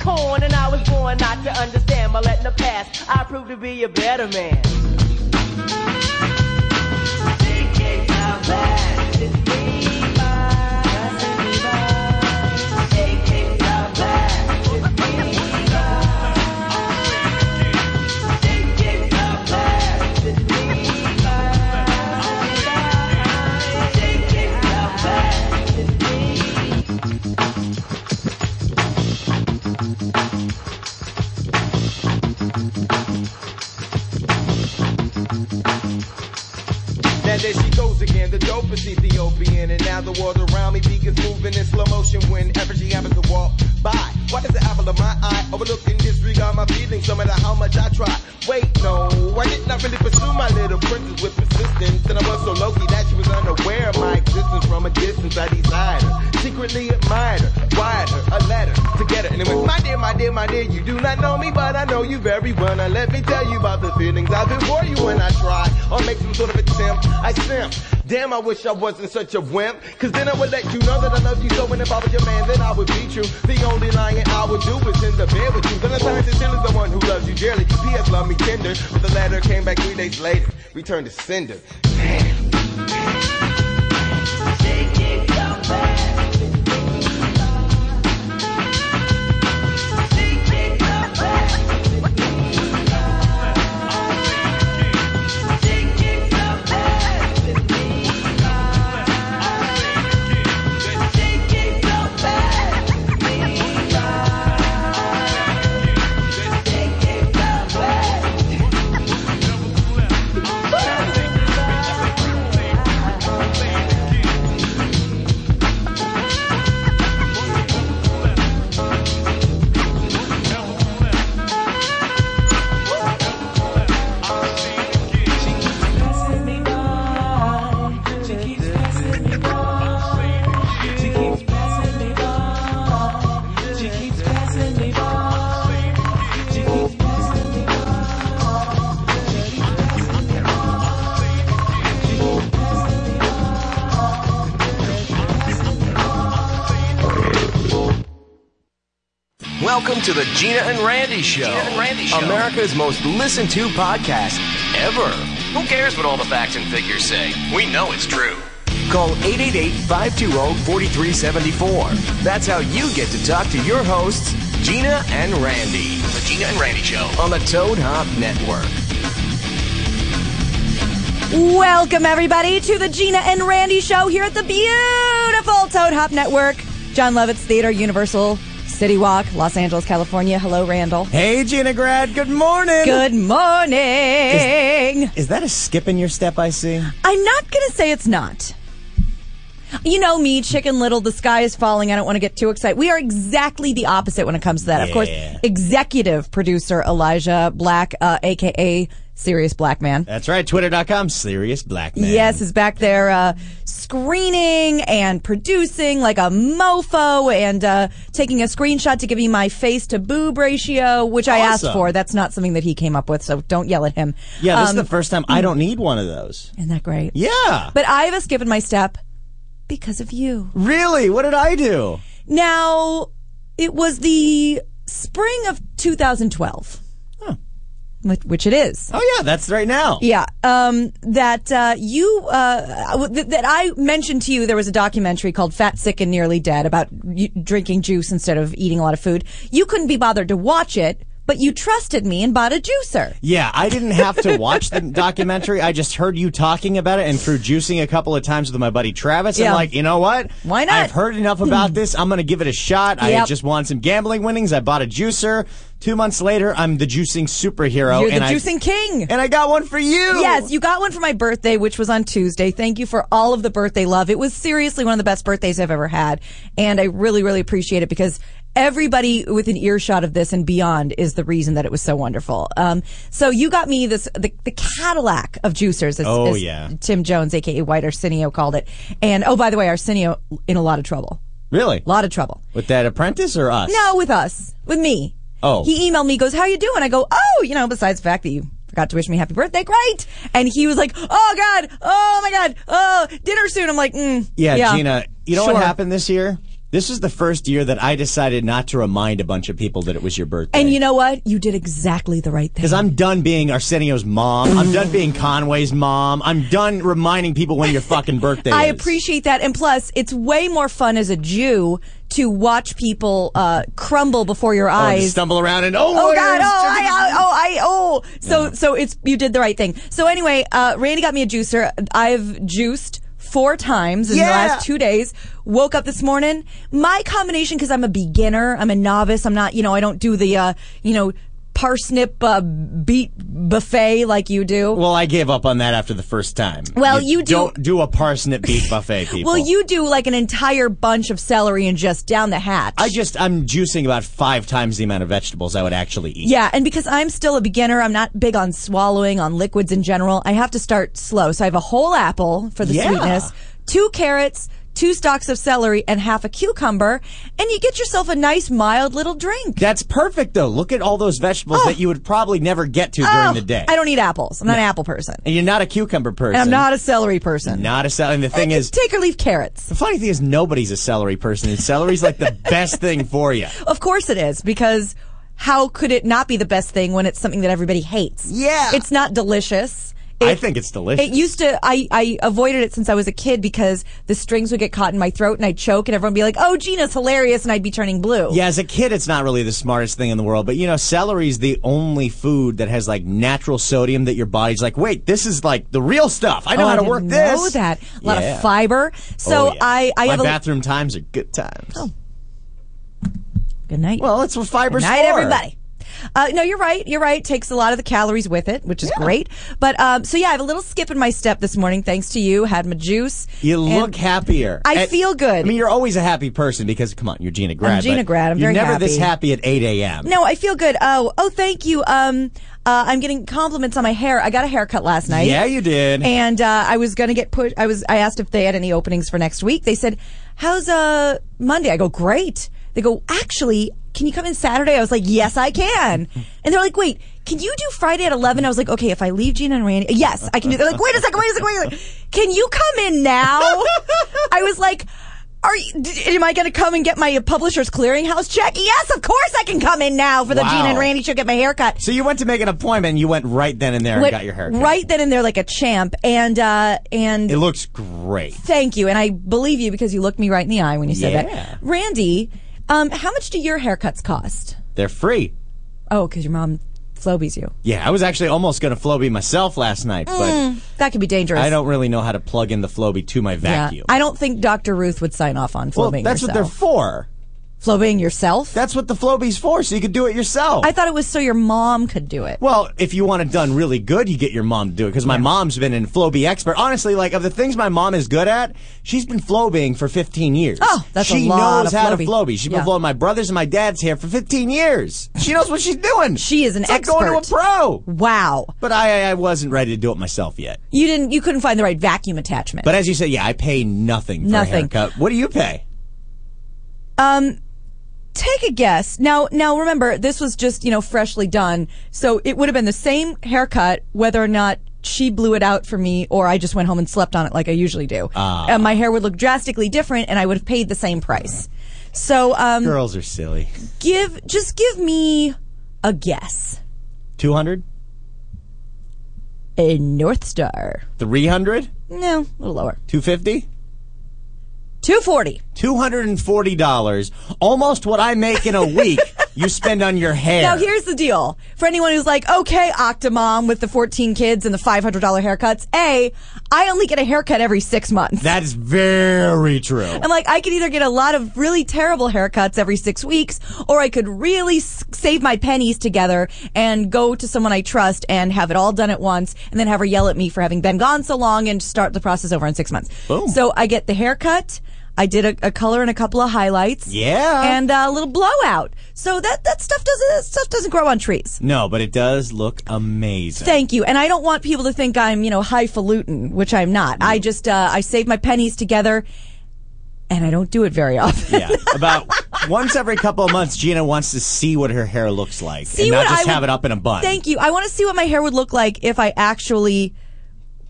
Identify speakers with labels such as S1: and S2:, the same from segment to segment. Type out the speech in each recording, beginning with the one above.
S1: corn and I was born not to understand my letting the past. I proved to be a better man.
S2: Now there she goes again, the dopest Ethiopian. And now the world around me begins moving in slow motion whenever she happens to walk by. Why does the apple of my eye overlook and disregard my feelings no matter how much I try? Wait, no, I did not really pursue my little princess with persistence. And I was so low-key that she was unaware of my existence from a distance. I desired her, secretly admired her, wired her, a letter together. And it was my dear, my dear, my dear, you do not know me, but I know you very well. Now let me tell you about the feelings I've been for you when I try or make some sort of attempt. I simp. Damn, I wish I wasn't such a wimp. Cause then I would let you know that I love you so. And if I was your man, then I would beat you. The only lying I would do is in the bed with you. Then I turned to Jill is the one who loves you dearly. P.S. Love me tender. But the latter came back three days later. Returned to sender.
S3: Welcome to the Gina and Randy Show. America's most listened to podcast ever. Who cares what all the facts and figures say? We know it's true. Call oh, 888-520-4374. That's how you get to talk to your hosts, Gina and Randy. The Gina and Randy Show on the Toad Hop Network.
S4: Welcome, everybody, to the Gina and Randy show here at the beautiful Toad Hop Network, John Lovitz Theater, Universal City Walk, Los Angeles, California. Hello, Randall.
S5: Hey, Gina Grad. Good morning.
S4: Good morning.
S5: Is that a skip in your step I see?
S4: I'm not going to say it's not. You know me, Chicken Little, the sky is falling. I don't want to get too excited. We are exactly the opposite when it comes to that. Of course,
S5: Yeah.
S4: executive producer Elijah Black, uh, aka Serious Black Man.
S5: That's right. Twitter.com. Serious black man.
S4: Yes, is back there uh, screening and producing like a mofo and uh, taking a screenshot to give me my face to boob ratio, which I asked
S5: Awesome.
S4: for. That's not something that he came up with, so don't yell at him.
S5: Yeah, this
S4: Um,
S5: is the first time I don't need one of those.
S4: Isn't that great?
S5: Yeah.
S4: But I have a skip in my step because of you.
S5: Really? What did I do?
S4: Now, it was the spring of 2012,
S5: Huh.
S4: which- which it is.
S5: Oh, yeah. That's right now.
S4: Yeah, um, that uh, you uh, th- that I mentioned to you there was a documentary called "Fat, Sick, and Nearly Dead" about y- drinking juice instead of eating a lot of food. You couldn't be bothered to watch it, but you trusted me and bought a juicer.
S5: Yeah, I didn't have to watch the documentary. I just heard you talking about it and through juicing a couple of times with my buddy Travis,
S4: Yeah.
S5: I'm like, you know what?
S4: Why not?
S5: I've heard enough about this. I'm going to give it a shot. I
S4: Yep.
S5: just won some gambling winnings. I bought a juicer. Two months later, I'm the juicing superhero.
S4: You're the
S5: and I-
S4: juicing king.
S5: And I got one for you.
S4: Yes, you got one for my birthday, which was on Tuesday. Thank you for all of the birthday love. It was seriously one of the best birthdays I've ever had. And I really, really appreciate it because everybody with an earshot of this and beyond is the reason that it was so wonderful. Um, so you got me this, the, the Cadillac of juicers, as,
S5: Oh,
S4: as
S5: yeah.
S4: Tim Jones, aka White Arsenio called it. And oh, by the way, Arsenio in a lot of trouble.
S5: Really?
S4: A lot of trouble.
S5: With that apprentice or us?
S4: No, with us, with me.
S5: Oh.
S4: He e- emailed me, goes, "How you doing?" I go, "Oh, you know, besides the fact that you forgot to wish me happy birthday, great." And he was like, "Oh God, oh my God, oh dinner soon." I'm like, mm,
S5: Yeah, Gina. You know
S4: Sure.
S5: what happened this year? This is the first year that I decided not to remind a bunch of people that it was your birthday.
S4: And you know what? You did exactly the right thing.
S5: Because I'm done being Arsenio's mom. I'm done being Conway's mom. I'm done reminding people when your fucking birthday
S4: I
S5: is.
S4: appreciate that. And plus, it's way more fun as a Jew to watch people uh, crumble before your
S5: Oh, just
S4: eyes.
S5: stumble around and oh,
S4: Oh
S5: my
S4: God! Oh,
S5: ears.
S4: I, oh, I, oh. So, so it's you did the right thing. So anyway, uh, Randy got me a juicer. I've juiced four times in the
S5: Yeah.
S4: last two days. Woke up this morning. My combination because I'm a beginner. I'm a novice. I'm not. You know, I don't do the. Uh, you know, parsnip uh, beet buffet like you do.
S5: Well, I gave up on that after the first time.
S4: Oh. Well, you do-
S5: not do a parsnip beef buffet, people.
S4: Well, you do like an entire bunch of celery and just down the hatch.
S5: I just I'm juicing about five times the amount of vegetables I would actually eat.
S4: yeah, and because I'm still a beginner, I'm not big on swallowing, on liquids in general. I have to start slow. So I have a whole apple for the
S5: Yeah.
S4: sweetness, two carrots, two stalks of celery, and half a cucumber, and you get yourself a nice mild little drink.
S5: That's perfect though. Look at all those vegetables that you would probably never get to during
S4: Oh,
S5: the day.
S4: I don't eat apples. I'm not an apple person.
S5: And you're not a cucumber person.
S4: And I'm not a celery person.
S5: not a celery. And the thing is,
S4: Take or leave carrots.
S5: the funny thing is, nobody's a celery person. And celery's like the best thing for you.
S4: Of course it is, because how could it not be the best thing when it's something that everybody hates?
S5: Yeah.
S4: It's not delicious.
S5: I think it's delicious.
S4: It used to, I, I avoided it since I was a kid because the strings would get caught in my throat and I'd choke and everyone would be like, oh, Gina's hilarious and I'd be turning blue.
S5: yeah, as a kid, it's not really the smartest thing in the world, but you know, celery's the only food that has like natural sodium that your body's like, wait, this is like the real stuff. I know
S4: Oh,
S5: how
S4: I
S5: to
S4: didn't
S5: work this.
S4: know that. A lot
S5: Yeah.
S4: of fiber. So
S5: Oh, yeah.
S4: I, I
S5: My
S4: have a. Oh,
S5: bathroom times are good times.
S4: good night.
S5: Well, that's what fiber's
S4: Good night,
S5: for.
S4: everybody. Uh, no, you're right. You're right. Takes a lot of the calories with it, which is great. But um, so yeah, I have a little skip in my step this morning, thanks to you. Had my juice.
S5: You
S4: And-
S5: look happier.
S4: I
S5: And-
S4: feel good.
S5: I mean, you're always a happy person because, come on, you're Gina Grad.
S4: I'm Gina
S5: but
S4: Grad. I'm
S5: you're
S4: very
S5: never this
S4: happy.
S5: happy at 8 a.m.
S4: No, I feel good. Oh, oh, thank you. Um, uh, I'm getting compliments on my hair. I got a haircut last night.
S5: Yeah, you did.
S4: And uh, I was gonna get pushed. I was. I asked if they had any openings for next week. They said, "How's uh Monday?" I go, "Great." They go, "Actually, can you come in Saturday?" I was like, "Yes, I can." And they're like, "Wait, can you do Friday at 11? I was like, "Okay, if I leave Gina and Randy, yes, I can do." They're like, "Wait a second, wait a second, wait a second. Can you come in now?" I was like. Are you, d- am I going to come and get my publisher's clearinghouse check? Yes, of course I can come in now for the
S5: Wow.
S4: Gina and Randy show. Get my haircut
S5: so you went to make an appointment and you went right then and there and
S4: went
S5: got your hair.
S4: right then and there like a champ and uh and
S5: It looks great.
S4: thank you and i believe you because you looked me right in the eye when you said
S5: Yeah.
S4: that randy um how much do your haircuts cost
S5: They're free.
S4: oh because your mom flobies you
S5: Yeah, I was actually almost going to Flowbee myself last night, but
S4: that could be dangerous
S5: I don't really know how to plug in the Flowbee to my
S4: Mm, yeah.
S5: vacuum.
S4: I don't think Dr. Ruth would sign off on
S5: well,
S4: flowing
S5: that's what they're
S4: yourself.
S5: for.
S4: flowing yourself.
S5: That's what the Flowbee's for, so you can do it yourself.
S4: I thought it was so your mom could do it.
S5: Well, if you want it done really good, you get your mom to do it. Because my mom's been in Flowbee expert. Honestly, like of the things my mom is good at, she's been Flowbeeing for 15 years.
S4: Oh, that's a
S5: she
S4: lot
S5: knows
S4: of
S5: how to
S4: Flowbee.
S5: Flowbee. She's been
S4: Yeah.
S5: blowing my brother's and my dad's hair for 15 years. She knows what she's doing.
S4: She is an
S5: it's Like going to a
S4: expert.
S5: pro.
S4: wow.
S5: But I, I wasn't ready to do it myself yet.
S4: You didn't you couldn't find the right vacuum attachment.
S5: But as you say, yeah, I pay nothing for
S4: Nothing.
S5: a haircut. What do you pay?
S4: Um, take a guess. Now, now remember, this was just you know freshly done, so it would have been the same haircut whether or not she blew it out for me or I just went home and slept on it like I usually do.
S5: Ah.
S4: Uh, my hair would look drastically different, and I would have paid the same price. So, um,
S5: Girls are silly.
S4: give just give me a guess.
S5: 200?
S4: A North Star?
S5: 300?
S4: No, a little lower.
S5: 250?
S4: Two forty.
S5: $240, almost what I make in a week, you spend on your hair.
S4: Now here's the deal. For anyone who's like, okay, Octomom with the 14 kids and the $500 haircuts, A, I only get a haircut every six months.
S5: That is very true.
S4: I'm like, I could either get a lot of really terrible haircuts every six weeks, or I could really s- save my pennies together and go to someone I trust and have it all done at once, and then have her yell at me for having been gone so long and start the process over in six months.
S5: Boom.
S4: So I get the haircut. I did a, a color and a couple of highlights.
S5: Yeah.
S4: and uh, a little blowout. So that that stuff doesn't that stuff doesn't grow on trees.
S5: No, but it does look amazing.
S4: Thank you. And I don't want people to think I'm, you know, highfalutin, which I'm not. I just, uh, I save my pennies together and I don't do it very often.
S5: yeah. About once every couple of months, Gina wants to see what her hair looks like
S4: See
S5: and not
S4: what
S5: just
S4: I
S5: have
S4: would-
S5: it up in a bun.
S4: Thank you. I want to see what my hair would look like if I actually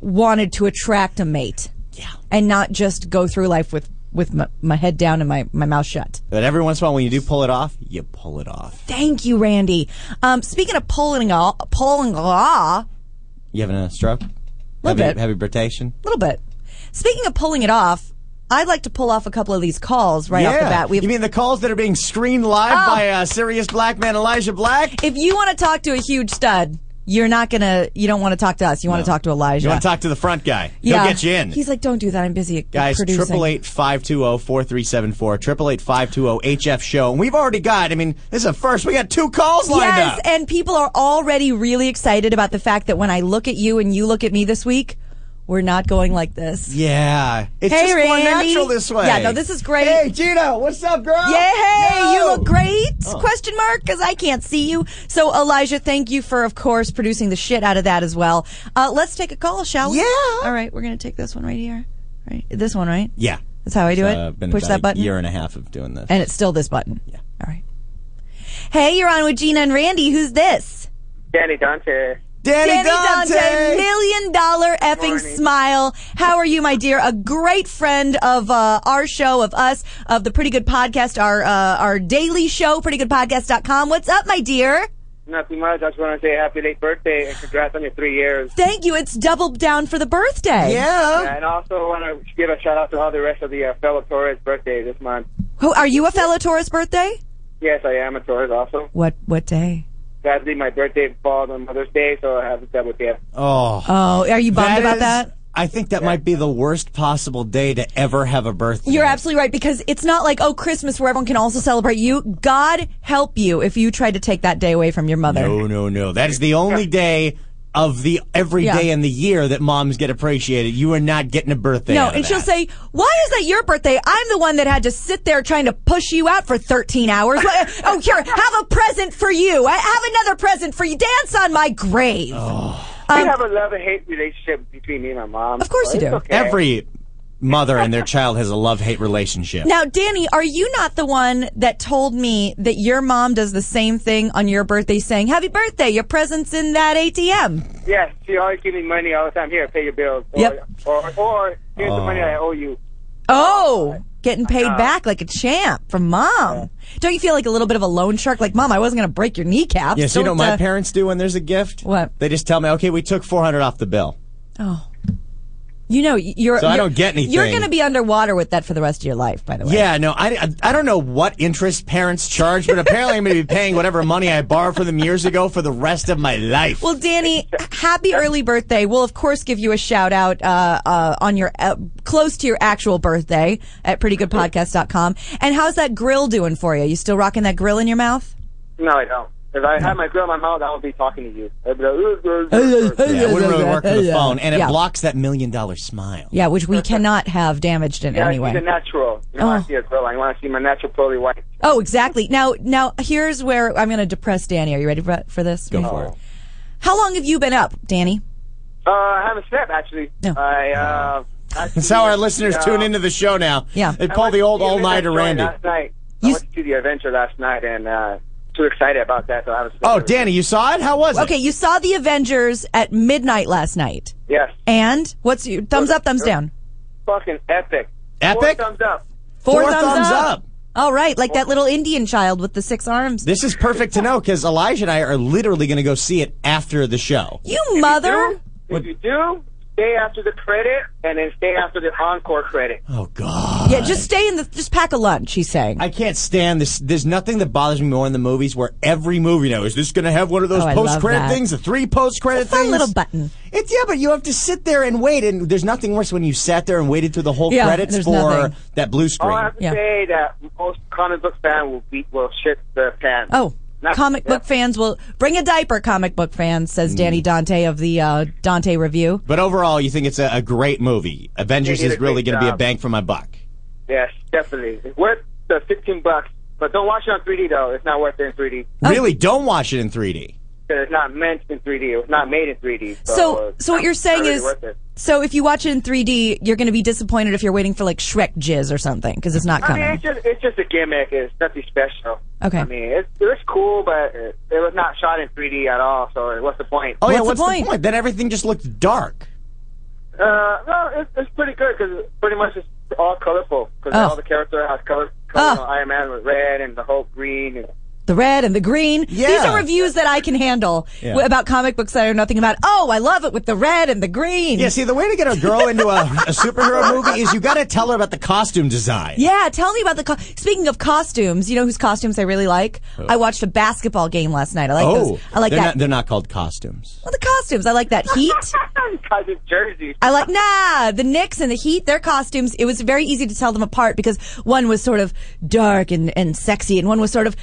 S4: wanted to attract a mate. Yeah. And not just go through life with with my, my head down and my, my mouth shut.
S5: But every once in a while, when you do pull it off, you pull it off.
S4: Thank you, Randy. Um, speaking of pulling all, pulling law, a
S5: You having a stroke?
S4: Little
S5: heavy,
S4: bit.
S5: Heavy birtation?
S4: little bit. Speaking of pulling it off, I'd like to pull off a couple of these calls right off the bat. We have
S5: you mean the calls that are being streamed live
S4: Oh.
S5: by uh, serious black man Elijah Black?
S4: if you want to talk to a huge stud, you're not gonna. You don't want to talk to us. You want to talk to Elijah.
S5: You want to talk to the front guy? He'll get you in.
S4: He's like, don't do that. I'm busy
S5: Guys,
S4: producing.
S5: triple eight five two zero four three seven four, triple eight five two zero HF show, and we've already got. I mean, this is a first. We got two calls lined
S4: Yes,
S5: up.
S4: and people are already really excited about the fact that when I look at you and you look at me this week, we're not going like this.
S5: yeah, it's
S4: Hey,
S5: just more
S4: Randy.
S5: natural this way.
S4: Yeah, no, this is great.
S5: Hey, Gina, what's up, girl?
S4: Yeah, hey,
S5: Yo! Oh.
S4: you look great? Question mark because I can't see you. So Elijah, thank you for, of course, producing the shit out of that as well. Uh, let's take a call, shall we?
S5: Yeah.
S4: All right, we're gonna take this one right here. Right, this one, right?
S5: Yeah,
S4: That's how I do
S5: Uh,
S4: it.
S5: been
S4: Push
S5: about
S4: that
S5: a
S4: button,
S5: Year and a half of doing this.
S4: and it's still this button. Yeah. All right. Hey, you're on with Gina and Randy. Who's this?
S6: Danny Dante.
S5: Danny,
S4: Danny Dante,
S5: Dante.
S4: million dollar effing
S6: Morning.
S4: smile. How are you, my dear? A great friend of uh, our show, of us, of the Pretty Good Podcast, our uh, our daily show, prettygoodpodcast.com. What's up, my dear?
S6: Nothing much. I just want to say happy late birthday and congrats on your three years.
S4: Thank you. It's doubled down for the birthday.
S5: Yeah.
S6: And I also want to give a shout out to all the rest of the uh, fellow Taurus birthday this month.
S4: Who are you? A fellow Taurus birthday?
S6: Yes, I am a Taurus also.
S4: What what day?
S6: Sadly, my birthday falls on Mother's Day, so I have a double dip.
S5: Oh,
S4: Oh, are you bummed about
S5: is-
S4: that?
S5: I think that might be the worst possible day to ever have a birthday.
S4: You're absolutely right because it's not like oh Christmas where everyone can also celebrate you. God help you if you try to take that day away from your mother.
S5: No, no, no. That is the only day of the every day
S4: Yeah.
S5: in the year that moms get appreciated. You are not getting a birthday.
S4: No,
S5: out of
S4: and she'll
S5: that.
S4: say, "Why is that your birthday? I'm the one that had to sit there trying to push you out for 13 hours. Why- oh, here, have a present for you. I have another present for you. Dance on my grave."
S5: Oh,
S6: we have a love and hate relationship between me and my mom.
S4: Um, Of course
S6: so
S4: you
S6: it's
S4: do.
S6: Okay.
S5: every mother and their child has a love hate relationship.
S4: Now, Danny, are you not the one that told me that your mom does the same thing on your birthday, saying "Happy birthday, your present's in that ATM"?
S6: Yes, she always gives me money all the time. Here, pay your bills. Or,
S4: Yep.
S6: Or, or here's the money I owe you.
S4: Oh, getting paid back like a champ from mom. Don't you feel like a little bit of a loan shark? Like, mom, I wasn't going to break your kneecaps.
S5: Yes, you know what my
S4: uh,
S5: parents do when there's a gift.
S4: What?
S5: They just tell me, okay, we took four hundred off the bill.
S4: You know, y- you're.
S5: So I
S4: you're-
S5: don't get anything.
S4: You're going to be underwater with that for the rest of your life, by the way.
S5: Yeah, no, I, I- I don't know what interest parents charge, but apparently I'm going to be paying whatever money I borrowed from them years ago for the rest of my life.
S4: Well, Danny, happy early birthday. We'll, of course, give you a shout out uh, uh, on your uh, close to your actual birthday at prettygoodpodcast.com. And how's that grill doing for you? You still rocking that grill in your mouth?
S6: No, I don't. If I had my grill in my mouth, I would be talking to you. I'd be like, "Ooh, girl, girl, girl."
S5: yeah, it wouldn't really work for the phone, and it
S4: Yeah.
S5: blocks that million dollar smile.
S4: Yeah, which we cannot have damaged in
S6: Yeah,
S4: any way.
S6: she's a natural. You don't want to see a girl. I want to see my natural pearly white.
S4: Oh, exactly. Now, now here's where I'm going to depress Danny. Are you ready for, for this?
S5: Go
S6: Oh.
S5: for it.
S4: How long have you been up, Danny?
S6: Uh, I haven't slept actually.
S4: No.
S6: I uh.
S5: That's how our listeners tune into the show now.
S4: Yeah.
S5: They pull the old all nighter Randy.
S6: Last night,
S4: You
S6: I
S4: s-
S6: went to the adventure last night and uh, too excited about that, so I was.
S5: Oh, Danny, you saw it? How was it?
S4: Okay, you saw the Avengers at midnight last night.
S6: Yes.
S4: And what's your thumbs up, thumbs down?
S6: Fucking epic.
S5: Epic?
S6: Four thumbs up.
S5: Four thumbs up.
S4: All right, like that little Indian child with the six arms.
S5: This is perfect to know because Elijah and I are literally going to go see it after the show.
S4: you mother.
S6: If you do, stay after the credit and then stay after the encore credit.
S5: Oh, God.
S4: Yeah, just stay in the just pack a lunch, he's saying.
S5: I can't stand this. There's nothing that bothers me more in the movies where every movie now is this going to have one of those
S4: Oh, I love
S5: post credit
S4: that.
S5: things, the three post credit
S4: It's a fun
S5: things.
S4: little button.
S5: It's yeah, but you have to sit there and wait, and there's nothing worse when you sat there and waited through the whole
S4: Yeah,
S5: credits
S4: there's
S5: for
S4: nothing.
S5: that blue
S6: All
S5: screen.
S6: Oh, I have to
S4: Yeah.
S6: say that most comic book fan will beat will shit the pants.
S4: Oh,
S6: Not-
S4: comic book
S6: yeah.
S4: fans will bring a diaper. Comic book fans says
S5: Mm.
S4: Danny Dante of the uh, Dante Review.
S5: But overall, you think it's a, a great movie. Avengers
S6: They did
S5: is
S6: a
S5: really
S6: great
S5: going to be a
S6: job.
S5: bang for my buck.
S6: Yes, definitely. It's worth the 15 bucks, but don't watch it on 3D though. It's not worth it in 3D.
S5: Really, don't watch it in 3D.
S6: 'Cause it's not meant in 3D. It was not made in 3D. So, uh,
S4: So,
S6: it's
S4: so what
S6: not-
S4: you're saying
S6: not really
S4: is,
S6: worth it.
S4: so if you watch it in 3D, you're going to be disappointed if you're waiting for like Shrek jizz or something because it's not
S6: I mean,
S4: coming.
S6: it's just it's just a gimmick. It's nothing special.
S4: Okay.
S6: I mean, it's it's cool, but it, it was not shot in 3D at all. So what's the point?
S5: Oh yeah,
S4: What's
S5: what's
S4: the
S5: the
S4: point?
S5: point? Then everything just looked dark.
S6: Uh, no, it's, it's pretty good because pretty much it's
S7: They're all colorful because
S4: Oh.
S7: all the character has color. color
S4: Oh.
S7: Iron Man was red and the Hulk green. And,
S4: The red and the green.
S5: Yeah.
S4: These are reviews that I can handle
S5: Yeah.
S4: w- about comic books that I know nothing about. Oh, I love it with the red and the green.
S5: Yeah, see, the way to get a girl into a, a superhero movie is you got to tell her about the costume design.
S4: Yeah, tell me about the. Co- Speaking of costumes, you know whose costumes I really like? I watched a basketball game last night. I like
S5: Oh,
S4: those. I like
S5: they're
S4: that.
S5: Not, they're not called costumes.
S4: well, the costumes. I like that Heat.
S7: Because it's Jersey.
S4: I like, nah, the Knicks and the Heat, their costumes, it was very easy to tell them apart because one was sort of dark and, and sexy and one was sort of,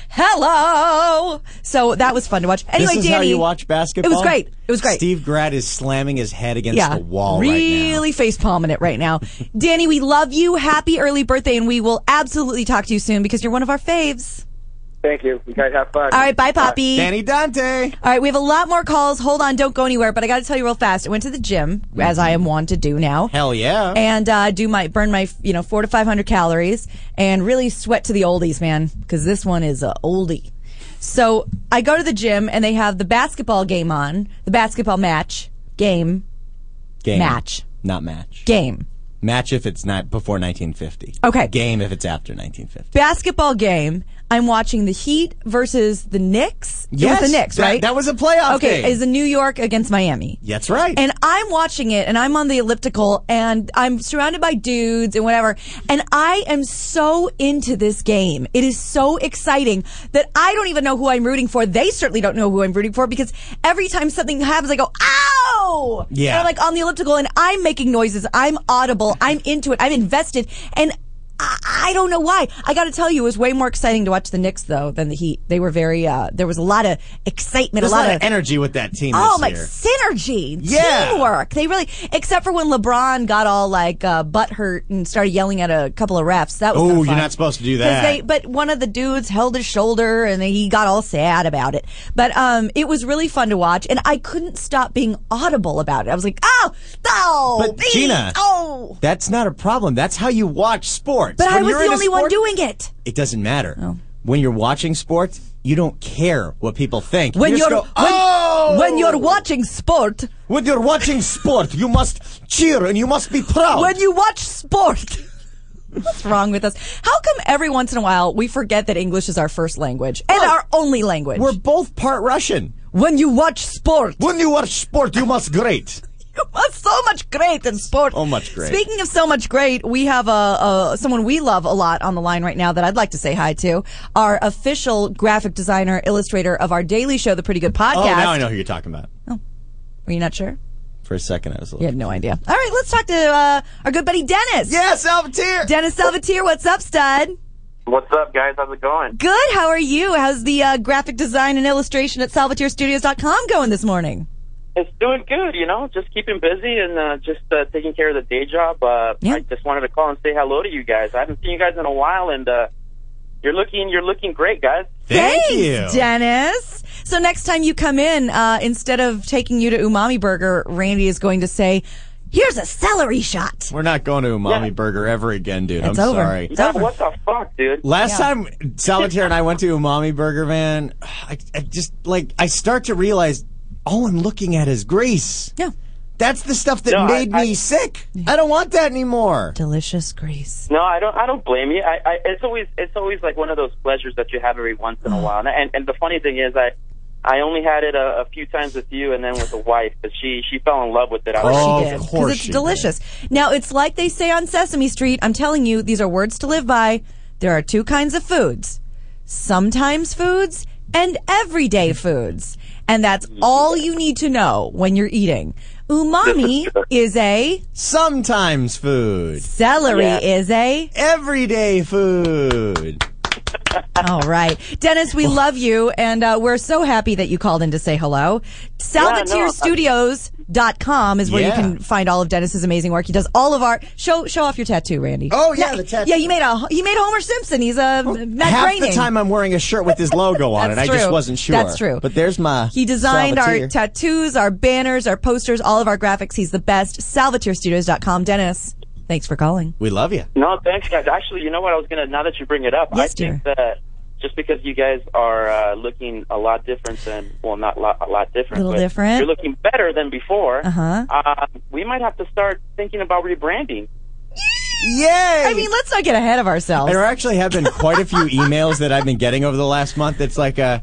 S4: hello. So that was fun to watch. Anyway,
S5: this is
S4: Danny.
S5: how you watch basketball.
S4: It was great. It was great.
S5: Steve Grad is slamming his head against
S4: yeah.
S5: the wall right now.
S4: really face palming it right now. Danny, we love you. Happy early birthday and we will absolutely talk to you soon because you're one of our faves.
S7: Thank you. You guys have fun.
S4: All right. Bye, Poppy.
S5: Danny
S4: All
S5: Dante.
S4: right, we have a lot more calls. Hold on, don't go anywhere. But I got to tell you real fast. I went to the gym, as I am wont to do now.
S5: Hell Mm-hmm. yeah.
S4: and uh, do my burn my you know four to five hundred calories and really sweat to the oldies, man, because this one is a oldie. So I go to the gym and they have the basketball game on, the basketball match game
S5: Game.
S4: match.
S5: Not match.
S4: game
S5: Match if it's not before 1950.
S4: Okay.
S5: Game if it's after 1950.
S4: basketball game. I'm watching the Heat versus the Knicks. It was
S5: Yes,
S4: the Knicks,
S5: that-
S4: right?
S5: that was a playoff
S4: Okay,
S5: game.
S4: is the New York against Miami?
S5: That's right.
S4: And I'm watching it and I'm on the elliptical and I'm surrounded by dudes and whatever. And I am so into this game. It is so exciting that I don't even know who I'm rooting for. They certainly don't know who I'm rooting for because every time something happens, I go, ow!
S5: Yeah.
S4: And I'm like on the elliptical and I'm making noises. I'm audible. I'm into it. I'm invested. And I I don't know why. I got to tell you, it was way more exciting to watch the Knicks though than the Heat. They were very. Uh, there was a lot of excitement,
S5: There's
S4: a lot, of
S5: energy with that team
S4: Oh,
S5: this
S4: like
S5: year.
S4: synergy,
S5: Yeah.
S4: teamwork. They really, except for when LeBron got all like uh, butt hurt and started yelling at a couple of refs. That was
S5: Oh,
S4: kinda
S5: you're
S4: fun.
S5: not supposed to do
S4: 'Cause
S5: that.
S4: They, but one of the dudes held his shoulder and he got all sad about it. But um, it was really fun to watch, and I couldn't stop being audible about it. I was like, oh, oh,
S5: But
S4: please,
S5: Gina-
S4: oh.
S5: That's not a problem. That's how you watch sports.
S4: But I
S5: When
S4: was
S5: you're
S4: the
S5: in a
S4: only one
S5: sport,
S4: doing Oh. it.
S5: It doesn't matter. When you're watching sports, you don't care what people think.
S4: When
S5: you just
S4: you're
S5: go,
S4: when,
S5: oh!
S4: when you're watching sport,
S5: When you're watching sport, you must cheer and you must be proud.
S4: when you watch sport. What's wrong with us? How come every once in a while we forget that English is our first language and
S5: Oh.
S4: our only language?
S5: We're both part Russian.
S4: when you watch sport,
S5: When you watch sport, you must great.
S4: you watch so much great in sport.
S5: So Oh, much great.
S4: Speaking of so much great, we have a, a someone we love a lot on the line right now that I'd like to say hi to. Our official graphic designer, illustrator of our daily show, The Pretty Good Podcast.
S5: Oh, now I know who you're talking about.
S4: Are you not sure?
S5: For a second, I was a
S4: You
S5: little.
S4: had no idea. All right, let's talk to uh, our good buddy Dennis.
S5: Yes, Alvatir.
S4: Dennis Salvatier, what's up, stud?
S7: What's up, guys? How's it going?
S4: Good. How are you? How's the uh, graphic design and illustration at SalvatireStudios.com going this morning?
S7: It's doing good, you know. Just keeping busy and uh, just uh, taking care of the day job. Uh,
S4: Yeah.
S7: I just wanted to call and say hello to you guys. I haven't seen you guys in a while, and uh, you're looking you're looking great, guys.
S5: Thank
S4: Thanks,
S5: you.
S4: Dennis. So next time you come in, uh, instead of taking you to Umami Burger, Randy is going to say, "Here's a celery shot."
S5: We're not going to Umami
S7: Yeah.
S5: Burger ever again, dude.
S4: It's
S5: I'm
S4: over.
S5: sorry.
S4: It's over.
S7: What the fuck, dude?
S5: Last
S4: Yeah.
S5: time Salvatore and I went to Umami Burger, man, I, I just like I start to realize all I'm looking at is grease.
S4: Yeah,
S5: That's the stuff that
S7: No, I-
S5: made me
S7: I-
S5: sick. I don't want that anymore.
S4: delicious grease.
S7: No, I don't. I don't blame you. I, I it's always it's always like one of those pleasures that you have every once in a while. And and, and the funny thing is, I I only had it a, a few times with you, and then with the wife. But she she fell in love with it. I was
S5: Oh,
S4: she did
S5: of
S4: because
S5: course
S4: it's
S5: she did.
S4: delicious. Now it's like they say on Sesame Street. I'm telling you, these are words to live by. There are two kinds of foods: sometimes foods and everyday foods, and that's all you need to know when you're eating. Umami is a
S5: Sometimes food,
S4: celery
S7: Yeah.
S4: is a
S5: everyday food.
S4: All right. Dennis, we love you, and uh, we're so happy that you called in to say hello. SalvatierStudios.com is where you
S5: Yeah.
S4: can find all of Dennis's amazing work. He does all of our show. Show off your tattoo, Randy.
S5: Oh, yeah, the tattoo. Oh,
S4: Yeah, you made a you made Homer Simpson. He's a Matt
S5: Half
S4: Groening.
S5: the time I'm wearing a shirt with his logo on it.
S4: That's
S5: I just
S4: true.
S5: wasn't sure.
S4: That's true.
S5: But there's my.
S4: He designed our
S5: Salvatore.
S4: tattoos, our banners, our posters, all of our graphics. He's the best. SalvatierStudios.com. Dennis, thanks for calling.
S5: we love you.
S7: No, thanks, guys. Actually, you know what? I was gonna now that you bring it up.
S4: Yes,
S7: I think that just because you guys are uh, looking a lot different than well, not lot, a lot different,
S4: Little
S7: but
S4: different.
S7: You're looking better than before. um,
S4: Uh-huh.
S7: Uh, we might have to start thinking about rebranding.
S5: Yay!
S4: I mean, let's not get ahead of ourselves.
S5: There actually have been quite a few emails that I've been getting over the last month. It's like, uh,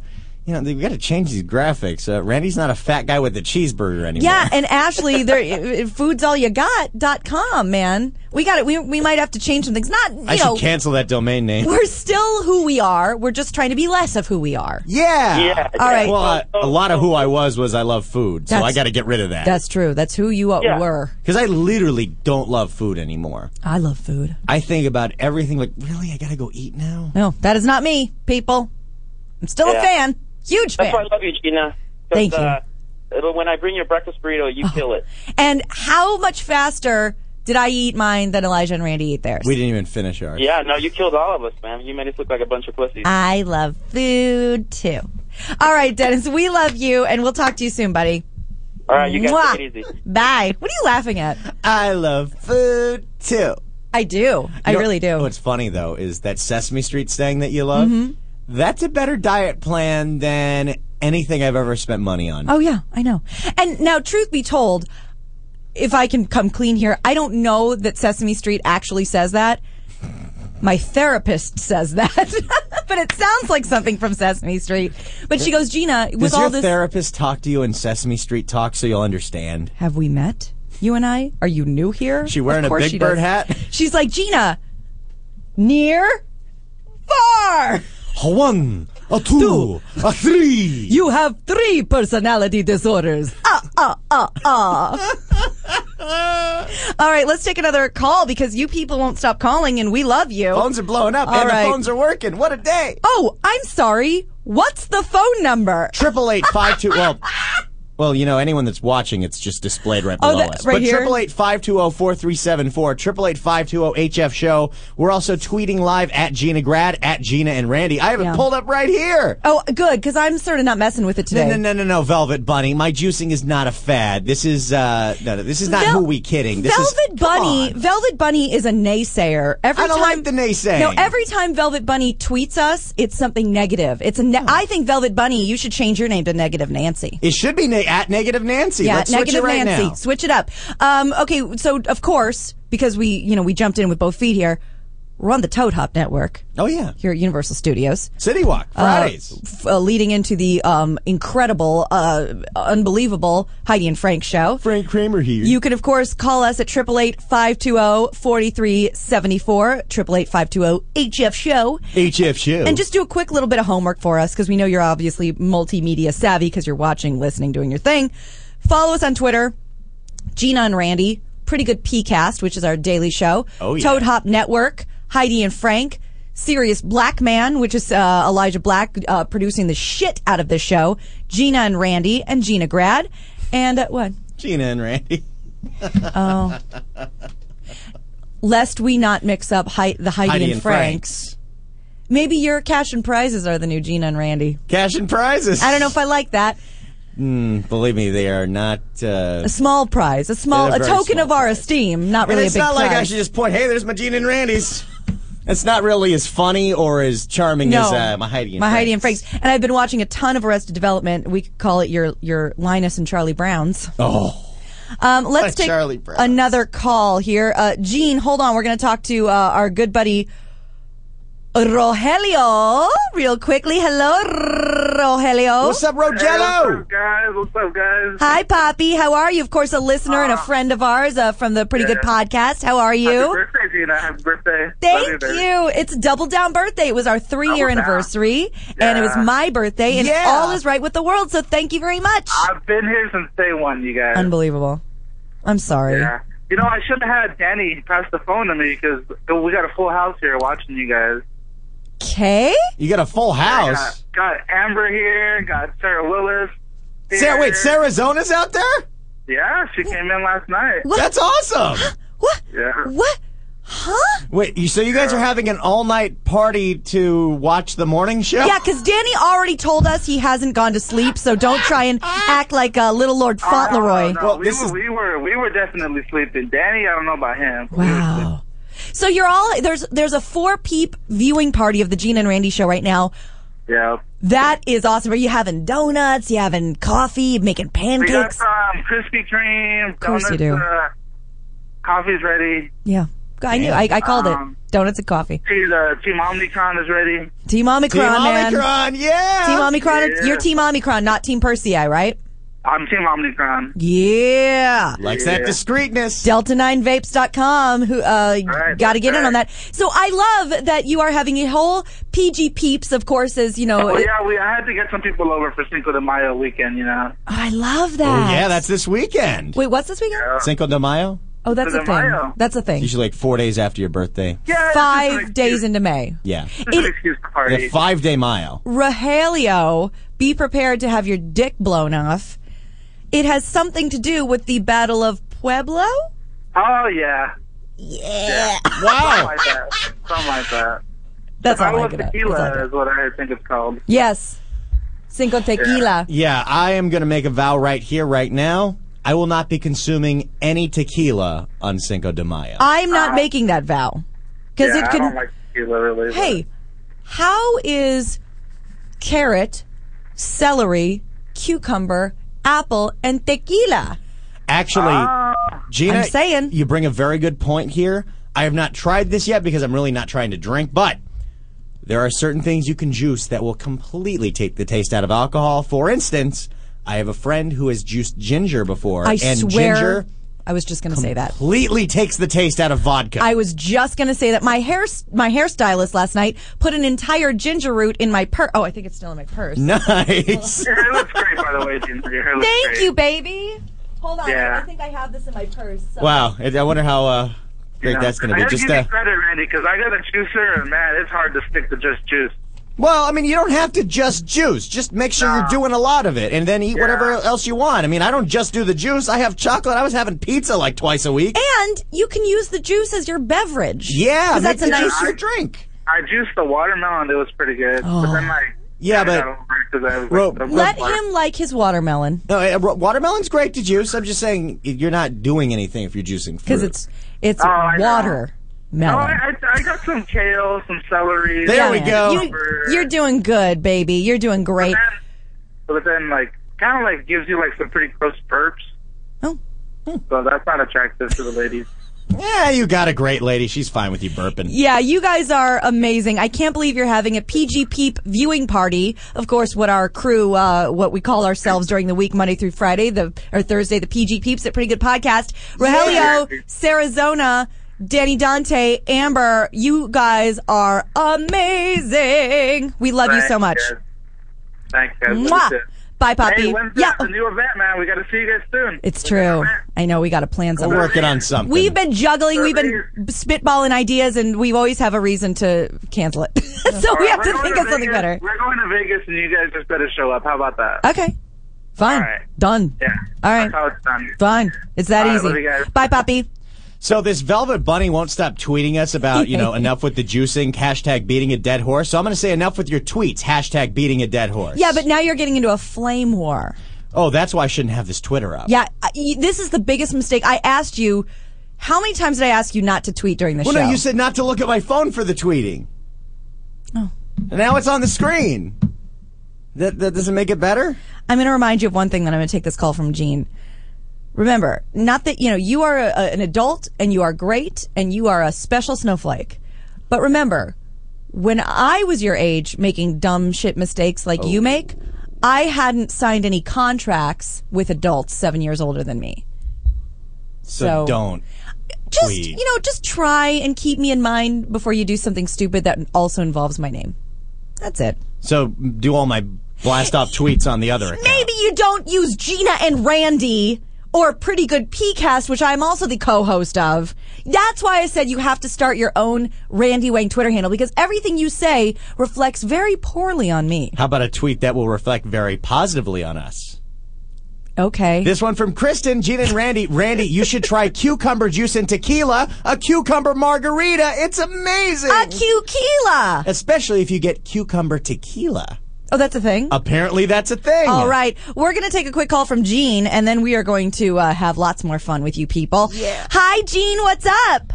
S5: you know, we got to change these graphics. Uh, Randy's not a fat guy with a cheeseburger anymore.
S4: Yeah, and Ashley, there, foodsallyagot.com, man. We got it. We, we might have to change some things. Not, you
S5: I
S4: know,
S5: should cancel that domain name.
S4: we're still who we are. We're just trying to be less of who we are.
S5: Yeah.
S7: Yeah.
S4: All right.
S5: Well, I, a lot of who I was was I love food, so I
S4: That's-
S5: got to get rid of that
S4: That's true. That's who you uh,
S7: Yeah.
S4: were.
S5: because I literally don't love food anymore.
S4: I love food.
S5: I think about everything like, really, I got to go eat now.
S4: No, that is not me, people. I'm still a
S7: Yeah.
S4: fan. Huge
S7: That's
S4: fan.
S7: why I love you, Gina. 'Cause,
S4: Thank you. Oh.
S7: Uh, it'll- when I bring your breakfast burrito, you kill it.
S4: And how much faster did I eat mine than Elijah and Randy eat theirs?
S5: We didn't even finish ours.
S7: Yeah, no, you killed all of us, man. You made us look like a bunch of pussies.
S4: I love food too. All right, Dennis, we love you and we'll talk to you soon, buddy.
S7: all right, you guys
S4: Mwah.
S7: take it easy.
S4: Bye. What are you laughing at?
S5: I love food too.
S4: I do. I
S5: You know,
S4: really do.
S5: What's funny though is that Sesame Street saying that you love.
S4: Mm-hmm.
S5: That's a better diet plan than anything I've ever spent money on.
S4: Oh yeah, I know. And now, truth be told, if I can come clean here, I don't know that Sesame Street actually says that. My therapist says that, but it sounds like something from Sesame Street. But she goes, Gina, with
S5: Does
S4: all
S5: your
S4: this,
S5: therapist talk to you in Sesame Street talk so you'll understand?
S4: have we met? You and I? Are you new here?
S5: She wearing
S4: Of
S5: a
S4: course
S5: Big
S4: she
S5: Bird
S4: does.
S5: hat?
S4: She's like, Gina, near, far.
S5: A one, a two, a three.
S4: You have three personality disorders. Ah, ah, ah, ah. All right, let's take another call because you people won't stop calling and we love you.
S5: Phones are blowing up,
S4: All
S5: and
S4: right.
S5: the phones are working. What a day!
S4: oh, I'm sorry. What's the phone number?
S5: Triple eight five two. Well, well, you know, anyone that's watching, it's just displayed Oh, right below
S4: Oh, that-
S5: us.
S4: right
S5: but
S4: here?
S5: triple eight five two zero four three seven four, triple eight five two zero HF show. We're also tweeting live at Gina Grad at Gina and Randy. I have
S4: Yeah.
S5: it pulled up right here.
S4: Oh, good, because I'm sort of not messing with it today.
S5: No, no, no, no, no, Velvet Bunny. My juicing is not a fad. This is uh, no, no, this is not
S4: Vel-
S5: who we kidding. This is-
S4: Velvet
S5: come
S4: Bunny.
S5: on.
S4: Velvet Bunny is a naysayer. Every
S5: I don't
S4: time,
S5: like the naysaying.
S4: No, every time Velvet Bunny tweets us, it's something negative. It's a. Ne- I think Velvet Bunny, you should change your name to Negative Nancy.
S5: It should be na- at negative Nancy.
S4: Yeah,
S5: Let's
S4: negative
S5: switch it right
S4: Nancy.
S5: now.
S4: Switch it up. Um, okay, so of course, because we you know we jumped in with both feet here, we're on the Toad Hop Network
S5: Oh yeah,
S4: here at Universal Studios,
S5: City Walk Fridays.
S4: f- uh, leading into the um, incredible, uh, unbelievable Heidi and Frank show.
S5: Frank Kramer here.
S4: You can, of course, call us at 888-520-4374, 888-520-HF-SHOW,
S5: HF show.
S4: and just do a quick little bit of homework for us because we know you're obviously multimedia savvy because you're watching, listening, doing your thing. Follow us on Twitter, Gina and Randy, Pretty Good PCast, which is our daily show.
S5: Oh, yeah.
S4: Toad Hop Network, Heidi and Frank, Serious Black Man, which is uh, Elijah Black uh, producing the shit out of this show. Gina and Randy and Gina Grad, and uh, what? Oh.
S5: Gina and Randy.
S4: Lest we not mix up Hei- the Heidi,
S5: Heidi
S4: and,
S5: and
S4: Franks.
S5: Frank's.
S4: Maybe your cash and prizes are the new Gina and Randy.
S5: Cash and prizes. Hmm,
S4: I don't know if I like that.
S5: Believe me, they are not. Uh,
S4: a small prize, a small,
S5: Yeah,
S4: a
S5: very
S4: token
S5: small
S4: of our
S5: prize.
S4: esteem, not
S5: and
S4: really a
S5: it's
S4: big
S5: not like I
S4: prize.
S5: should just point. Hey, there's my Gina and Randy's. It's not really as funny or as charming as uh, my Heidi. And
S4: my Heidi and
S5: Frank's.
S4: Frank's, and I've been watching a ton of Arrested Development. We could call it your your Linus and Charlie Browns.
S5: Oh,
S4: Um, let's
S5: My
S4: take
S5: Charlie Browns.
S4: another call here. Uh, Gene, hold on. We're going to talk to uh, our good buddy Rogelio real quickly. Hello, Rogelio.
S5: what's up, Rogello?
S6: guys? What's up, guys?
S4: Hi, Poppy. How are you? Of course, a listener and a friend of ours uh, from the Pretty Good Podcast. How are you?
S6: Happy birthday, Gina. Happy birthday.
S4: Thank
S6: Love
S4: you,
S6: you. baby.
S4: It's double down birthday. It was our three year
S6: Double down.
S4: anniversary, and it was
S6: Yeah.
S4: my birthday, and
S5: Yeah.
S4: all is right with the world. So thank you very much.
S6: I've been here since day one, you guys.
S4: Um, Unbelievable. I'm sorry.
S6: Yeah. You know, I should have had Danny pass the phone to me because we got a full house here watching you guys.
S4: Okay.
S5: You got a full house.
S6: Got, got Amber here. Got Sarah Willis.
S5: Sarah,
S6: here.
S5: wait, Sarah Zona's out there.
S6: Yeah, she came in last night.
S4: What?
S5: That's awesome.
S4: What?
S6: Yeah.
S4: What? Huh?
S5: Wait, you, so you guys are having an all-night party to watch the morning show?
S4: Yeah, because Danny already told us he hasn't gone to sleep, so don't try and act like uh, little Lord Fauntleroy.
S6: Oh, No,
S5: Well,
S6: we,
S5: this
S6: were,
S5: is-
S6: we were we were definitely sleeping. Danny, I don't know about him.
S4: Wow. So you're all there's there's a four peep viewing party of the Gene and Randy show right now.
S6: Yeah.
S4: That is awesome. Are you having donuts? You having coffee? Making
S6: We got
S4: pancakes?
S6: some Krispy Kreme. Of
S4: course you do.
S6: Uh, coffee's ready.
S4: Yeah. I knew. I, I called
S6: Um,
S4: it. Donuts and coffee.
S6: See, the Team Omnicron is ready.
S4: Team Omicron,
S5: Team
S4: man.
S5: Omicron, yeah.
S4: Team Omicron.
S6: Yeah.
S4: You're Team Omicron, not Team Persei, right?
S6: I'm Team Omnicron.
S4: Yeah.
S5: Likes that
S6: Yeah.
S5: discreetness.
S4: Delta9Vapes.com. Who uh,
S6: right,
S4: got to get in
S6: that's
S4: on that. So I love that you are having a whole PG peeps, of course, as you know.
S6: Oh
S4: it-
S6: yeah, we I had to get some people over for Cinco de Mayo weekend, you know.
S4: Oh, I love
S5: Oh,
S4: that.
S5: yeah, that's this weekend.
S4: Wait, what's this weekend?
S5: Cinco de Mayo.
S4: Oh, that's a
S6: Cinco de
S4: thing.
S6: Mayo.
S4: That's a thing.
S5: Usually like four days after your birthday.
S6: Yeah, it's just an
S4: Five
S6: excuse-
S4: days into May.
S5: Yeah.
S6: just an
S4: It-
S6: excuse to
S5: The
S6: party.
S5: five day mile.
S4: Rahelio, be prepared to have your dick blown off. It has something to do with the Battle of Pueblo.
S6: oh yeah, something
S5: Wow.
S6: like that, something like that.
S4: That's all
S6: Bottle
S4: I
S6: of
S4: get. it. That's all I
S6: tequila
S4: get.
S6: is what I think it's called.
S4: Yes, Cinco Tequila.
S5: Yeah, I am going to make a vow right here, right now. I will not be consuming any tequila on Cinco de Mayo.
S4: I'm not making that vow because
S6: Uh, yeah,
S4: it
S6: I
S4: could.
S6: don't like tequila really. but-
S4: hey, how is carrot, celery, cucumber, apple, and tequila?
S5: Actually,
S6: Uh,
S5: Gina,
S4: I'm saying.
S5: you bring a very good point here. I have not tried this yet because I'm really not trying to drink, but there are certain things you can juice that will completely take the taste out of alcohol. For instance, I have a friend who has juiced ginger before,
S4: I
S5: and
S4: swear.
S5: ginger
S4: I was just going to say that.
S5: completely takes the taste out of vodka.
S4: I was just gonna say that my hair my hairstylist last night put an entire ginger root in my purse. Oh, I think it's still in my purse.
S5: nice.
S6: Yeah, it looks great by the way, Ginger. Your hair looks
S4: Thank
S6: great.
S4: you, baby. Hold on,
S6: Yeah.
S4: I think I have this in my purse. So.
S5: wow. I I wonder how uh, great that's going
S6: I
S5: to be.
S6: gotta
S5: Just
S6: give
S5: uh,
S6: you credit, Randy, because I got a juicer, and man, it's hard to stick to just juice.
S5: Well, I mean, you don't have to just juice. Just make sure you're doing a lot of it, and then eat whatever else you want. I mean, I don't just do the juice. I have chocolate. I was having pizza like twice a week.
S4: And you can use the juice as your beverage.
S5: yeah,
S4: because
S5: make
S4: that's
S5: the
S4: a nice.
S5: juice your drink.
S6: I juiced the watermelon; it was pretty good. But then like,
S5: Yeah,
S6: I
S5: but-
S6: got over it 'cause I was, like,
S5: Well,
S6: the-
S4: Oh. Let
S6: the-
S4: him like his watermelon
S5: No, eh, wa- watermelon's great to juice. I'm just saying eh, you're not doing anything if you're juicing fruit.
S4: because it's it's
S6: Oh, I know.
S4: water
S6: Oh,
S4: melon.
S6: I, I- I got some kale, some celery.
S5: There we go.
S4: You, you're doing good, baby. You're doing great.
S6: But then, like, kind of like gives you like some pretty gross burps.
S4: Oh.
S6: So that's not attractive to the ladies.
S5: yeah, you got a great lady. She's fine with you burping.
S4: Yeah, you guys are amazing. I can't believe you're having a PG Peep viewing party. Of course, what our crew, uh, what we call ourselves during the week, Monday through Friday, the or Thursday, the PG Peeps at Pretty Good Podcast. Rogelio, Sarazona, Danny Dante, Amber, you guys are amazing. We love you so much.
S6: Thanks, guys.
S4: Mwah. Bye, Poppy.
S6: Hey, when's
S4: yeah,
S6: the new event, man? We got to see you guys soon.
S4: it's true. I know we got to plan
S5: We're
S4: something.
S5: working on something.
S4: We've been juggling, we've been spitballing ideas, and we always have a reason to cancel it. so we have
S6: We're
S4: to
S6: going
S4: think of something
S6: Vegas.
S4: better.
S6: We're going to Vegas, and you guys just better show up. How about that?
S4: Okay. Fine.
S6: All right.
S4: Done.
S6: Yeah.
S4: All
S6: That's how
S4: right.
S6: it's done.
S4: Fine. It's that
S6: All right, love
S4: easy.
S6: you guys.
S4: Bye, Poppy.
S5: So this Velvet Bunny won't stop tweeting us about, you know, enough with the juicing, hashtag beating a dead horse. So I'm going to say enough with your tweets, hashtag beating a dead horse.
S4: Yeah, but now you're getting into a flame war.
S5: Oh, that's why I shouldn't have this Twitter up.
S4: Yeah, I- y- this is the biggest mistake. I asked you, how many times did I ask you not to tweet during the
S5: Well,
S4: show?
S5: no, you said not to look at my phone for the tweeting.
S4: Oh.
S5: And now it's on the screen. That, that doesn't make it better?
S4: I'm going to remind you of one thing, then I'm going to take this call from Gene. Remember, not that, you know, you are a, a- an adult and you are great and you are a special snowflake. But remember, when I was your age making dumb shit mistakes like
S5: Oh.
S4: you make, I hadn't signed any contracts with adults seven years older than me.
S5: So,
S4: So-
S5: don't.
S4: Just,
S5: Tweet.
S4: you know, just try and keep me in mind before you do something stupid that also involves my name. That's it.
S5: So do all my blast off tweets on the other account.
S4: Maybe you don't use Gina and Randy or Pretty Good PCast, which I'm also the co-host of. That's why I said you have to start your own Randy Wang Twitter handle because everything you say reflects very poorly on me.
S5: How about a tweet that will reflect very positively on us?
S4: Okay.
S5: This one from Kristen, Gina, and Randy. Randy, you should try cucumber juice and tequila, a cucumber margarita. It's amazing.
S4: a cuquila.
S5: Especially if you get cucumber tequila.
S4: Oh, that's a thing.
S5: Apparently, that's a thing.
S4: All right, we're going to take a quick call from Gene, and then we are going to uh, have lots more fun with you people. Hi, Gene. What's up?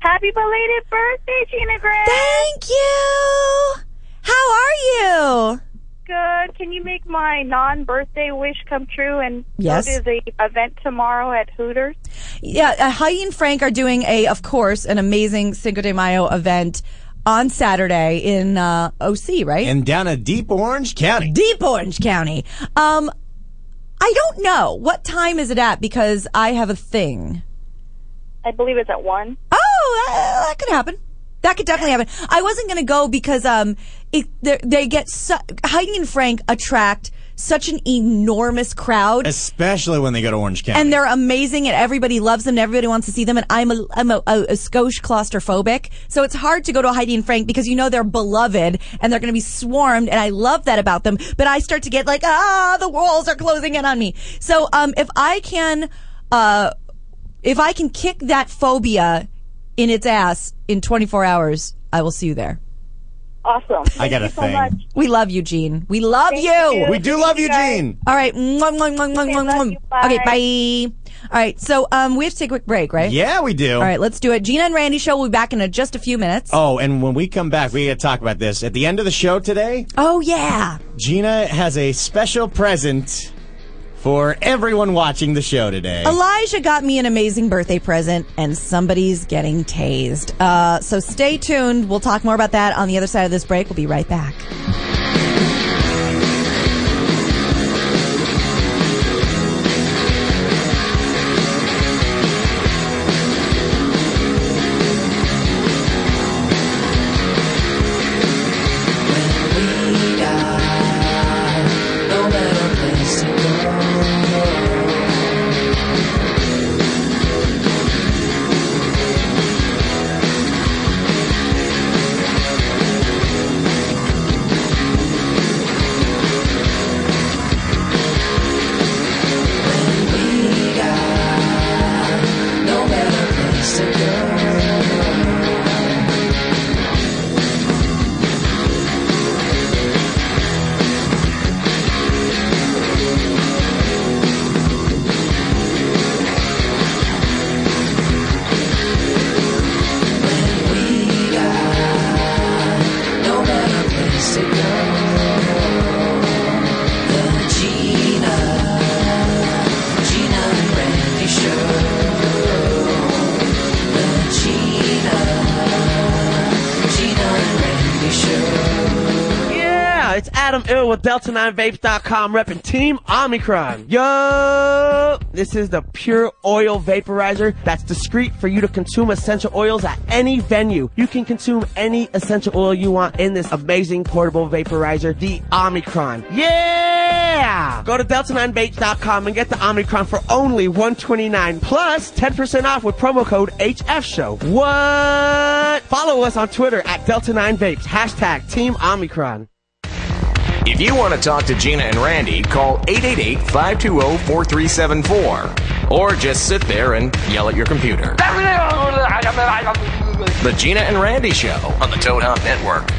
S8: Happy belated birthday, Gina Grant.
S4: Thank you. How are you?
S8: good. Can you make my non-birthday wish come true and
S4: Yes.
S8: go to the event tomorrow at Hooters?
S4: Yeah, uh, Heidi and Frank are doing a, of course, an amazing Cinco de Mayo event on Saturday in uh, OC, right?
S5: And down in Deep Orange County.
S4: Deep Orange County. Um, I don't know what time is it at because I have a thing.
S8: I believe it's at one.
S4: Oh, that, that could happen. That could definitely happen. I wasn't going to go because um, it, they- they get su- Heidi and Frank attract such an enormous crowd.
S5: Especially when they go to Orange County.
S4: and they're amazing and everybody loves them and everybody wants to see them and I'm a, I'm a, a, a skosh claustrophobic. So it's hard to go to Heidi and Frank because you know they're beloved and they're going to be swarmed and I love that about them. But I start to get like, ah, the walls are closing in on me. So, um, if I can, uh, if I can kick that phobia in its ass in 24 hours, I will see you there.
S8: Awesome. Thank
S5: got a
S8: you so
S5: thing.
S8: much.
S4: We love you, Gene. We love
S8: Thank
S4: you.
S8: you.
S5: we do love you,
S8: Guys.
S5: Gene.
S4: All right. Mwah, mwah, mwah, mwah,
S8: Okay,
S4: mwah,
S8: love
S4: mwah.
S8: you. Bye.
S4: Okay, bye. All right. So, um, we have to take a quick break, right?
S5: Yeah, we do.
S4: All right, let's do it. Gina and Randy show. We'll be back in a, just a few minutes. Oh,
S5: Oh, and when we come back, we got to talk about this. At the end of the show today,
S4: Oh, yeah.
S5: Gina has a special present for everyone watching the show today.
S4: Elijah got me an amazing birthday present, and somebody's getting tased. Uh, so stay tuned. We'll talk more about that on the other side of this break. We'll be right back.
S1: Yeah, it's Adam Ill with Delta9Vapes.com repping Team Omicron. Yo! This is the pure oil vaporizer that's discreet for you to consume essential oils at any venue. You can consume any essential oil you want in this amazing portable vaporizer, the Omicron. Yeah! Go to Delta9Vapes.com and get the Omicron for only $129 plus 10% off with promo code HFShow. What? Follow us on Twitter at Delta9Vapes, hashtag Team Omicron.
S3: If you want to talk to Gina and Randy, call 888 520 4374 or just sit there and yell at your computer. The Gina and Randy Show on the Toad Hop Network.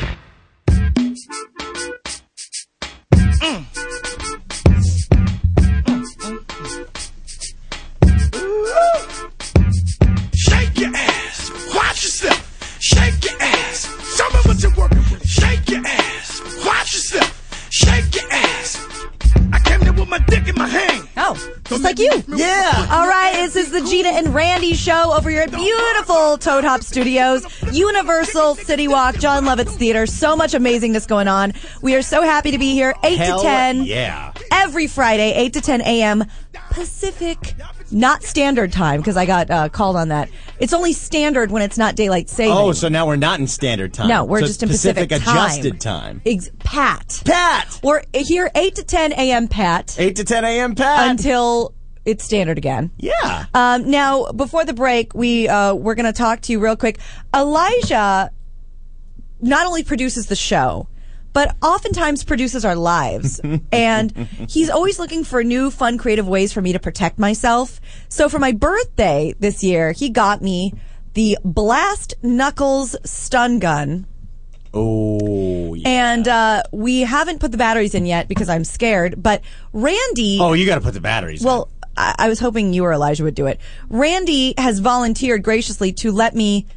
S9: Shake your ass. Watch yourself. Shake your ass. Show me what you're working with. Shake your ass. Watch yourself. Shake your ass. I came there with my dick in my hand.
S4: Oh, just like you.
S5: Yeah.
S4: All right, this is the Gina and Randy show over here at beautiful Toad Hop Studios, Universal City Walk, John Lovitz Theater. So much amazingness going on. We are so happy to be here. 8
S5: Hell
S4: to 10.
S5: Yeah.
S4: every Friday, 8 to 10 a.m. Pacific, not standard time, because I got uh, called on that. It's only standard when it's not daylight saving.
S5: Oh, so now we're not in standard time.
S4: no, we're
S5: So
S4: just
S5: it's
S4: in Pacific, time.
S5: adjusted time.
S4: Ex- Pat.
S5: Pat!
S4: We're here 8 to 10 a.m. Pat
S5: 8 to 10 a.m. Pat.
S4: until it's standard again.
S5: yeah.
S4: Um, now, before the break, we uh, we're going to talk to you real quick. Elijah not only produces the show, but oftentimes produces our lives, and he's always looking for new, fun, creative ways for me to protect myself. So, for my birthday this year, he got me the Blast Knuckles stun gun.
S5: oh, yeah.
S4: And uh, we haven't put the batteries in yet because I'm scared. But Randy,
S5: Oh, you got to put the batteries in.
S4: well, I, I was hoping you or Elijah would do it. Randy has volunteered graciously to let me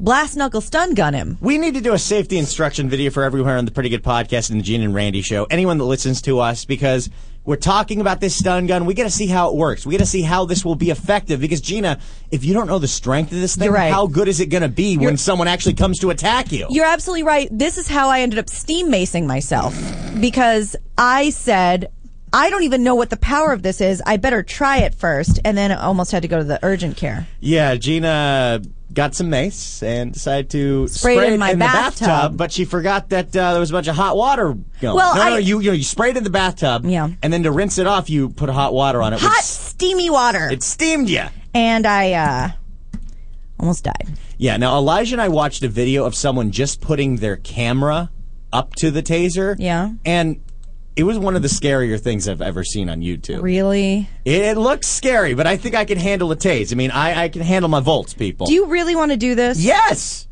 S4: blast knuckle stun gun him.
S5: We need to do a safety instruction video for everywhere on the Pretty Good Podcast and the Gene and Randy Show. Anyone that listens to us, because we're talking about this stun gun, we got to see how it works. We got to see how this will be effective. Because Gina, if you don't know the strength of this thing,
S4: You're right.
S5: how good is it going to be when someone actually comes to attack you?
S4: You're absolutely right. This is how I ended up steam macing myself because I said, I don't even know what the power of this is. I better try it first. And then I almost had to go to the urgent care.
S5: Yeah, Gina got some mace and decided to
S4: Spray it
S5: spray
S4: in my
S5: the bathtub.
S4: bathtub.
S5: but she forgot that uh, there was a bunch of hot water going.
S4: Well,
S5: no,
S4: I-
S5: no, you, you you sprayed it in the bathtub,
S4: Yeah.
S5: and then to rinse it off, you put hot water on it.
S4: Hot,
S5: which
S4: steamy water.
S5: it steamed you.
S4: and I uh, almost died.
S5: Yeah. Now Elijah and I watched a video of someone just putting their camera up to the taser.
S4: Yeah.
S5: and. It was one of the scarier things I've ever seen on YouTube.
S4: Really?
S5: It, it looks scary, but I think I can handle a tase. I mean, I, I can handle my volts, people.
S4: Do you really want to do this?
S5: Yes.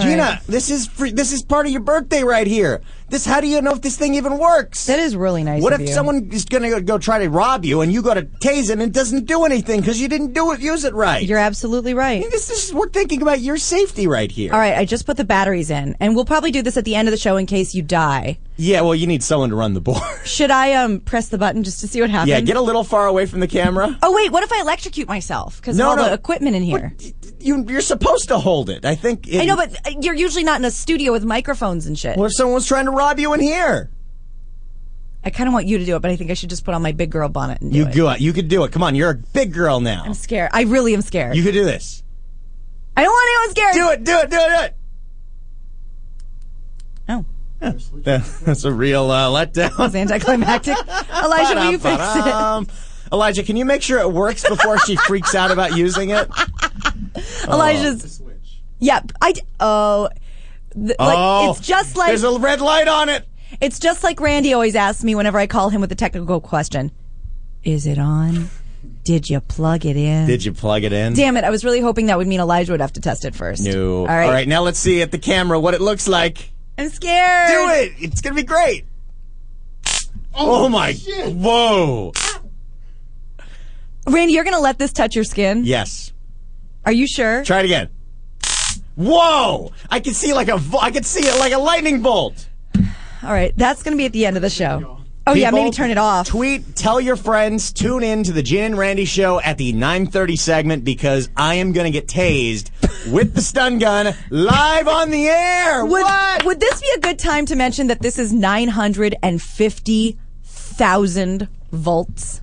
S5: Gina,
S4: right.
S5: this is free, this is part of your birthday right here. This how do you know if this thing even works?
S4: That is really nice.
S5: what
S4: of
S5: if
S4: you.
S5: someone is going to go try to rob you and you go to tase it and it doesn't do anything because you didn't do it, use it right?
S4: You're absolutely right.
S5: this, this is we're thinking about your safety right here.
S4: All right, I just put the batteries in, and we'll probably do this at the end of the show in case you die.
S5: Yeah, well, you need someone to run the board.
S4: Should I um press the button just to see what happens?
S5: yeah, get a little far away from the camera.
S4: Oh wait, what if I electrocute myself because
S5: No,
S4: of all
S5: no.
S4: the equipment in here?
S5: You, you're supposed to hold it. I think. It,
S4: I know, but uh, you're usually not in a studio with microphones and shit.
S5: what if someone was trying to rob you in here?
S4: I kind of want you to do it, but I think I should just put on my big girl bonnet and do
S5: You
S4: it.
S5: go. You could do it. Come on, you're a big girl now.
S4: I'm scared. I really am scared.
S5: you could do this.
S4: I don't want anyone scared.
S5: Do it. Do it. Do it. Do it.
S4: Oh,
S5: That's a real uh, letdown.
S4: it's anticlimactic. Elijah, will you fix it?
S5: Ba-dum-ba-dum. Elijah, can you make sure it works before she freaks out about using it?
S4: Elijah's. Yeah, I. d- Oh. Th-
S5: oh,
S4: like, it's just like
S5: there's a red light on it.
S4: It's just like Randy always asks me whenever I call him with a technical question. Is it on? Did you plug it in?
S5: Did you plug it in?
S4: Damn it, I was really hoping that would mean Elijah would have to test it first.
S5: No.
S4: All right.
S5: All right. Now let's see at the camera what it looks like.
S4: I'm scared.
S5: Do it. It's gonna be great. Oh, my! Whoa.
S4: Randy, you're going to let this touch your skin?
S5: Yes.
S4: Are you sure?
S5: Try it again. Whoa! I can see like a vo- I can see it like a lightning bolt.
S4: All right. That's going to be at the end of the show. Oh, yeah,
S5: People,
S4: maybe turn it off.
S5: Tweet, tell your friends, tune in to the Gin and Randy show at the 9:30 segment because I am going to get tased with the stun gun live on the air.
S4: Would,
S5: what?
S4: would this be a good time to mention that this is 950,000 volts?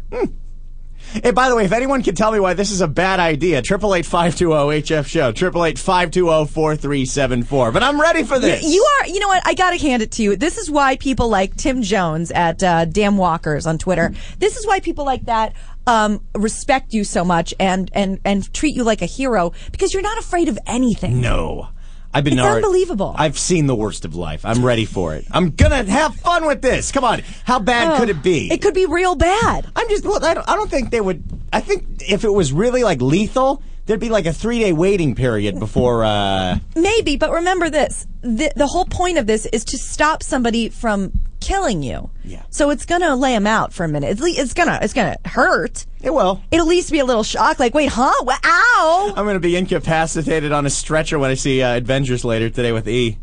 S5: Hey, by the way, if anyone can tell me why this is a bad idea, triple eight five two zero HF show, triple eight five two zero four three seven four. But I'm ready for this.
S4: You are, you know what? I gotta hand it to you. This is why people like Tim Jones at uh, Damn Walkers on Twitter. This is why people like that um, respect you so much and and and treat you like a hero because you're not afraid of anything.
S5: No. I've been
S4: It's
S5: alre-
S4: unbelievable.
S5: I've seen the worst of life. I'm ready for it. I'm gonna have fun with this. Come on. How bad could it be?
S4: Oh, It could be real bad.
S5: I'm just. Well, I don't, I don't think they would. I think if it was really like lethal, there'd be like a three day waiting period before. uh
S4: Maybe, but remember this: the, the whole point of this is to stop somebody from killing you.
S5: Yeah.
S4: So it's gonna lay them out for a minute. It's, le- it's gonna it's gonna hurt.
S5: It will.
S4: It'll at least be a little shock. Like, wait, huh? Wha- Ow!
S5: I'm gonna be incapacitated on a stretcher when I see uh, Avengers later today with E.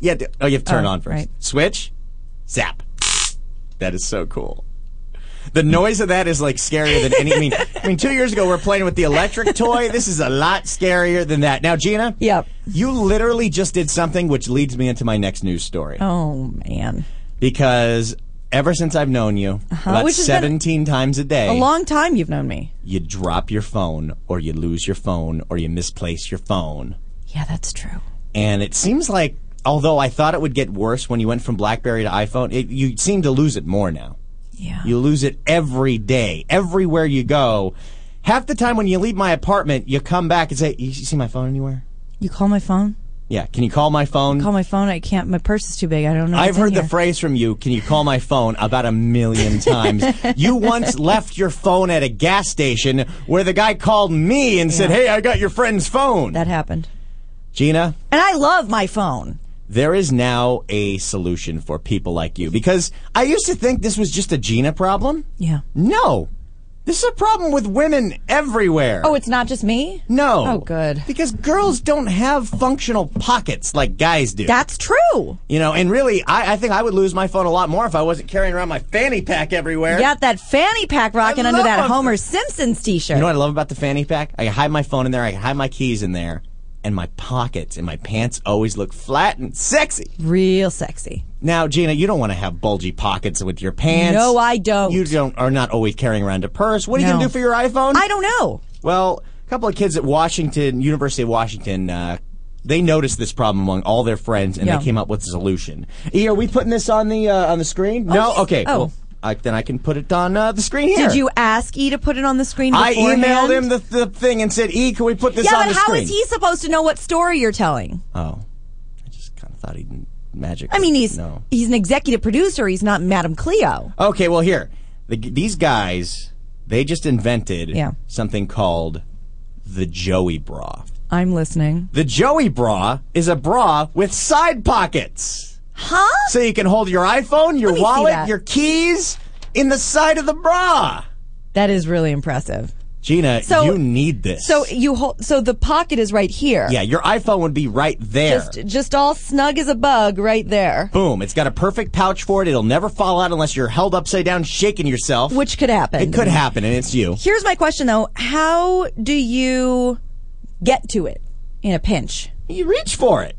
S5: Yeah. d- Oh, you have to turn
S4: Oh,
S5: it on first.
S4: right.
S5: Switch. Zap. That is so cool. The noise of that is like scarier than any. I mean, I mean, two years ago we are playing with the electric toy. This is a lot scarier than that. Now, Gina.
S4: Yep.
S5: You literally just did something which leads me into my next news story.
S4: Oh man. Uh-huh.
S5: because ever since I've known you, about
S4: Which has been
S5: 17 times a day,
S4: A long time you've known me.
S5: you drop your phone or you lose your phone or you misplace your phone.
S4: Yeah, that's true.
S5: And it seems like, although I thought it would get worse when you went from Blackberry to iPhone, it, you seem to lose it more now.
S4: Yeah.
S5: You lose it every day, everywhere you go. Half the time when you leave my apartment, you come back and say, You see my phone anywhere?
S4: You call my phone?
S5: Yeah, can you call my phone?
S4: Call my phone. I can't. My purse is too big. I don't know.
S5: I've
S4: what's in
S5: heard the
S4: here.
S5: phrase from you, can you call my phone, about a million times. you once left your phone at a gas station where the guy called me and said,
S4: Yeah.
S5: hey, I got your friend's phone.
S4: That happened.
S5: Gina,
S4: And I love my phone.
S5: there is now a solution for people like you because I used to think this was just a Gina problem.
S4: Yeah.
S5: No. This is a problem with women everywhere.
S4: Oh, it's not just me?
S5: no.
S4: Oh, good.
S5: Because girls don't have functional pockets like guys do.
S4: That's true.
S5: you know, and really, I, I think I would lose my phone a lot more if I wasn't carrying around my fanny pack everywhere.
S4: You got that fanny pack rocking
S5: I
S4: under
S5: love
S4: that
S5: my-
S4: Homer Simpsons t shirt.
S5: You know what I love about the fanny pack? I can hide my phone in there, I can hide my keys in there, and my pockets and my pants always look flat and sexy.
S4: Real sexy.
S5: Now, Gina, you don't want to have bulgy pockets with your pants.
S4: No, I don't.
S5: You don't are not always carrying around a purse. What are you
S4: No.
S5: going to do for your iPhone?
S4: I don't know.
S5: Well, a couple of kids at Washington, University of Washington, uh, they noticed this problem among all their friends, and
S4: Yeah.
S5: they came up with a solution. E, are we putting this on the uh, on the screen? no.
S4: yes.
S5: Okay.
S4: Oh.
S5: Well, I, then I can put it on uh, the screen here.
S4: Did you ask E to put it on the screen?
S5: I
S4: beforehand?
S5: emailed him the, the thing and said, "E, can we put this
S4: Yeah,
S5: on
S4: but
S5: the
S4: how
S5: screen?"
S4: is he supposed to know what story you're telling?
S5: Oh, I just kind of thought he'd magic.
S4: I mean, he's
S5: no.
S4: he's an executive producer. He's not Madam Cleo.
S5: Okay, well here, the, these guys they just invented
S4: Yeah.
S5: something called the Joey bra.
S4: I'm listening.
S5: The Joey bra is a bra with side pockets,
S4: Huh?
S5: so you can hold your iPhone, your
S4: me see
S5: wallet,
S4: that.
S5: your keys in the side of the bra.
S4: That is really impressive.
S5: Gina,
S4: So-
S5: you need this.
S4: So you hold. So the pocket is right here.
S5: yeah, your iPhone would be right there.
S4: Just just all snug as a bug right there,
S5: Boom! It's got a perfect pouch for it. It'll never fall out unless you're held upside down, shaking yourself.
S4: which could happen.
S5: it could happen, and it's you.
S4: Here's my question though: How do you get to it in a pinch?
S5: You reach for it,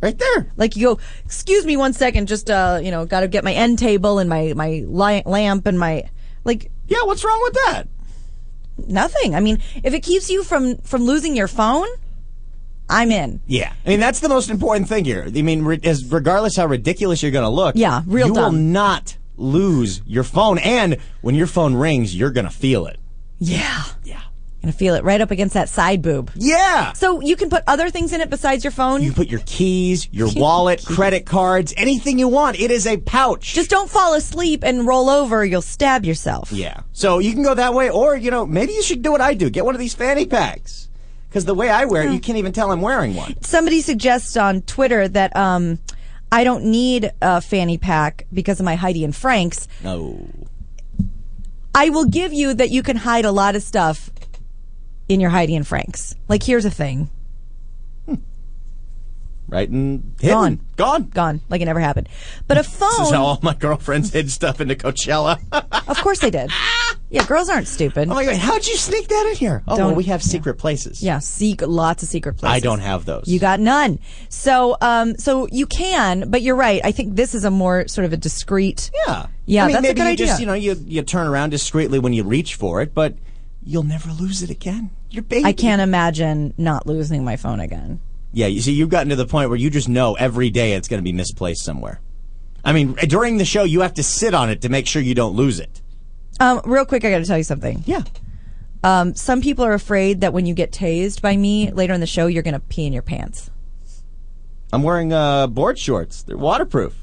S5: right there.
S4: Like you go, excuse me one second, just uh, you know, got to get my end table and my my li- lamp and my like
S5: Yeah, what's wrong with that?
S4: nothing. I mean, if it keeps you from from losing your phone, I'm in.
S5: Yeah, I mean that's the most important thing here. I mean, re- as regardless how ridiculous you're going to look,
S4: Yeah, real
S5: you will
S4: dumb.
S5: not lose your phone, and when your phone rings, you're going to feel it.
S4: Yeah. Yeah. Gonna feel it right up against that side boob.
S5: Yeah,
S4: So you can put other things in it besides your phone.
S5: you put your keys, your wallet, credit cards, anything you want. It is a pouch.
S4: Just don't fall asleep and roll over. You'll stab yourself.
S5: Yeah. So you can go that way, or you know, maybe you should do what I do: get one of these fanny packs. Because the way I wear it, you can't even tell I'm wearing one.
S4: Somebody suggests on Twitter that um, I don't need a fanny pack because of my Heidi and Frank's.
S5: No.
S4: I will give you that you can hide a lot of stuff in your Heidi and Frank's. Like here's a thing.
S5: Right and hidden.
S4: Gone.
S5: Gone.
S4: Gone. Like it never happened. But a phone
S5: This is how all my girlfriends hid stuff into Coachella. I'm
S4: Of course they did. Yeah, girls aren't stupid.
S5: like, wait, Oh how'd you sneak that in here? Oh, well,
S4: Don't-
S5: we have secret places.
S4: Yeah, seek lots of secret places.
S5: I don't have those.
S4: You got none. So, um, so you can, but you're right. I think this is a more sort of a discreet.
S5: Yeah.
S4: Yeah,
S5: I mean,
S4: that's a
S5: maybe
S4: good
S5: you
S4: idea.
S5: just, you know, you, you turn around discreetly when you reach for it, but you'll never lose it again. Your baby.
S4: I can't imagine not losing my phone again.
S5: Yeah, you see, you've gotten to the point where you just know every day it's going to be misplaced somewhere. I mean, during the show, you have to sit on it to make sure you don't lose it.
S4: Um, real quick, I got to tell you something.
S5: Yeah.
S4: Um, some people are afraid that when you get tased by me later in the show, you're going to pee in your pants.
S5: I'm wearing uh, board shorts. They're waterproof.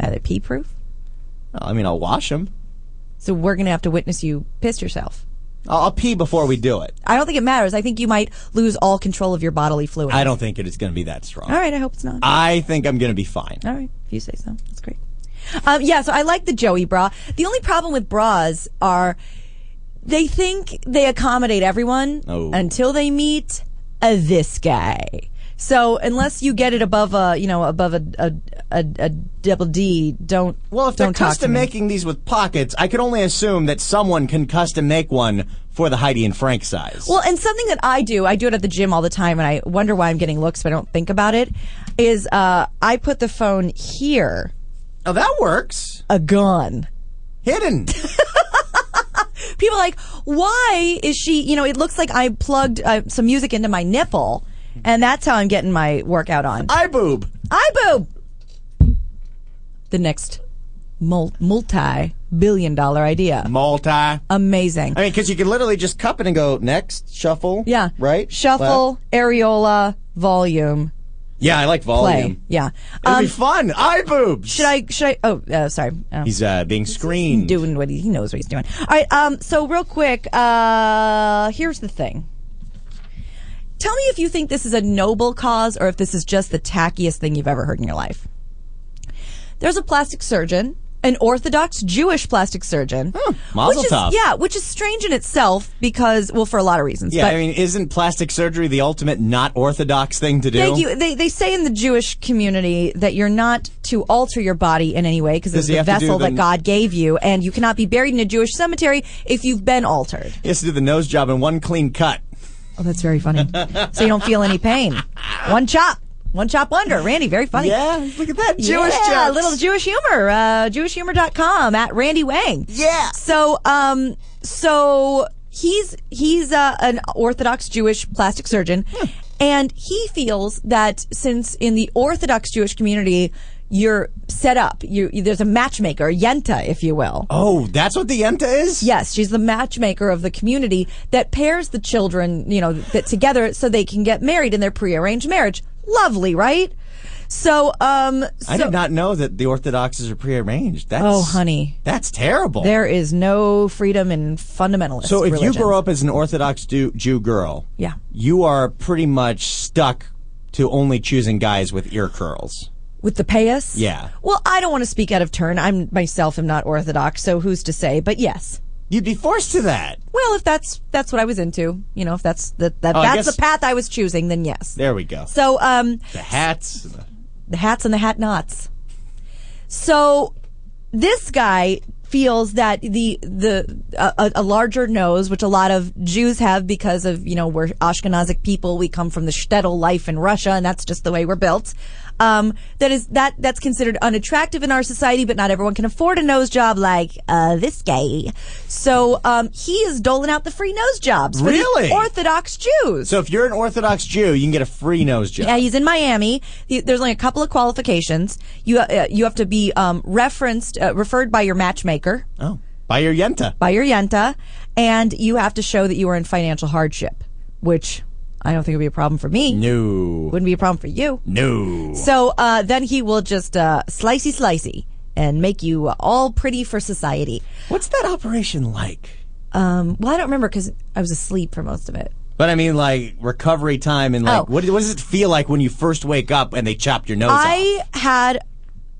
S4: Are they pee proof?
S5: I mean, I'll wash them.
S4: So we're going to have to witness you piss yourself.
S5: I'll, I'll pee before we do it.
S4: I don't think it matters. I think you might lose all control of your bodily fluid.
S5: I don't think it is going to be that strong.
S4: all right, I hope it's not.
S5: I think I'm going to be fine.
S4: All right, if you say so, that's great. Um, yeah, so I like the Joey bra. The only problem with bras are they think they accommodate everyone
S5: Oh.
S4: until they meet uh, this guy. So unless you get it above a, you know, above a a, a, a double D, don't.
S5: Well, if they're
S4: don't talk to
S5: custom
S4: me.
S5: making these with pockets, I could only assume that someone can custom make one for the Heidi and Frank size.
S4: Well, and something that I do, I do it at the gym all the time, and I wonder why I'm getting looks, but I don't think about it. Is uh, I put the phone here,
S5: now Oh, that works.
S4: a gun.
S5: Hidden.
S4: people are like, why is she? You know, it looks like I plugged uh, some music into my nipple, and that's how I'm getting my workout on.
S5: I boob.
S4: I boob. The next mul- multi-billion-dollar idea.
S5: Multi. I
S4: Amazing.
S5: mean, because you can literally just cup it and go next, shuffle.
S4: yeah.
S5: Right?
S4: Shuffle,
S5: left.
S4: areola, volume,
S5: Yeah, I like
S4: play.
S5: volume.
S4: Yeah.
S5: It'll
S4: Um,
S5: be fun. I boobs.
S4: should I? Should I? Oh, uh, sorry. Oh.
S5: He's uh, being screened.
S4: doing what he, he knows what he's doing. All right. Um. So real quick. Uh. Here's the thing. Tell me if you think this is a noble cause or if this is just the tackiest thing you've ever heard in your life. There's a plastic surgeon an Orthodox Jewish plastic surgeon.
S5: mazel
S4: which is,
S5: tov.
S4: Yeah, which is strange in itself because, well, for a lot of reasons.
S5: Yeah,
S4: but
S5: I mean, isn't plastic surgery the ultimate not orthodox thing to do?
S4: Thank you. They, they say in the Jewish community that you're not to alter your body in any way because
S5: Does
S4: it's
S5: he
S4: the
S5: have to do
S4: vessel
S5: the-
S4: that God gave you, and you cannot be buried in a Jewish cemetery if you've been altered.
S5: He has to do the nose job in one clean cut.
S4: Oh, that's very funny. so you don't feel any pain. One chop. One chop wonder. Randy, very funny.
S5: Yeah, look at that Jewish
S4: yeah,
S5: jokes.
S4: little Jewish humor. Uh, JewishHumor.com at Randy Wang.
S5: Yeah.
S4: So, um, so he's he's uh, an Orthodox Jewish plastic surgeon,
S5: Hmm.
S4: and he feels that since in the Orthodox Jewish community you're set up, you there's a matchmaker, a yenta, if you will.
S5: Oh, that's what the yenta is?
S4: Yes, she's the matchmaker of the community that pairs the children, you know, that together so they can get married in their prearranged marriage. Lovely, right? So, um, so
S5: I did not know that the orthodoxes are prearranged. That's,
S4: Oh, honey.
S5: That's terrible.
S4: there is no freedom in fundamentalist.
S5: so if
S4: religions.
S5: you grow up as an orthodox Jew, Jew girl,
S4: Yeah.
S5: you are pretty much stuck to only choosing guys with ear curls.
S4: with the payas,
S5: Yeah.
S4: Well, I don't want to speak out of turn. I'm myself am not Orthodox, so who's to say? But yes.
S5: You'd be forced to that.
S4: Well, if that's that's what I was into, you know, if that's the, that
S5: Oh,
S4: that's
S5: I guess-
S4: the path I was choosing, then yes.
S5: There we go.
S4: So, um,
S5: the hats. and the-
S4: the hats and the hat nots. So this guy feels that the the a, a larger nose, which a lot of Jews have because of you know we're Ashkenazic people, we come from the shtetl life in Russia, and that's just the way we're built. Um, that is that that's considered unattractive in our society, but not everyone can afford a nose job like uh, this guy. So um, he is doling out the free nose jobs for the
S5: Really?
S4: Orthodox Jews.
S5: So if you're an orthodox Jew, you can get a free nose job.
S4: Yeah, he's in Miami. He, there's only a couple of qualifications. You uh, you have to be um, referenced, uh, referred by your matchmaker,
S5: Oh, by your yenta.
S4: by your yenta, and you have to show that you are in financial hardship, which I don't think would be a problem for me.
S5: No.
S4: Wouldn't be a problem for you.
S5: No.
S4: So uh, then he will just uh, slicey slicey and make you all pretty for society.
S5: What's that operation like?
S4: Um, well, I don't remember because I was asleep for most of it.
S5: But I mean, like recovery time and like
S4: Oh.
S5: what, what does it feel like when you first wake up and they chopped your nose off?
S4: I had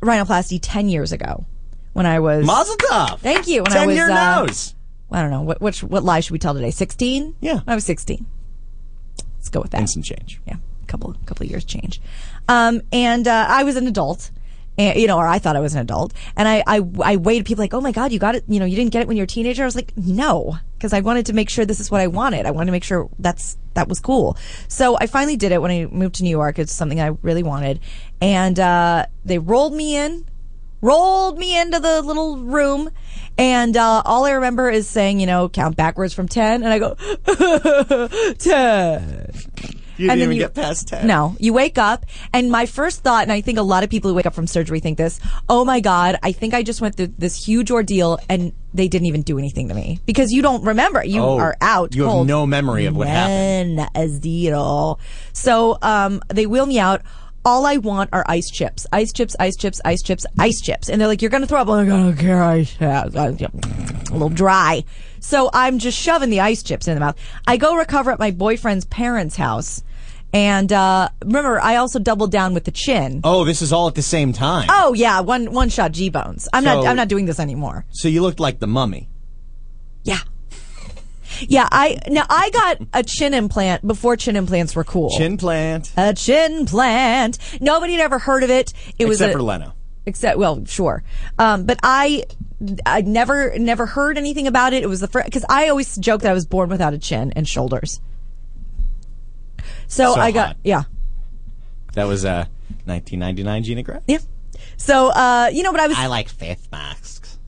S4: rhinoplasty ten years ago when I was.
S5: Mazel tov.
S4: Thank you. When I
S5: Ten
S4: was,
S5: year
S4: uh,
S5: nose.
S4: I don't know what which what lie should we tell today? Sixteen.
S5: Yeah.
S4: I was sixteen. Let's go with that.
S5: Instant change.
S4: Yeah, couple couple of years change. Um, and uh, I was an adult. And, you know, or I thought I was an adult, and I, I, I waited. People like, oh my god, you got it. You know, you didn't get it when you were a teenager. I was like, no, because I wanted to make sure this is what I wanted. I wanted to make sure that's that was cool. So I finally did it when I moved to New York. It's something I really wanted, and uh, they rolled me in rolled me into the little room. And uh, all I remember is saying, you know, count backwards from 10. And I go, 10.
S5: You
S4: And
S5: didn't
S4: then
S5: even
S4: you-
S5: get past ten.
S4: No, you wake up. And my first thought, and I think a lot of people who wake up from surgery think this, oh my God, I think I just went through this huge ordeal and they didn't even do anything to me. Because you don't remember. You
S5: Oh,
S4: are out.
S5: You have
S4: cold.
S5: no memory of what happened.
S4: None, a zero. So um, they wheel me out. All I want are ice chips, ice chips, ice chips, ice chips, ice chips. And they're like, "You're gonna throw up." I'm like, "I don't care, ice chips." I'm A little dry. So I'm just shoving the ice chips in the mouth. I go recover at my boyfriend's parents' house, and uh, remember, I also doubled down with the chin. Oh,
S5: Oh, this is all at the same time.
S4: yeah, one one shot G bones. I'm
S5: So-
S4: not I'm not doing this anymore.
S5: So you looked like the mummy.
S4: Yeah. Yeah, I now I got a chin implant before chin implants were cool.
S5: Chin plant.
S4: a chin plant. Nobody had ever heard of it. It was
S5: Except
S4: a,
S5: for Leno.
S4: Except, well, sure, um, but I, I never, never heard anything about it. It was the first because I always joke that I was born without a chin and shoulders. So,
S5: So
S4: I got
S5: hot.
S4: yeah,
S5: That was uh, 1999 Gina Grant.
S4: yeah. So uh, you know, but I was
S5: I like face masks.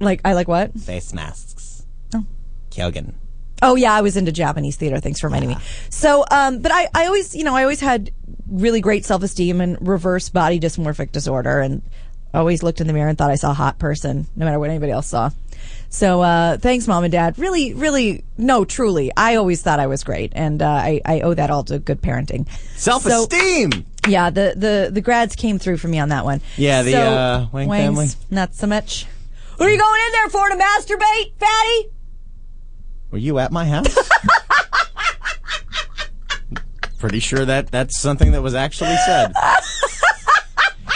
S4: like, I like what?
S5: Face masks. Oh. Kyogen.
S4: Oh yeah, I was into Japanese theater. Thanks for reminding me. So, um, but I, I always, you know, I always had really great self esteem and reverse body dysmorphic disorder, and always looked in the mirror and thought I saw a hot person, no matter what anybody else saw. So, uh, thanks, mom and dad. Really, really, no, truly, I always thought I was great, and uh, I, I owe that all to good parenting.
S5: Self
S4: So-
S5: esteem.
S4: yeah, the, the, the grads came through for me on that one.
S5: Yeah, the,
S4: So,
S5: uh, Wang
S4: Wangs,
S5: family.
S4: Not so much. What are you going in there for to masturbate, fatty?
S5: Were you at my house? Pretty sure that that's something that was actually said.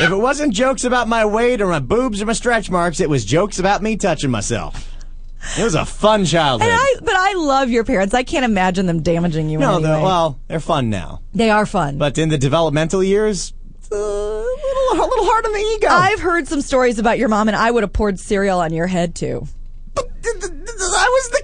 S5: If it wasn't jokes about my weight or my boobs or my stretch marks, it was jokes about me touching myself. It was a fun childhood.
S4: And I, but I love your parents. I can't imagine them damaging you. in
S5: no,
S4: any
S5: they're,
S4: way.
S5: well, they're fun now.
S4: they are fun.
S5: But in the developmental years, uh, a, little, a little hard on the ego.
S4: I've heard some stories about your mom, and I would have poured cereal on your head too.
S5: I was the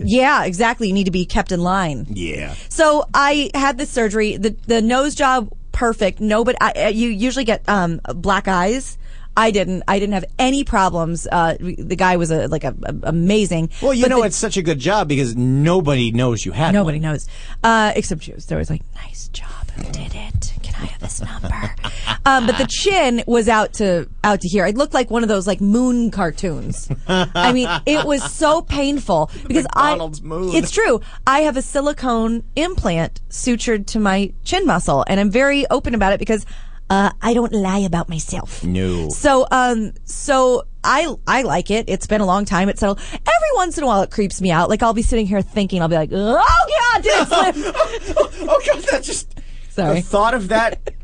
S5: kid.
S4: Yeah, exactly. You need to be kept in line.
S5: Yeah.
S4: So I had this surgery. The the nose job perfect. No, but I, uh, you usually get um, black eyes. I didn't. I didn't have any problems. Uh, the guy was a, like a, a- amazing.
S5: Well, you
S4: But
S5: know
S4: the-
S5: it's such a good job because nobody knows you had
S4: Nobody
S5: one.
S4: knows, uh, except Jews. They're always like, "Nice job, who did it? Can I have this number?" um, but the chin was out to out to here. It looked like one of those like moon cartoons. I mean, it was so painful because
S5: McDonald's
S4: I.
S5: moon.
S4: It's true. I have a silicone implant sutured to my chin muscle, and I'm very open about it because uh, I don't lie about myself.
S5: No.
S4: So, um, so I, I like it. It's been a long time. It's settled. Every once in a while, it creeps me out. Like I'll be sitting here thinking, I'll be like, oh god, did it slip?
S5: oh god, that just
S4: Sorry.
S5: The thought of that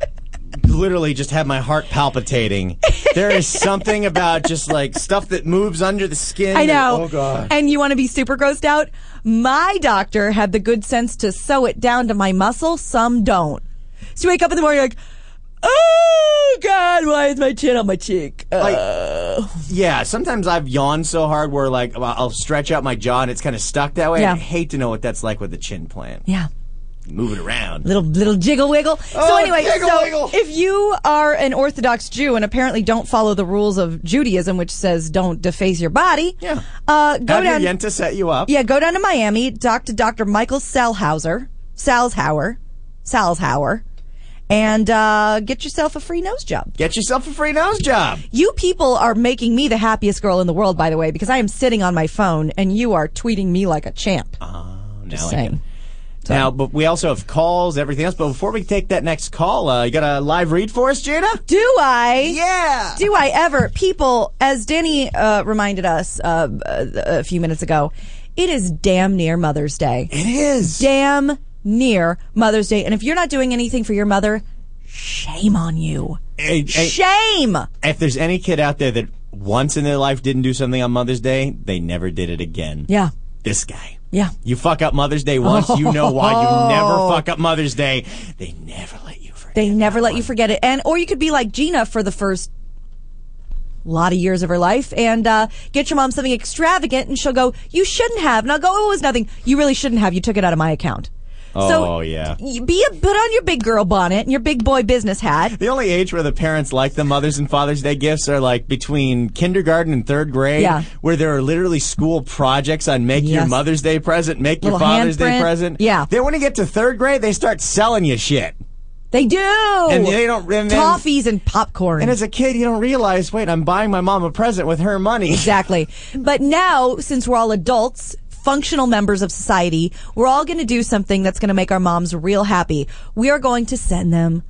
S5: literally just had my heart palpitating. There is something about just like stuff that moves under the skin.
S4: I know.
S5: Oh god.
S4: And you want to be super grossed out? My doctor had the good sense to sew it down to my muscle. Some don't. So you wake up in the morning, you're like, oh god, why is my chin on my cheek? Uh,
S5: Like, yeah, sometimes I've yawned so hard where like I'll I'll stretch out my jaw and it's kind of stuck that way.
S4: Yeah.
S5: I hate to know what that's like with the chin plant.
S4: yeah.
S5: Move it around.
S4: little little jiggle wiggle. so
S5: Oh,
S4: anyway,
S5: jiggle
S4: so
S5: wiggle.
S4: if you are an Orthodox Jew and apparently don't follow the rules of Judaism, which says don't deface your body,
S5: Yeah.
S4: uh, go
S5: Have
S4: down.
S5: your yenta set you up.
S4: yeah, go down to Miami, talk to Dr. Michael Salhauser, Salshauer, Salshauer, and uh, get yourself a free nose job.
S5: Get yourself a free nose job.
S4: You people are making me the happiest girl in the world, by the way, because I am sitting on my phone and you are tweeting me like a champ.
S5: Oh,
S4: Just
S5: now I get
S4: saying.
S5: it. Now, but we also have calls, everything else. But before we take that next call, uh, you got a live read for us, Jada?
S4: Do I?
S5: Yeah.
S4: do I ever? People, as Danny uh, reminded us uh, a a few minutes ago, it is damn near Mother's Day.
S5: It is.
S4: Damn near Mother's Day. And if you're not doing anything for your mother, shame on you.
S5: Hey, hey,
S4: Shame.
S5: if there's any kid out there that once in their life didn't do something on Mother's Day, they never did it again.
S4: Yeah.
S5: This guy.
S4: Yeah. Oh.
S5: You fuck up Mother's Day once, you know why. You never fuck up Mother's Day. They never let you forget.
S4: They never let you forget it. And or you could be like Gina for the first lot of years of her life and uh, get your mom something extravagant and she'll go, You shouldn't have. And I'll go, Oh, it was nothing. You really shouldn't have. You took it out of my account.
S5: Oh, yeah.
S4: y- Be a, put on your big girl bonnet and your big boy business hat.
S5: The only age where the parents like the Mother's and Father's Day gifts are like between kindergarten and third grade,
S4: Yeah.
S5: where there are literally school projects on make your
S4: Yes.
S5: Mother's Day present, make your
S4: Little
S5: Father's Day
S4: handprint.
S5: present.
S4: Yeah.
S5: Then when you get to third grade, they start selling you shit.
S4: They do.
S5: And they don't- and then-
S4: toffees and popcorn.
S5: And as a kid, you don't realize, wait, I'm buying my mom a present with her money.
S4: Exactly. But now, since we're all adults, functional members of society, we're all going to do something that's going to make our moms real happy. We are going to send them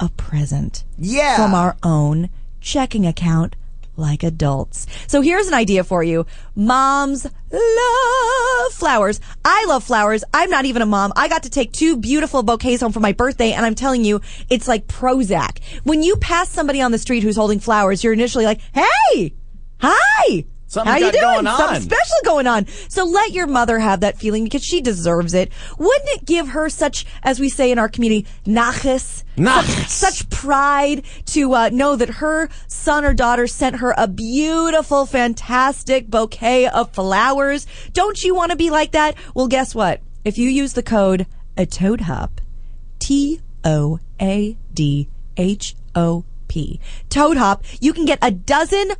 S4: a present.
S5: Yeah.
S4: From our own checking account like adults. So here's an idea for you. Moms love flowers. I love flowers. I'm not even a mom. I got to take two beautiful bouquets home for my birthday and I'm telling you, it's like Prozac. When you pass somebody on the street who's holding flowers, you're initially like, "Hey! Hi!"
S5: Something's
S4: How you
S5: got
S4: doing?
S5: going on.
S4: Something special going on. So let your mother have that feeling because she deserves it. Wouldn't it give her such, as we say in our community, nachis,
S5: Nachis.
S4: Such, such pride to uh, know that her son or daughter sent her a beautiful, fantastic bouquet of flowers. Don't you want to be like that? Well, guess what? If you use the code a toad hop, T O A D H O P. Toad Hop, you can get a dozen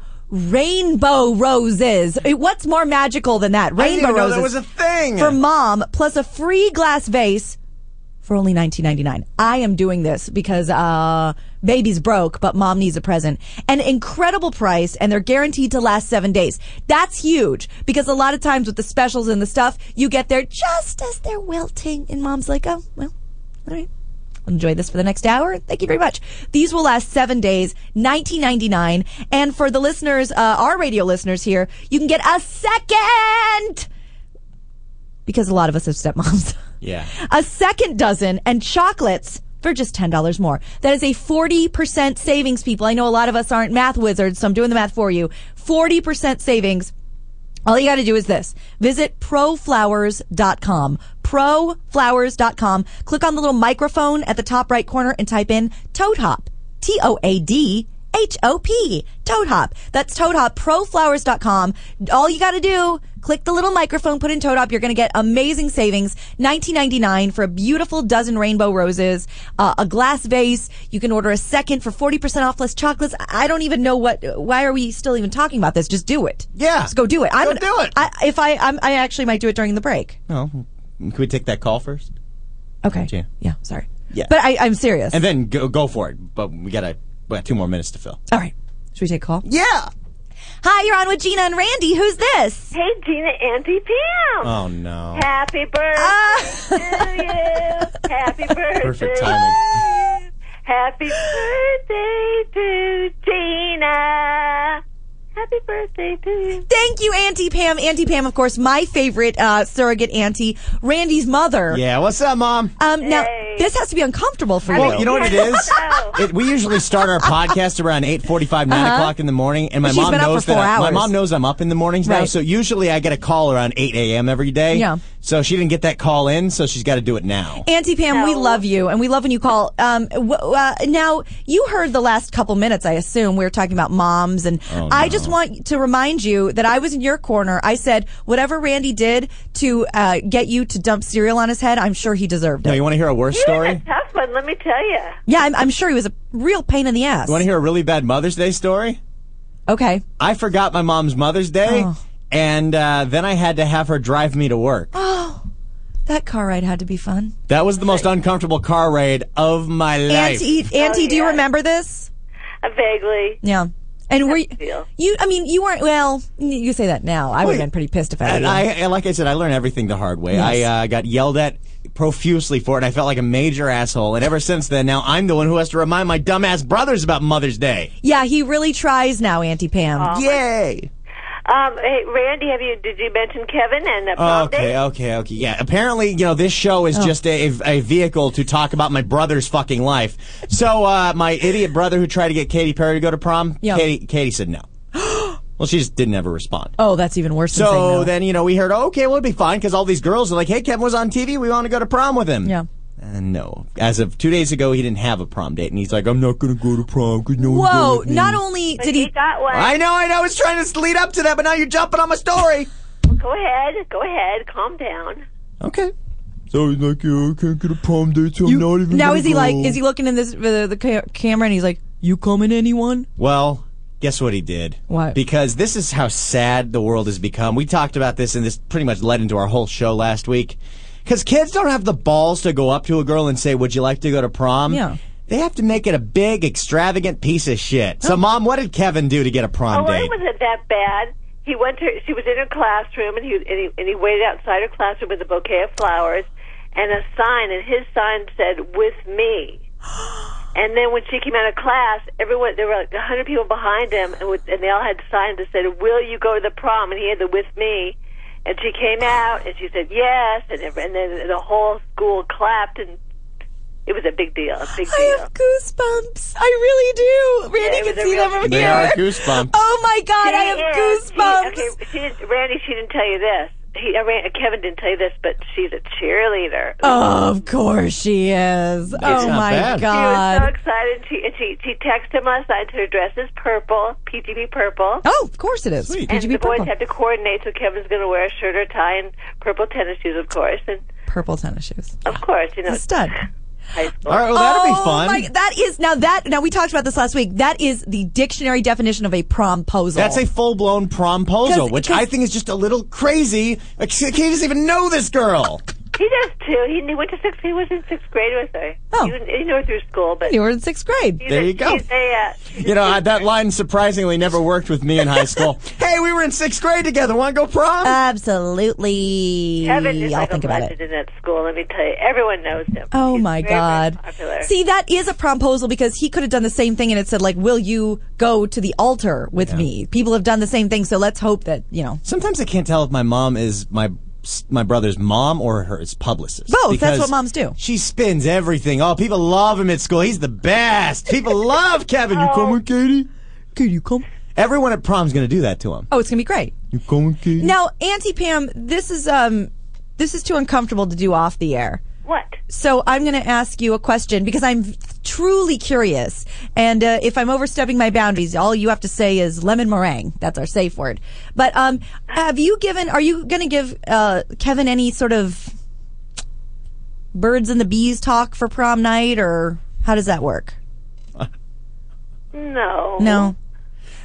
S4: rainbow roses. Eh, What's more magical than that?
S5: I didn't
S4: Rainbow
S5: even know
S4: roses.
S5: that was a thing.
S4: for mom, plus a free glass vase for only $19.99. I am doing this because uh baby's broke, but mom needs a present. An incredible price, and they're guaranteed to last seven days. That's huge because a lot of times with the specials and the stuff, you get there just as they're wilting, and mom's like, oh, well, all right. Enjoy this for the next hour. Thank you very much. These will last seven days, nineteen ninety nine. And for the listeners, uh, our radio listeners here, you can get a second because a lot of us have stepmoms.
S5: yeah.
S4: a second dozen and chocolates for just $10 more. That is a 40% savings, people. I know a lot of us aren't math wizards, so I'm doing the math for you. 40% savings. All you got to do is this. Visit proflowers.com. Proflowers.com. Click on the little microphone at the top right corner and type in Toad Hop. T O A D H O P. Toad Hop. That's Toad Hop. Proflowers.com. All you got to do, click the little microphone, put in Toad Hop. You're going to get amazing savings. $19.99 for a beautiful dozen rainbow roses, uh, a glass vase. You can order a second for 40% off less chocolates. I I don't even know what, why are we still even talking about this? Just do it.
S5: Yeah.
S4: Just go do it. I'm
S5: Go
S4: gonna-
S5: do it.
S4: I, if I, I'm, I actually might do it during the break.
S5: Oh, can we take that call first?
S4: Okay.
S5: Yeah.
S4: Yeah. Sorry.
S5: Yeah.
S4: But I, I'm serious.
S5: And then go go for it. But we gotta we got two more minutes to fill.
S4: All right. Should we take a call?
S5: Yeah.
S4: Hi, you're on with Gina and Randy. Who's this?
S10: Hey, Gina, Auntie Pam.
S5: Oh no.
S10: Happy birthday to you. Happy birthday.
S5: Perfect timing.
S10: Happy birthday to Gina. Happy birthday to you.
S4: Thank you, Auntie Pam. Auntie Pam, of course, my favorite uh, surrogate auntie, Randy's mother.
S5: Yeah. What's up, mom?
S4: Um, now, this has to be uncomfortable for
S5: Well,
S4: you.
S5: you know what it is? It, we usually start our podcast around 8.45, 9
S4: Uh-huh.
S5: o'clock in the morning, and my
S4: She's
S5: mom
S4: been up for
S5: knows that
S4: four
S5: I- my
S4: hours.
S5: mom knows I'm up in the mornings now,
S4: Right.
S5: so usually I get a call around 8 a.m. every day.
S4: Yeah.
S5: So she didn't get that call in, so she's got to do it now.
S4: Auntie Pam, we love you, and we love when you call. Um, w- uh, now, you heard the last couple minutes, I assume. We were talking about moms, and
S11: Oh,
S4: I
S11: no.
S4: just want to remind you that I was in your corner. I said, whatever Randy did to uh, get you to dump cereal on his head, I'm sure he deserved
S5: No,
S4: it.
S5: you want to hear a worse story?
S10: Tough one, let me tell you.
S4: Yeah, I'm, I'm sure he was a real pain in the ass.
S5: You want to hear a really bad Mother's Day story?
S4: Okay.
S5: I forgot my mom's Mother's Day, and uh, then I had to have her drive me to work.
S4: Oh, that car ride had to be fun.
S5: That was the most uncomfortable car ride of my life.
S4: Auntie, Auntie, do you remember this?
S10: Oh, Uh, Vaguely.
S4: Yeah. And were you, you? I mean, you weren't. Well, you say that now. I would have been pretty pissed if I.
S5: And
S4: were you.
S5: I, and like I said, I learned everything the hard way.
S4: Yes.
S5: I uh, got yelled at profusely for it, and I felt like a major asshole. And ever since then, now I'm the one who has to remind my dumbass brothers about Mother's Day.
S4: Yeah, he really tries now, Auntie Pam.
S10: Oh, my-
S5: Yay!
S10: Um, hey, Randy, have you? Did you mention Kevin and the prom
S5: Okay,
S10: date?
S5: okay, okay. Yeah, apparently, you know, this show is
S10: Oh.
S5: just a, a vehicle to talk about my brother's fucking life. So, uh, my idiot brother who tried to get Katy Perry to go to prom,
S4: Yeah.
S5: Katie, Katie said no. well, she just didn't ever respond.
S4: Oh, that's even worse. than saying
S5: So
S4: no.
S5: then, you know, we heard, oh, okay, well, it'd be fine because all these girls are like, hey, Kevin was on TV. We want to go to prom with him.
S4: Yeah.
S5: Uh, no. As of two days ago, he didn't have a prom date, and he's like, I'm not going to go to prom because no one's going
S4: Whoa!
S5: with me."
S4: Not only did he,
S10: got one.
S5: I know, I know. I was trying to lead up to that, but now you're jumping on my story.
S10: Go ahead, go ahead, calm down.
S5: Okay.
S9: So he's like, yeah, I can't get a prom date, so I'm not even
S4: now
S9: gonna
S4: is he
S9: go.
S4: like? Is he looking in this uh, the ca- camera and he's like, "You coming, anyone?"
S5: Well, guess what he did?
S4: What?
S5: Because this is how sad the world has become. We talked about this, and this pretty much led into our whole show last week. Because kids don't have the balls to go up to a girl and say, Would you like to go to prom?
S4: Yeah.
S5: They have to make it a big, extravagant piece of shit. So, Mom, what did Kevin do to get a
S10: Oh,
S5: prom
S10: well, it
S5: date?
S10: wasn't that bad. He went to. She was in her classroom, and he and he, and he waited outside her classroom with a bouquet of flowers and a sign, and his sign said "With me." And then when she came out of class, everyone there were like a hundred people behind him, and, with, and they all had signs that said "Will you go to the prom?" And he had the "With me." And she came out, and she said yes, and every, and then the whole school clapped, and it was a big deal, a big
S4: I
S10: deal.
S4: have goosebumps. I really do. Randy
S10: Yeah, it
S4: can
S10: was a
S4: see
S10: real-
S4: them from
S5: They
S4: here.
S5: are goosebumps.
S4: Oh my God! I have
S10: Yeah,
S4: goosebumps.
S10: She, okay, she didn't, Randy, she didn't tell you this. He, uh, Ran- Kevin didn't tell you this, but she's a cheerleader.
S4: of course she is. oh
S10: not
S4: my
S10: bad. She was so
S4: God.
S10: excited. She and she she texted him last night. Her dress is purple, PGP purple.
S4: Oh, of course it is.
S10: And
S4: PGP
S10: the boys
S4: purple.
S10: have to coordinate, so Kevin's going to wear a shirt or tie and purple tennis shoes, of course. And
S4: Purple tennis shoes.
S10: of course, you know,
S4: A stud.
S10: high school.
S5: All right, well, that'd be
S4: Oh
S5: fun.
S4: my- that is now that now we talked about this last week. That is the dictionary definition of a promposal.
S5: That's a full blown promposal,
S4: 'Cause-
S5: which I think is just a little crazy. Like, she he doesn't even know this girl.
S10: He does too. He knew- went to sixth. He was in sixth grade with her. Oh, he, he knew her through school, but
S4: you were in sixth grade.
S10: She's
S5: There
S10: a-
S5: you go.
S10: She's a, uh,
S5: You know, I, that line surprisingly never worked with me in high school. hey, we were in sixth grade together. Want to go prom?
S4: Absolutely.
S10: Kevin is
S4: I'll
S10: like
S4: think
S10: a
S4: about it.
S10: legend in that school. Let me tell you, everyone knows him.
S4: Oh my
S10: very, very
S4: God.
S10: popular.
S4: See, that is a promposal because he could have done the same thing and it said like, will you go to the altar with me? People have done the same thing. So let's hope that, you know,
S5: Sometimes I can't tell if my mom is my s- my brother's mom or her his publicist.
S4: Both. That's
S5: Because
S4: what moms do.
S5: She spins everything. Oh, people love him at school. He's the best. People love Kevin. You
S4: Oh.
S5: coming, Katie? Katie, you come? Everyone at prom's going to do that to him.
S4: Oh, it's gonna be great.
S5: You coming, Katie?
S4: Now, Auntie Pam, this is um, this is too uncomfortable to do off the air.
S10: What?
S4: So I'm going to ask you a question because I'm truly curious, and uh, if I'm overstepping my boundaries, all you have to say is lemon meringue. That's our safe word. But um, have you given? Are you going to give uh, Kevin any sort of birds and the bees talk for prom night, or how does that work?
S10: No.
S4: No,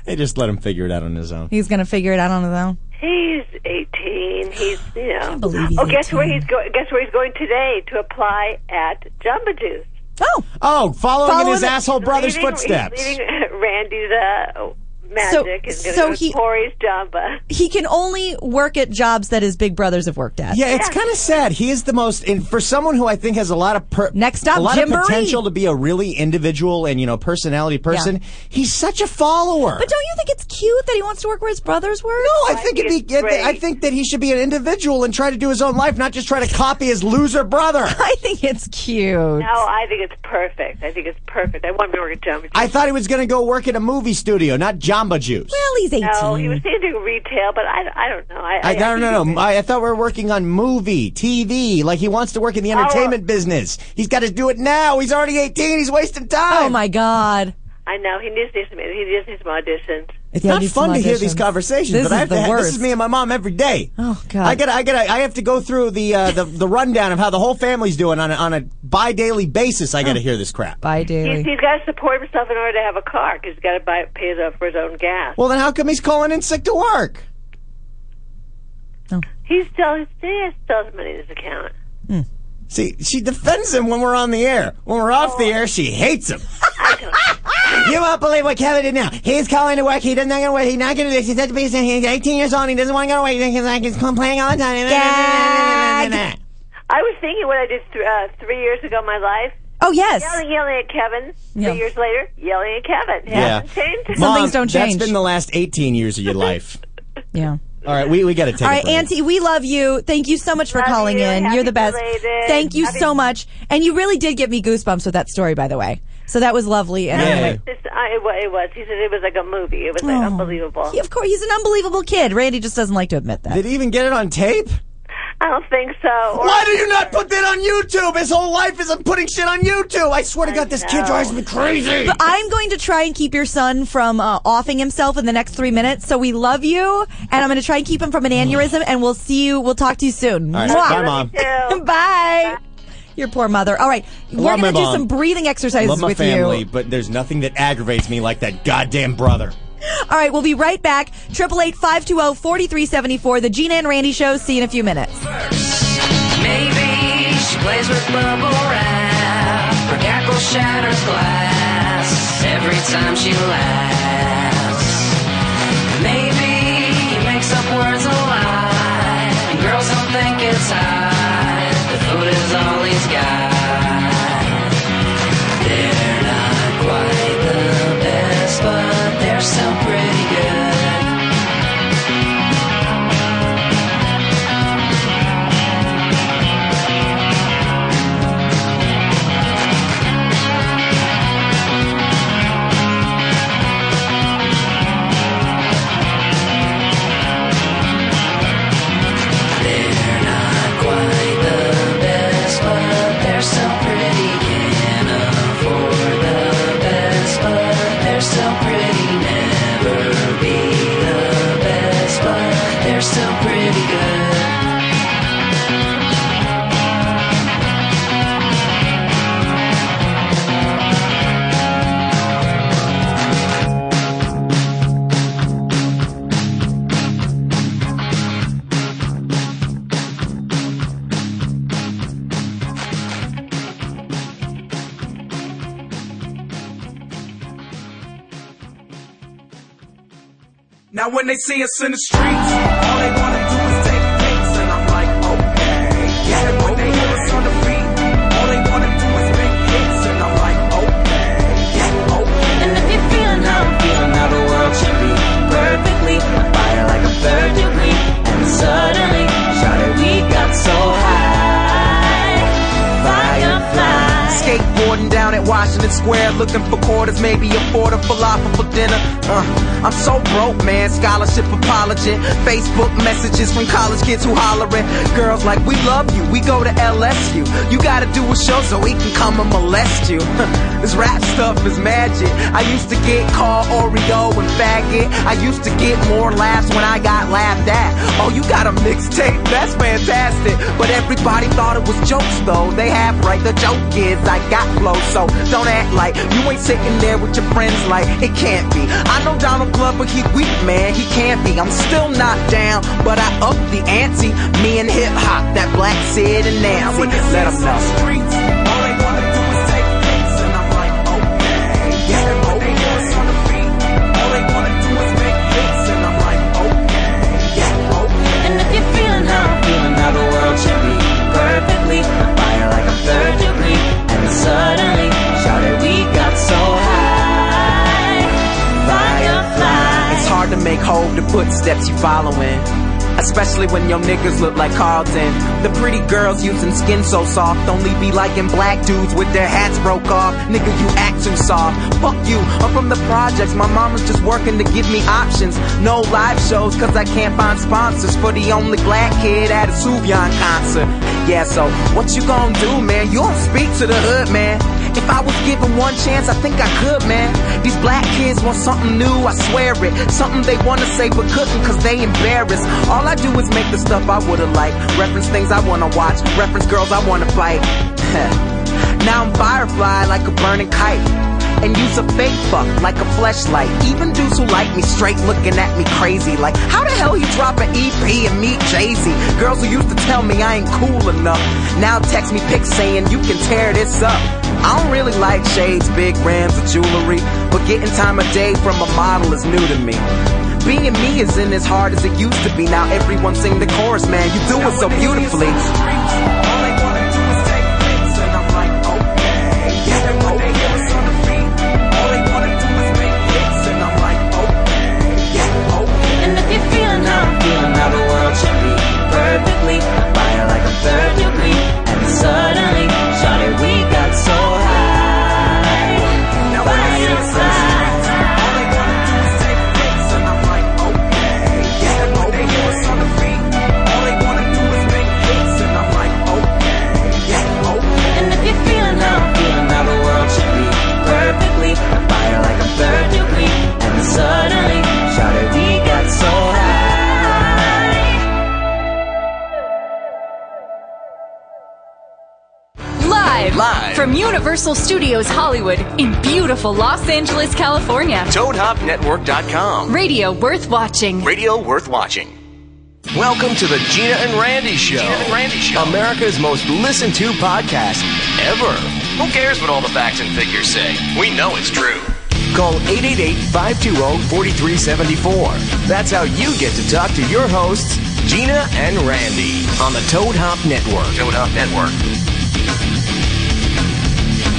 S5: They just let him figure it out on his own.
S4: he's going to figure it out on his own.
S10: He's 18. He's, you know.
S4: believe he's
S10: oh, guess where he's going? Guess where he's going today to apply at Jamba Juice.
S4: Oh,
S5: oh, following, in
S4: Following
S5: his
S4: the-
S5: asshole brother's
S10: Leading-
S5: footsteps.
S10: He's leading Randy's uh,
S4: So-
S10: magic. and gonna
S4: so
S10: go to
S4: he-
S10: Corey's Jamba.
S4: He can only work at jobs that his big brothers have worked at.
S5: Yeah, it's kind of sad. He is the most, and for someone who I think has a lot of per-
S4: Next up,
S5: a lot
S4: Jim Barry.
S5: of potential to be a really individual and you know personality person, he's such a follower.
S4: But don't you think it's cute that he wants to work where his brothers work?
S5: no, I think it'd be. I thi- I think that he should be an individual and try to do his own life, not just try to copy his loser brother.
S4: I think it's cute.
S10: No, I think it's perfect. I think it's perfect. I want him to work at Jamba Juice.
S5: I thought he was going to go work at a movie studio, not Jamba Juice.
S4: Well, he's 18.
S10: no, he was saying to retail, but I, I don't know. I,
S5: I, no,
S10: think
S5: no,
S10: he's-
S5: no. I, I thought we were working on movie, TV. Like he wants to work in the entertainment business. He's got to do it now. He's already 18. He's wasting time.
S4: oh my god.
S10: I know he needs to do some. He needs to do some auditions.
S5: It's
S4: Yeah, I
S5: not
S4: need some
S5: fun to hear
S4: auditions.
S5: these conversations,
S4: This
S5: but I
S4: is
S5: have
S4: the
S5: to. This
S4: worst.
S5: is me and my mom every day.
S4: Oh, God.
S5: I get, I get, I have to go through the uh, the, the rundown of how the whole family's doing on a, on a bi daily basis. I got
S4: Oh.
S5: to hear this crap.
S4: Bye,
S10: He's,
S4: Daily.
S10: he's got to support himself in order to have a car because he's got to buy, pay his, for his own gas.
S5: Well, then how come he's calling in sick to work?
S10: He's still he still has money in his account.
S4: Hmm.
S5: See, she defends him when we're on the air. When we're off the air, she hates him. you won't believe what Kevin did now. He's calling to work. He doesn't gonna work. He's not gonna do this. He's such a piece of- He's 18 years old. He doesn't want to go away. He's like he's complaining all the time.
S4: Gag.
S10: I was thinking what I did th- uh, three years ago in my life.
S4: Oh yes.
S10: Yelling, yelling at Kevin.
S4: Yeah.
S10: Three years later, yelling at Kevin.
S5: Yeah.
S10: Hasn't changed.
S4: Some
S5: Mom,
S4: things don't change.
S5: That's been the last 18 years of your life.
S4: Yeah.
S5: All right, we, we got to take
S4: All
S5: a
S4: right,
S5: break.
S4: Auntie, we love you. Thank you so much for
S10: Love
S4: calling
S10: you.
S4: in.
S10: Happy
S4: You're the best.
S10: belated.
S4: Thank you
S10: Happy-
S4: so much. And you really did give me goosebumps with that story, by the way. So that was lovely. And
S5: Yeah.
S4: I'm
S10: It's, I, it, wa- it was. He said it was like a movie. It was like
S4: Oh.
S10: unbelievable.
S4: like, he- of course, he's an unbelievable kid. Randy just doesn't like to admit that.
S5: Did he even get it on tape?
S10: I don't think so. Or-
S5: Why do you not put that on YouTube? His whole life is I'm putting shit on YouTube. I swear to God, this kid drives me crazy.
S4: But I'm going to try and keep your son from uh, offing himself in the next three minutes. So we love you, and I'm going to try and keep him from an aneurysm. And we'll see you. We'll talk to you soon.
S5: All right,
S4: Mwah.
S5: bye, Mom.
S10: Ew.
S4: Bye. Your poor mother. All right, we're
S5: Love
S4: going to
S5: my
S4: do
S5: mom.
S4: some breathing exercises
S5: Love my
S4: with
S5: family,
S4: you.
S5: but there's nothing that aggravates me like that goddamn brother.
S4: All right, we'll be right back. Triple eight five two zero forty three seventy four. The Gina and Randy Show. See you in a few minutes.
S11: Maybe she plays with bubble wrap. Her cackle shatters glass every time she laughs. Maybe he makes up words a lot. And girls don't think it's hot. The food is all he's got. They're not quite the best, but they're still pretty good. They're not quite the best, but they're so pretty. Can't afford the best, but they're so pretty. Never be the best, but they're so pretty good.
S9: Now when they see us in the streets, all they wanna do is take pics, and I'm like, okay. Yeah, and when they hear us on the beat, all they wanna do is make hits, and I'm like, okay. Yeah, okay.
S11: And if you're feeling how I'm feeling, how the world should be perfectly on fire like a third degree. And suddenly, shawty, we
S12: Washington Square looking for quarters, maybe a quarter falafel for dinner. Uh, I'm so broke, man. Scholarship apology. Facebook messages from college kids who hollering. Girls like, we love you. We go to LSU. You gotta do a show so we can come and molest you. this rap stuff is magic. I used to get called Oreo and faggot. I used to get more laughs when I got laughed at. Oh, you got a mixtape? That's fantastic. But everybody thought it was jokes though. They have right. The joke is I got flow, so don't act like you ain't sitting there with your friends like it can't be. I know Donald Glover, he weak man, he can't be. I'm still not down, but I up the ante. Me and hip hop, that black Sid and Nancy. Let 'em know.
S11: And if you're feeling how I'm feeling, how the world should be perfectly. I'm fire like a third degree. And then suddenly, shouted, we got so high. Firefly.
S12: It's hard to make hold the footsteps you following. Especially when your niggas look like Carlton. The pretty girls using skin so soft. Only be liking black dudes with their hats broke off. Nigga, you act too soft. Fuck you, I'm from the projects. My mama's just working to give me options. No live shows, cause I can't find sponsors for the only black kid at a Souvion concert. Yeah, so what you gonna do, man? You don't speak to the hood, man. If I was given one chance, I think I could, man. These black kids want something new, I swear it. Something they wanna say but couldn't cause they embarrassed. All I do is make the stuff I would've liked. Reference things I wanna watch, reference girls I wanna fight. now I'm firefly like a burning kite. And use a fake fuck like a fleshlight. Even dudes who like me straight looking at me crazy. Like, how the hell you drop an EP and meet Jay-Z? Girls who used to tell me I ain't cool enough. Now text me pics saying you can tear this up. I don't really like shades, big rams, or jewelry. But getting time of day from a model is new to me. Being me isn't as hard as it used to be. Now everyone sing the chorus, man. You do it so beautifully.
S11: And if you're feeling how I'm feeling, how the world should be perfectly. I'm fire like a third degree. And then suddenly, shouted, we got so high. Firefly. And if you're feeling how I'm feeling, how the world should be perfectly. I'm fire like a third degree. And then suddenly, shouted, we got so high.
S13: Live,
S3: Live.
S13: from Universal Studios Hollywood in beautiful Los Angeles, California.
S3: ToadHopNetwork.com.
S13: Radio worth watching.
S3: Radio worth watching. Welcome to the Gina and Randy Show. Gina and Randy Show. America's most listened to podcast ever. Who cares what all the facts and figures say? We know it's true. Call 888-520-4374. That's how you get to talk to your hosts, Gina and Randy, on the Toad Hop Network. Toad Hop Network.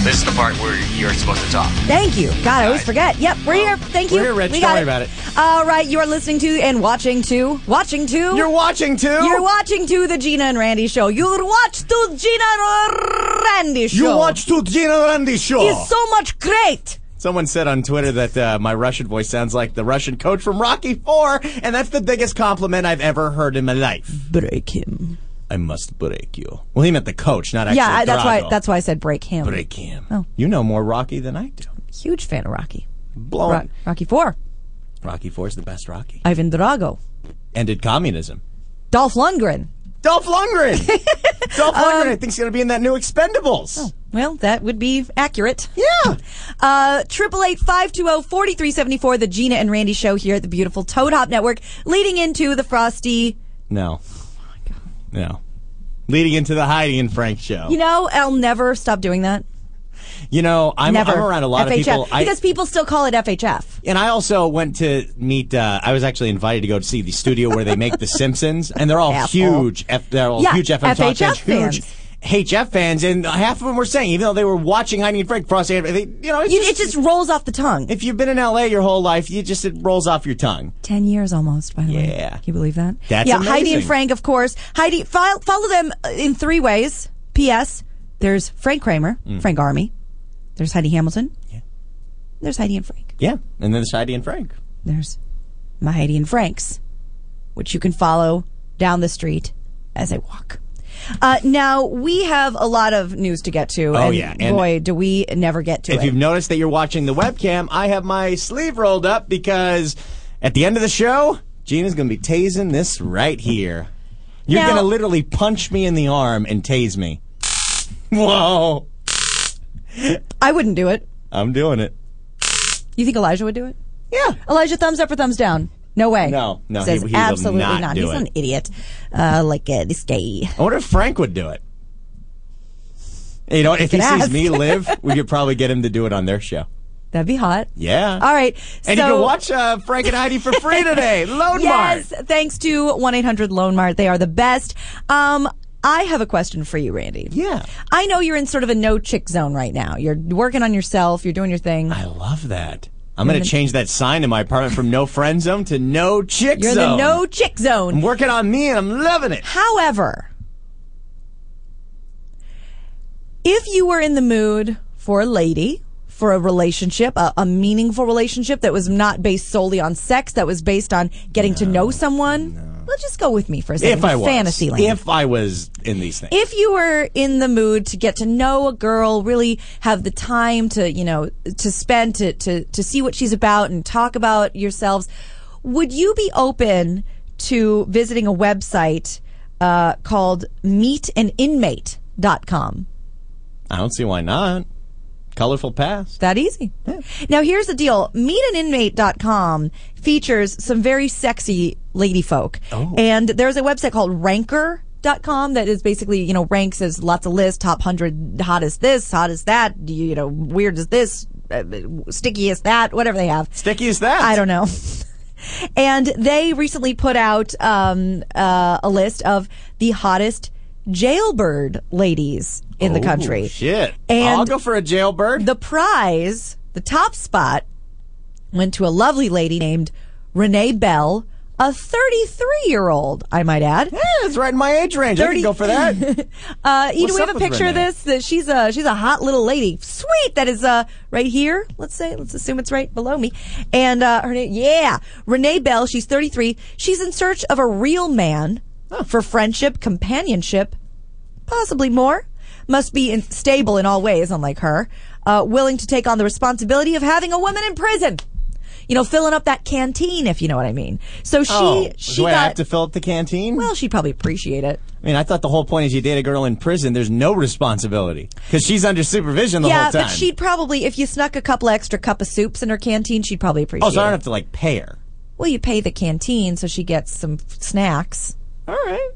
S3: This is the part where you're supposed to talk.
S4: Thank you. God, I always forget. Yep, we're here. Thank you.
S3: we're here, Rich.
S4: We
S3: Don't
S4: got
S3: worry
S4: it.
S3: about it.
S4: All right, you are listening to and watching to watching to. You're
S5: watching to.
S4: You're watching to the Gina and Randy show. You're watch to Gina and Randy show.
S5: You watch to Gina Randy show.
S4: It's so much great.
S5: Someone said on Twitter that uh, my Russian voice sounds like the Russian coach from Rocky Four, and that's the biggest compliment I've ever heard in my life.
S4: Break him.
S5: I must break you. Well, he meant the coach, not actually.
S4: yeah, I, that's
S5: Drago.
S4: why. That's why I said break him.
S5: break him.
S4: Oh.
S5: You know more Rocky than I do.
S4: Huge fan of Rocky.
S5: Blown.
S4: Ro- Rocky Four.
S5: Rocky Four is the best Rocky.
S4: Ivan Drago.
S5: Ended communism.
S4: Dolph Lundgren. Um,
S5: Dolph Lundgren. Dolph Lundgren. I think he's going to be in that new Expendables.
S4: oh, Well, that would be accurate.
S5: Yeah.
S4: Uh, 888-520-4374, the Gina and Randy show here at the beautiful Toad Hop Network, leading into the frosty,
S5: No.
S4: Oh
S5: No. Leading into the Heidi and Frank show.
S4: you know, I'll never stop doing that.
S5: You know, I'm,
S4: never.
S5: I'm around a lot
S4: FHF.
S5: of people. I-
S4: because people still call it FHF.
S5: And I also went to meet. Uh, I was actually invited to go to see the studio where they make The Simpsons, and they're all
S4: Asshole.
S5: huge. F, they're all
S4: Yeah,
S5: huge FM talk
S4: FHF
S5: fans, huge
S4: fans.
S5: HF fans, and half of them were saying, even though they were watching Heidi and Frank Frosty, and they, you know, it's
S4: You-
S5: just,
S4: it just rolls off the tongue.
S5: If you've been in LA your whole life, you just it rolls off your tongue.
S4: Ten years almost, by the way. Yeah. Can you believe that?
S5: That's
S4: yeah,
S5: amazing.
S4: Heidi and Frank, of course. Heidi, file, follow them uh, in three ways. P.S. There's Frank Kramer,
S5: Mm.
S4: Frank Army. There's Heidi Hamilton. Yeah. There's Heidi and Frank.
S5: Yeah, and then there's Heidi and Frank.
S4: There's my Heidi and Frank's, which you can follow down the street as I walk. Uh, now we have a lot of news to get to.
S5: Oh,
S4: and
S5: yeah, and-
S4: boy, do we never get to
S5: if
S4: it.
S5: you've noticed that you're watching the webcam, I have my sleeve rolled up because at the end of the show, Gina's going to be tasing this right here. You're
S4: Now-
S5: going to literally punch me in the arm and tase me. Whoa.
S4: Oh. I wouldn't do it.
S5: I'm doing it.
S4: You think Elijah would do it?
S5: Yeah.
S4: Elijah, thumbs up or thumbs down? No way.
S5: No, no, he-
S4: Says
S5: he will
S4: absolutely
S5: not do
S4: He's
S5: it.
S4: an idiot. Uh, like uh, this guy.
S5: I wonder if Frank would do it. You know, if he
S4: You can
S5: sees
S4: ask.
S5: me live, we could probably get him to do it on their show.
S4: That'd be hot.
S5: Yeah.
S4: All right.
S5: And
S4: so,
S5: you can watch uh, Frank and Heidi for free today. Loan
S4: yes, thanks to 1 800 Loan Mart. They are the best. Um, I have a question for you, Randy.
S5: Yeah.
S4: I know you're in sort of a no chick zone right now. You're working on yourself, you're doing your thing.
S5: I love that. I'm going
S4: You're
S5: to
S4: the-
S5: change that sign in my apartment from no friend zone to no chick
S4: You're in the
S5: zone.
S4: no chick zone.
S5: I'm working on me and I'm loving it.
S4: However, if you were in the mood for a lady, for a relationship, a, a meaningful relationship that was not based solely on sex, that was based on getting to know someone, well, just go with me for a second.
S5: If I was.
S4: Fantasy land.
S5: If I was in these things.
S4: If you were in the mood to get to know a girl, really have the time to, you know, to spend to, to, to see what she's about and talk about yourselves, would you be open to visiting a website uh, called meetaninmate.com?
S5: I don't see why not. Colorful past.
S4: That easy. Now, here's the deal. Meetaninmate.com features some very sexy lady folk.
S5: Oh.
S4: And there's a website called Ranker.com that is basically, you know, ranks as lots of lists, top 100, hottest this, hottest that, you know, weird as this, uh, sticky as that, whatever they have.
S5: Sticky as that?
S4: I don't know. and they recently put out um, uh, a list of the hottest jailbird ladies in the
S5: Oh,
S4: country.
S5: Shit.
S4: And
S5: I'll go for a jailbird.
S4: The prize, the top spot, went to a lovely lady named Renee Bell, a 33 year old, I might add. Yeah,
S5: that's right in my age range. I could go for that.
S4: uh, Eda,
S5: What's
S4: we have
S5: up
S4: a
S5: with
S4: picture of
S5: Renee?
S4: this. That she's a she's a hot little lady. Sweet, that is uh right here. Let's say let's assume it's right below me. And uh, her name, yeah, Renee Bell. She's 33. She's in search of a real man for friendship, companionship, possibly more. Must be in, stable in all ways, unlike her. Uh, willing to take on the responsibility of having a woman in prison. You know, filling up that canteen, if you know what I mean. So she
S5: oh,
S4: she
S5: do I have
S4: got
S5: to fill up the canteen?
S4: well, she'd probably appreciate it.
S5: I mean, I thought the whole point is you date a girl in prison, there's no responsibility. Because she's under supervision the
S4: yeah,
S5: whole time. Oh,
S4: but she'd probably if you snuck a couple extra cup of soups in her canteen, she'd probably appreciate.
S5: Oh, so I don't
S4: it.
S5: have to, like, pay her.
S4: Well, you pay the canteen, so she gets some f- snacks.
S5: All right.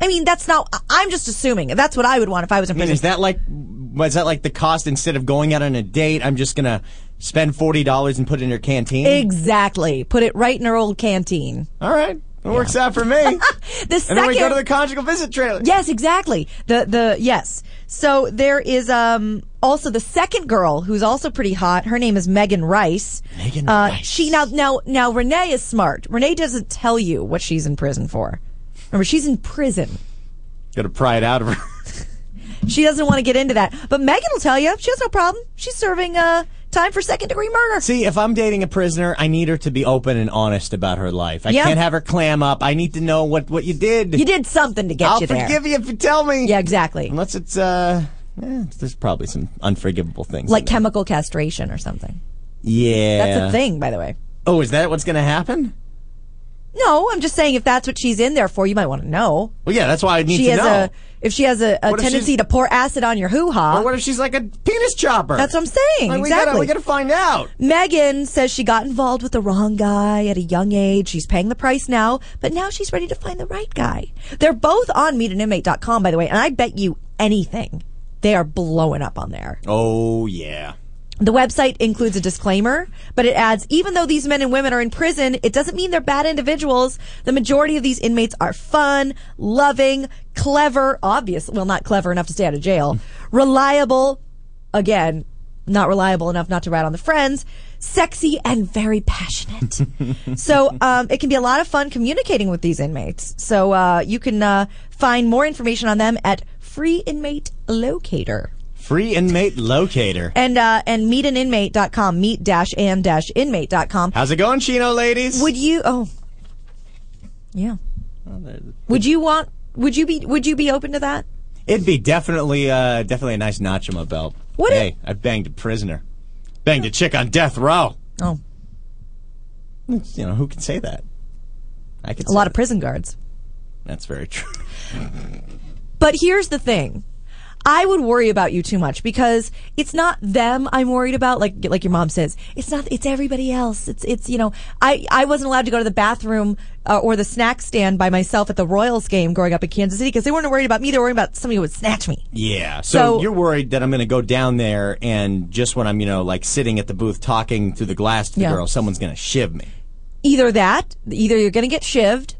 S4: I mean, that's not. I- I'm just assuming. That's what I would want if I was in
S5: I mean,
S4: prison.
S5: is that like, was that like the cost instead of going out on a date? I'm just gonna spend forty dollars and put it in your canteen.
S4: exactly. Put it right in her old canteen.
S5: All right, it works out for me. and
S4: The second,
S5: then we go to the conjugal visit trailer.
S4: Yes, exactly. The the yes. So there is um also the second girl who's also pretty hot. Her name is Megan Rice. Megan uh, Rice. She now now now Renee is smart. Renee doesn't tell you what she's in prison for. Remember, she's in prison.
S5: Gotta pry it out of her.
S4: She doesn't want to get into that. But Megan will tell you she has no problem. She's serving uh time for second degree murder.
S5: See, if I'm dating a prisoner, I need her to be open and honest about her life. I
S4: Yeah.
S5: can't have her clam up. I need to know what what you did.
S4: You did something to get
S5: I'll
S4: you there.
S5: forgive you if you tell me.
S4: Yeah, exactly.
S5: Unless it's uh, eh, there's probably some unforgivable things.
S4: Like chemical castration or something.
S5: yeah,
S4: That's a thing, by the way.
S5: Oh, is that what's gonna happen?
S4: No, I'm just saying if that's what she's in there for, you might want to know.
S5: Well, yeah, that's why I need
S4: she
S5: to
S4: has
S5: know.
S4: a if she has a, a
S5: What if
S4: tendency
S5: she's-
S4: to pour acid on your hoo ha.
S5: Or what if she's like a penis chopper?
S4: That's what I'm saying.
S5: Like, we gotta-
S4: exactly.
S5: we gotta find out.
S4: Megan says she got involved with the wrong guy at a young age. She's paying the price now, but now she's ready to find the right guy. They're both on meetaninmate.com, by the way, and I bet you anything they are blowing up on there.
S5: Oh yeah.
S4: The website includes a disclaimer, but it adds even though these men and women are in prison, it doesn't mean they're bad individuals. The majority of these inmates are fun, loving, clever, obvious, well, not clever enough to stay out of jail, reliable, again, not reliable enough not to rat on the friends, sexy, and very passionate. so um, it can be a lot of fun communicating with these inmates. So uh, you can uh, find more information on them at Free Inmate Locator.
S5: Free inmate locator.
S4: And uh, and meetaninmate.com, meet dash and dash inmate.com.
S5: How's it going, Chino ladies?
S4: Would you? Oh, yeah. Would you want? Would you be? Would you be open to that?
S5: It'd be definitely, uh, definitely a nice notch in my belt.
S4: What
S5: Hey, I banged a prisoner, banged a chick on death row.
S4: Oh.
S5: You know who can say that? I can.
S4: A lot of prison guards.
S5: That's very true.
S4: But here's the thing. I would worry about you too much because it's not them I'm worried about. Like, like your mom says, it's not, it's everybody else. It's, it's, you know, I, I wasn't allowed to go to the bathroom uh, or the snack stand by myself at the Royals game growing up in Kansas City because they weren't worried about me. They were worried about somebody who would snatch me.
S5: Yeah. So,
S4: So-
S5: you're worried that I'm going to go down there and just when I'm, you know, like sitting at the booth talking through the glass to the
S4: Yeah.
S5: girl, someone's going to shiv me.
S4: Either that, either you're going to get shivved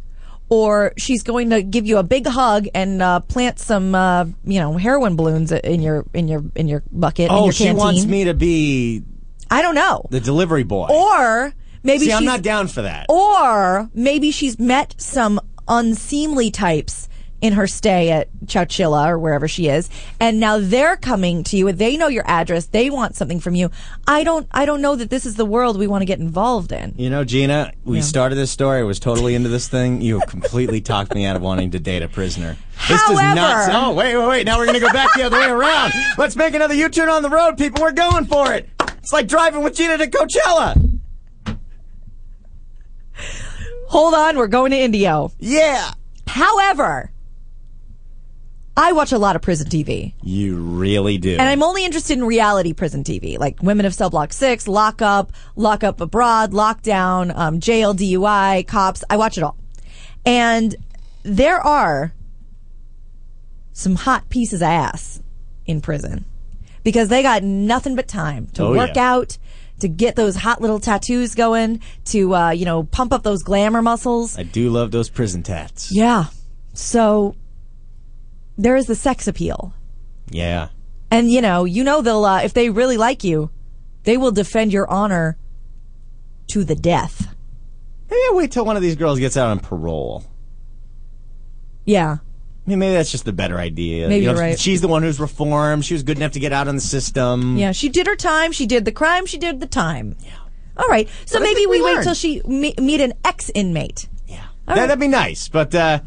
S4: or she's going to give you a big hug and uh, plant some, uh, you know, heroin balloons in your, in your, in your bucket. in
S5: oh,
S4: your
S5: she
S4: canteen.
S5: wants me to be
S4: I don't know.
S5: the delivery boy.
S4: Or maybe
S5: See,
S4: she's
S5: I'm not down for that.
S4: Or maybe she's met some unseemly types in her stay at Chowchilla or wherever she is, and now they're coming to you and they know your address. They want something from you. I don't. I don't know that this is the world we want to get involved in.
S5: You know, Gina, we
S4: Yeah.
S5: started this story. I was totally into this thing. You have completely talked me out of wanting to date a prisoner. This does not.
S4: However-
S5: Oh, wait, wait, wait. Now we're going to go back the other way around. Let's make another U turn on the road, people. We're going for it. It's like driving with Gina to Coachella.
S4: Hold on, we're going to Indio.
S5: Yeah.
S4: However, I watch a lot of prison TV.
S5: You really do.
S4: And I'm only interested in reality prison TV, like Women of Cell Block 6, Lock Up, Lock Up Abroad, Lockdown, um, Jail, DUI, Cops. I watch it all. And there are some hot pieces of ass in prison because they got nothing but time to
S11: Oh,
S4: work
S11: yeah.
S4: out, to get those hot little tattoos going, to, uh, you know, pump up those glamour muscles.
S5: I do love those prison tats.
S4: Yeah. So there is the sex appeal.
S5: Yeah.
S4: And you know, you know they'll uh, if they really like you, they will defend your honor to the death.
S5: Maybe I wait till one of these girls gets out on parole.
S4: Yeah.
S5: I mean, maybe that's just the better idea.
S4: Maybe
S5: You know,
S4: you're right.
S5: She's the one who's reformed. She was good enough to get out on the system.
S4: Yeah, she did her time, she did the crime, she did the time. Yeah. All right. So
S5: But I
S4: maybe
S5: think
S4: we,
S5: we
S4: wait
S5: learned.
S4: till she me- meet an ex-inmate.
S5: that, That'd be nice. But uh,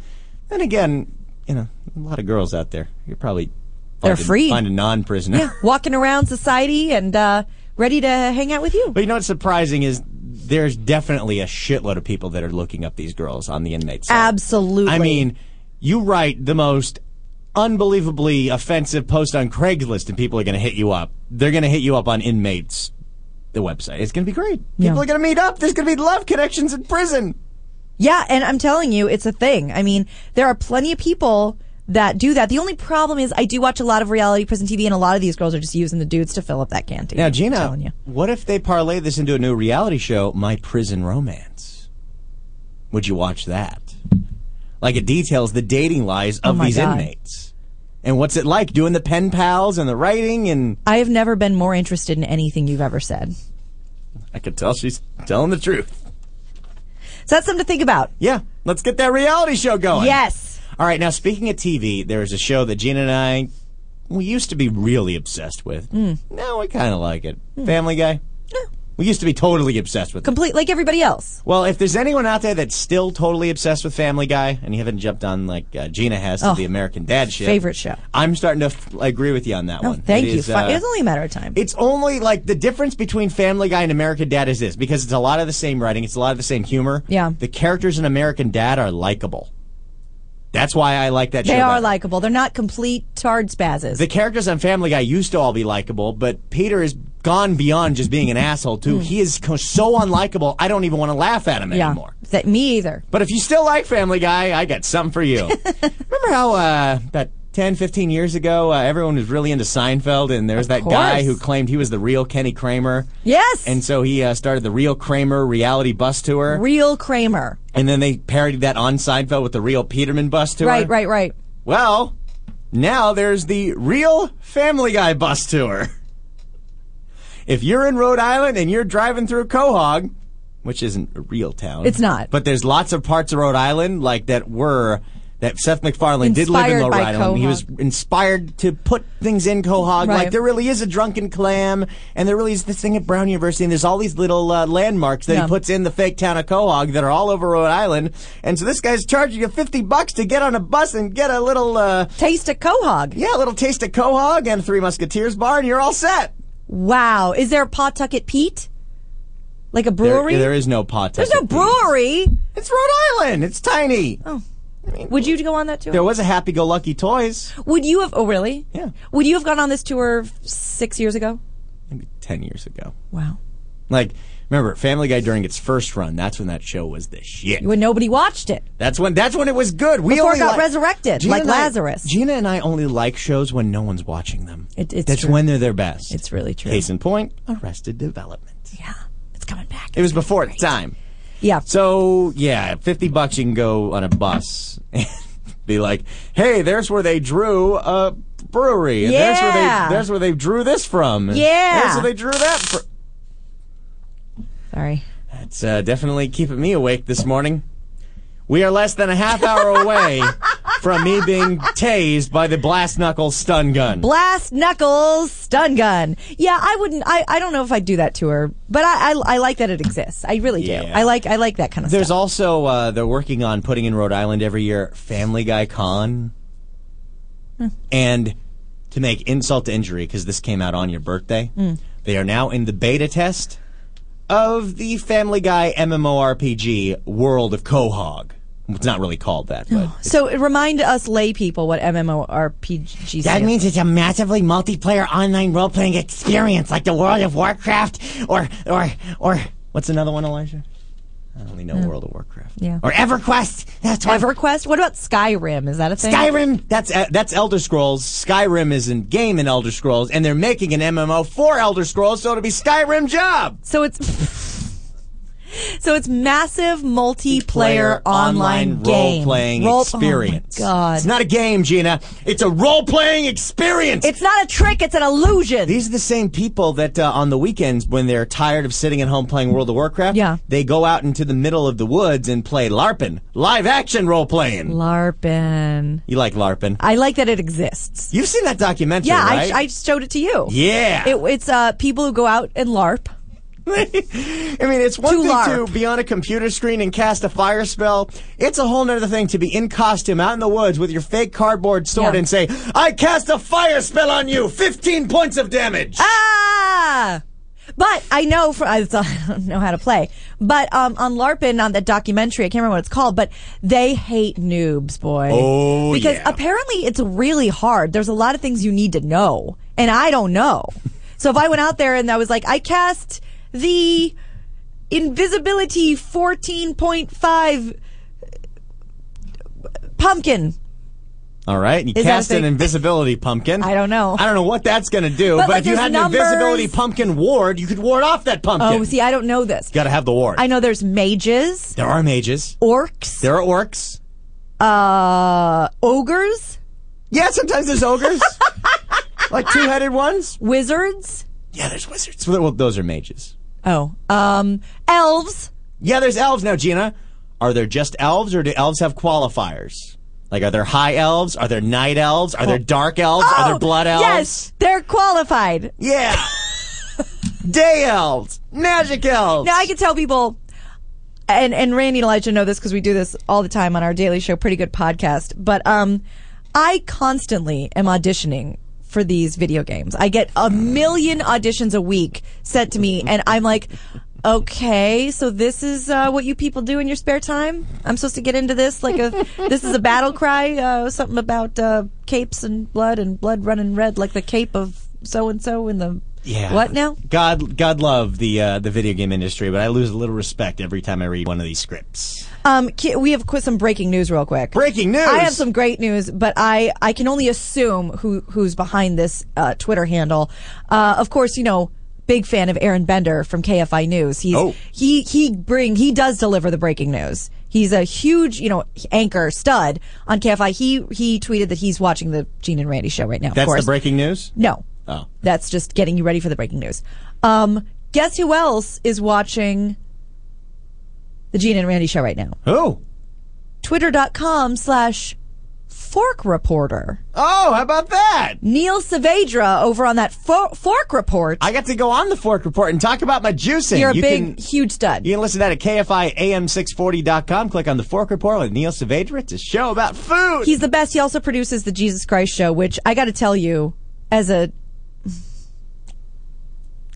S5: then again, you know, a lot of girls out there. You're probably
S4: They're
S5: find a-
S4: free.
S5: Find a non-prisoner.
S4: Yeah, walking around society and uh ready to hang out with you.
S5: But you know what's surprising is there's definitely a shitload of people that are looking up these girls on the inmate side.
S4: Absolutely.
S5: I mean, you write the most unbelievably offensive post on Craigslist, and people are going to hit you up. They're going to hit you up on inmates, the website. It's going to be great.
S4: Yeah.
S5: People are going to meet up. There's going to be love connections in prison.
S4: Yeah, and I'm telling you, it's a thing. I mean, there are plenty of people that do that. The only problem is I do watch a lot of reality prison TV and a lot of these girls are just using the dudes to fill up that canteen.
S5: Now,
S4: I'm
S5: Gina,
S4: telling you.
S5: what if they parlay this into a new reality show, My Prison Romance? Would you watch that? Like it details the dating lives
S4: Oh
S5: of
S4: my
S5: these
S4: God.
S5: inmates. And what's it like doing the pen pals and the writing and
S4: I have never been more interested in anything you've ever said.
S5: I could tell she's telling the truth.
S4: So that's something to think about.
S5: Yeah, let's get that reality show going.
S4: Yes.
S5: All right, now speaking of TV, there is a show that Gina and I we used to be really obsessed with.
S4: Mm.
S5: Now we kind of like it.
S4: Hmm.
S5: Family Guy. We used to be totally obsessed with it.
S4: Complete like everybody else.
S5: Well, if there's anyone out there that's still totally obsessed with Family Guy and you haven't jumped on like uh, Gina has to
S4: Oh,
S5: the American Dad shit,
S4: favorite show.
S5: I'm starting to f- agree with you on that
S4: Oh,
S5: one.
S4: thank
S5: It
S4: you.
S5: is,
S4: Fi-
S5: uh,
S4: it's only a matter of time.
S5: it's only like the difference between Family Guy and American Dad is this because it's a lot of the same writing, it's a lot of the same humor.
S4: Yeah.
S5: The characters in American Dad are likable. That's why I like that show.
S4: They are
S5: better.
S4: likable. They're not complete tard spazzes.
S5: The characters on Family Guy used to all be likable, but Peter has gone beyond just being an asshole, too. He is co- so unlikable, I don't even want to laugh at him
S4: Hmm. yeah.
S5: anymore.
S4: That me either.
S5: But if you still like Family Guy, I got something for you. Remember how uh, about 10, 15 years ago, uh, everyone was really into Seinfeld, and there was that guy
S4: course.
S5: who claimed he was the real Kenny Kramer?
S4: Yes.
S5: And so he uh, started the Real Kramer reality bus tour.
S4: Real Kramer.
S5: and then they parodied that on Seinfeld with the Real Peterman bus tour.
S4: Right, right, right.
S5: Well, now there's the Real Family Guy bus tour. If you're in Rhode Island and you're driving through Quahog, which isn't a real town,
S4: It's not.
S5: But there's lots of parts of Rhode Island like that were that Seth MacFarlane did live in
S14: Inspired
S5: Rhode
S14: by
S5: Island. He was inspired to put things in Quahog.
S14: Right.
S5: Like there really is a drunken clam, and there really is this thing at Brown University, and there's all these little uh, landmarks that
S14: Yeah.
S5: he puts in the fake town of Quahog that are all over Rhode Island. And so this guy's charging you 50 bucks to get on a bus and get a little uh,
S4: taste of Quahog.
S5: Yeah, a little taste of Quahog and Three Musketeers bar, and you're all set.
S4: Wow. Is there a Pawtucket Pete? Like a brewery?
S5: there is no pot.
S4: There's no brewery.
S5: It's Rhode Island. It's tiny.
S4: Oh. Would you go on that tour?
S5: There was a Happy Go Lucky Toys
S4: Would you have? Oh, really?
S5: Yeah.
S4: Would you have gone on this tour f- six years ago?
S5: 10 years ago.
S4: Wow.
S5: Like, remember, Family Guy during its first run, that's when that show was the shit.
S4: When nobody watched it.
S5: That's when that's when it was good. We
S4: Before it
S5: only
S4: got
S5: li-
S4: resurrected,
S5: Gina
S4: like
S5: and I-
S4: Lazarus.
S5: Gina and I only like shows when no one's watching them.
S4: It- it's
S5: that's
S4: true.
S5: when they're their best.
S4: It's really true.
S5: Case in point, Arrested Development. Yeah,
S4: it's coming back.
S5: It was before its time.
S4: Yeah.
S5: So yeah, fifty bucks you can go on a bus and be like, hey, there's where they drew a brewery. And There's where
S4: Yeah.
S5: they there's where they drew this from. And
S4: Yeah.
S5: There's where they drew that from.
S4: Sorry.
S5: It's uh, definitely keeping me awake this morning. We are less than a half hour away from me being tased by the blast knuckle stun gun.
S4: Blast Knuckles Stun Gun. Yeah, I wouldn't. I, I don't know if I'd do that tour, but I, I, I like that it exists. I really do.
S5: Yeah.
S4: I like I like that kind of
S5: There's
S4: stuff.
S5: also uh, they're working on putting in Rhode Island every year Family Guy Con,
S4: Hmm.
S5: and to make insult to injury because this came out on your birthday,
S11: hmm.
S14: Mm.
S5: they are now in the beta test of the Family Guy MMORPG World of Quahog. It's not really called that, but
S4: so remind us lay people what MMORPG.
S5: That means
S4: it's
S5: a massively multiplayer online role playing experience like the World of Warcraft or or or what's another one, Elijah? I only know
S4: Hmm.
S5: World of Warcraft.
S4: Yeah.
S5: Or EverQuest. That's one.
S4: EverQuest. What about Skyrim? Is that a thing?
S5: Skyrim. That's uh, that's Elder Scrolls. Skyrim is in game in Elder Scrolls, and they're making an MMO for Elder Scrolls, so it'll be Skyrim job.
S4: So it's So it's massive multiplayer online, game
S5: role playing
S4: Role-
S5: experience.
S4: Oh my God,
S5: It's not a game, Gina. It's a role playing experience.
S4: It's not a trick. It's an illusion.
S5: These are the same people that uh, on the weekends, when they're tired of sitting at home playing World of Warcraft, yeah. they go out into the middle of the woods and play LARPing, live action role
S4: Mm.
S5: playing.
S4: LARPing.
S5: You like LARPing?
S4: I like that it exists.
S5: You've seen that documentary,
S4: yeah,
S5: right?
S4: I, I showed it to you.
S5: Yeah.
S4: it, it's uh, people who go out and LARP.
S5: I mean, it's one
S4: To
S5: thing
S4: LARP.
S5: to be on a computer screen and cast a fire spell. It's a whole nother thing to be in costume out in the woods with your fake cardboard sword
S14: Yeah.
S5: and say, I cast a fire spell on you! 15 points of damage!
S4: Ah! But I know for I don't know how to play. But um, on LARPin on that documentary, I can't remember what it's called, but they hate noobs, boy.
S14: Oh,
S4: because
S14: yeah.
S4: apparently it's really hard. There's a lot of things you need to know, and I don't know. so if I went out there and I was like, I cast the invisibility fourteen point five pumpkin.
S5: All right, you
S4: Is that
S5: cast
S4: a thing?
S5: an invisibility pumpkin. I don't
S4: know.
S5: I don't know what that's going to do,
S4: But,
S5: but,
S4: like,
S5: if you
S4: there's
S5: had
S4: numbers.
S5: an invisibility pumpkin ward, you could ward off that pumpkin.
S4: Oh, see, I don't know this.
S5: got to have the ward.
S4: I know there's mages,
S5: There are mages.
S4: orcs,
S5: There are orcs.
S4: uh, ogres.
S5: Yeah, sometimes there's ogres. like two-headed ones.
S4: Wizards.
S5: Yeah, there's wizards. So, well, those are mages.
S4: Oh, um, elves.
S5: Yeah, there's elves now, Gina. Are there just elves, or do elves have qualifiers? Like, are there high elves? Are there night elves? Are there dark elves? are there blood elves?
S4: Oh. Yes, they're qualified.
S5: Yeah. Day elves, magic elves.
S4: Now I can tell people, and and Randy and Elijah know this because we do this all the time on our daily show, pretty good podcast. But um, I constantly am auditioning for these video games. I get a million auditions a week sent to me, and I'm like. Okay, so this is uh, what you people do in your spare time. I'm supposed to get into this like a this is a battle cry, uh, something about uh, capes and blood and blood running red like the cape of so and so in the
S5: Yeah.
S4: what now?
S5: God, God love the uh, the video game industry, but I lose a little respect every time I read one of these scripts.
S4: Um, ki- we have qu- some breaking news, real quick.
S5: Breaking news.
S4: I have some great news, but I I can only assume who who's behind this uh, Twitter handle. Uh, of course, you know, big fan of Aaron Bender from KFI News. He's
S14: Oh.
S4: he he bring he does deliver the breaking news. He's a huge you know anchor stud on KFI. He he tweeted that he's watching the Gene and Randy show right now. of
S5: That's
S4: course.
S5: the breaking news.
S4: No.
S5: Oh,
S4: That's just getting you ready for the breaking news. Um, guess who else is watching the Gene and Randy show right now?
S5: Who?
S4: Twitter.com slash fork reporter.
S5: Oh, how about that?
S4: Neil Saavedra over on that fo- fork report.
S5: I got to go on the fork report and talk about my juicing.
S4: You're a big,
S5: huge
S4: stud.
S5: You can listen to that at KFIAM640.com. Click on the fork report with Neil Saavedra. It's a show about food.
S4: He's the best. He also produces the Jesus Christ show, which I got to tell you, as a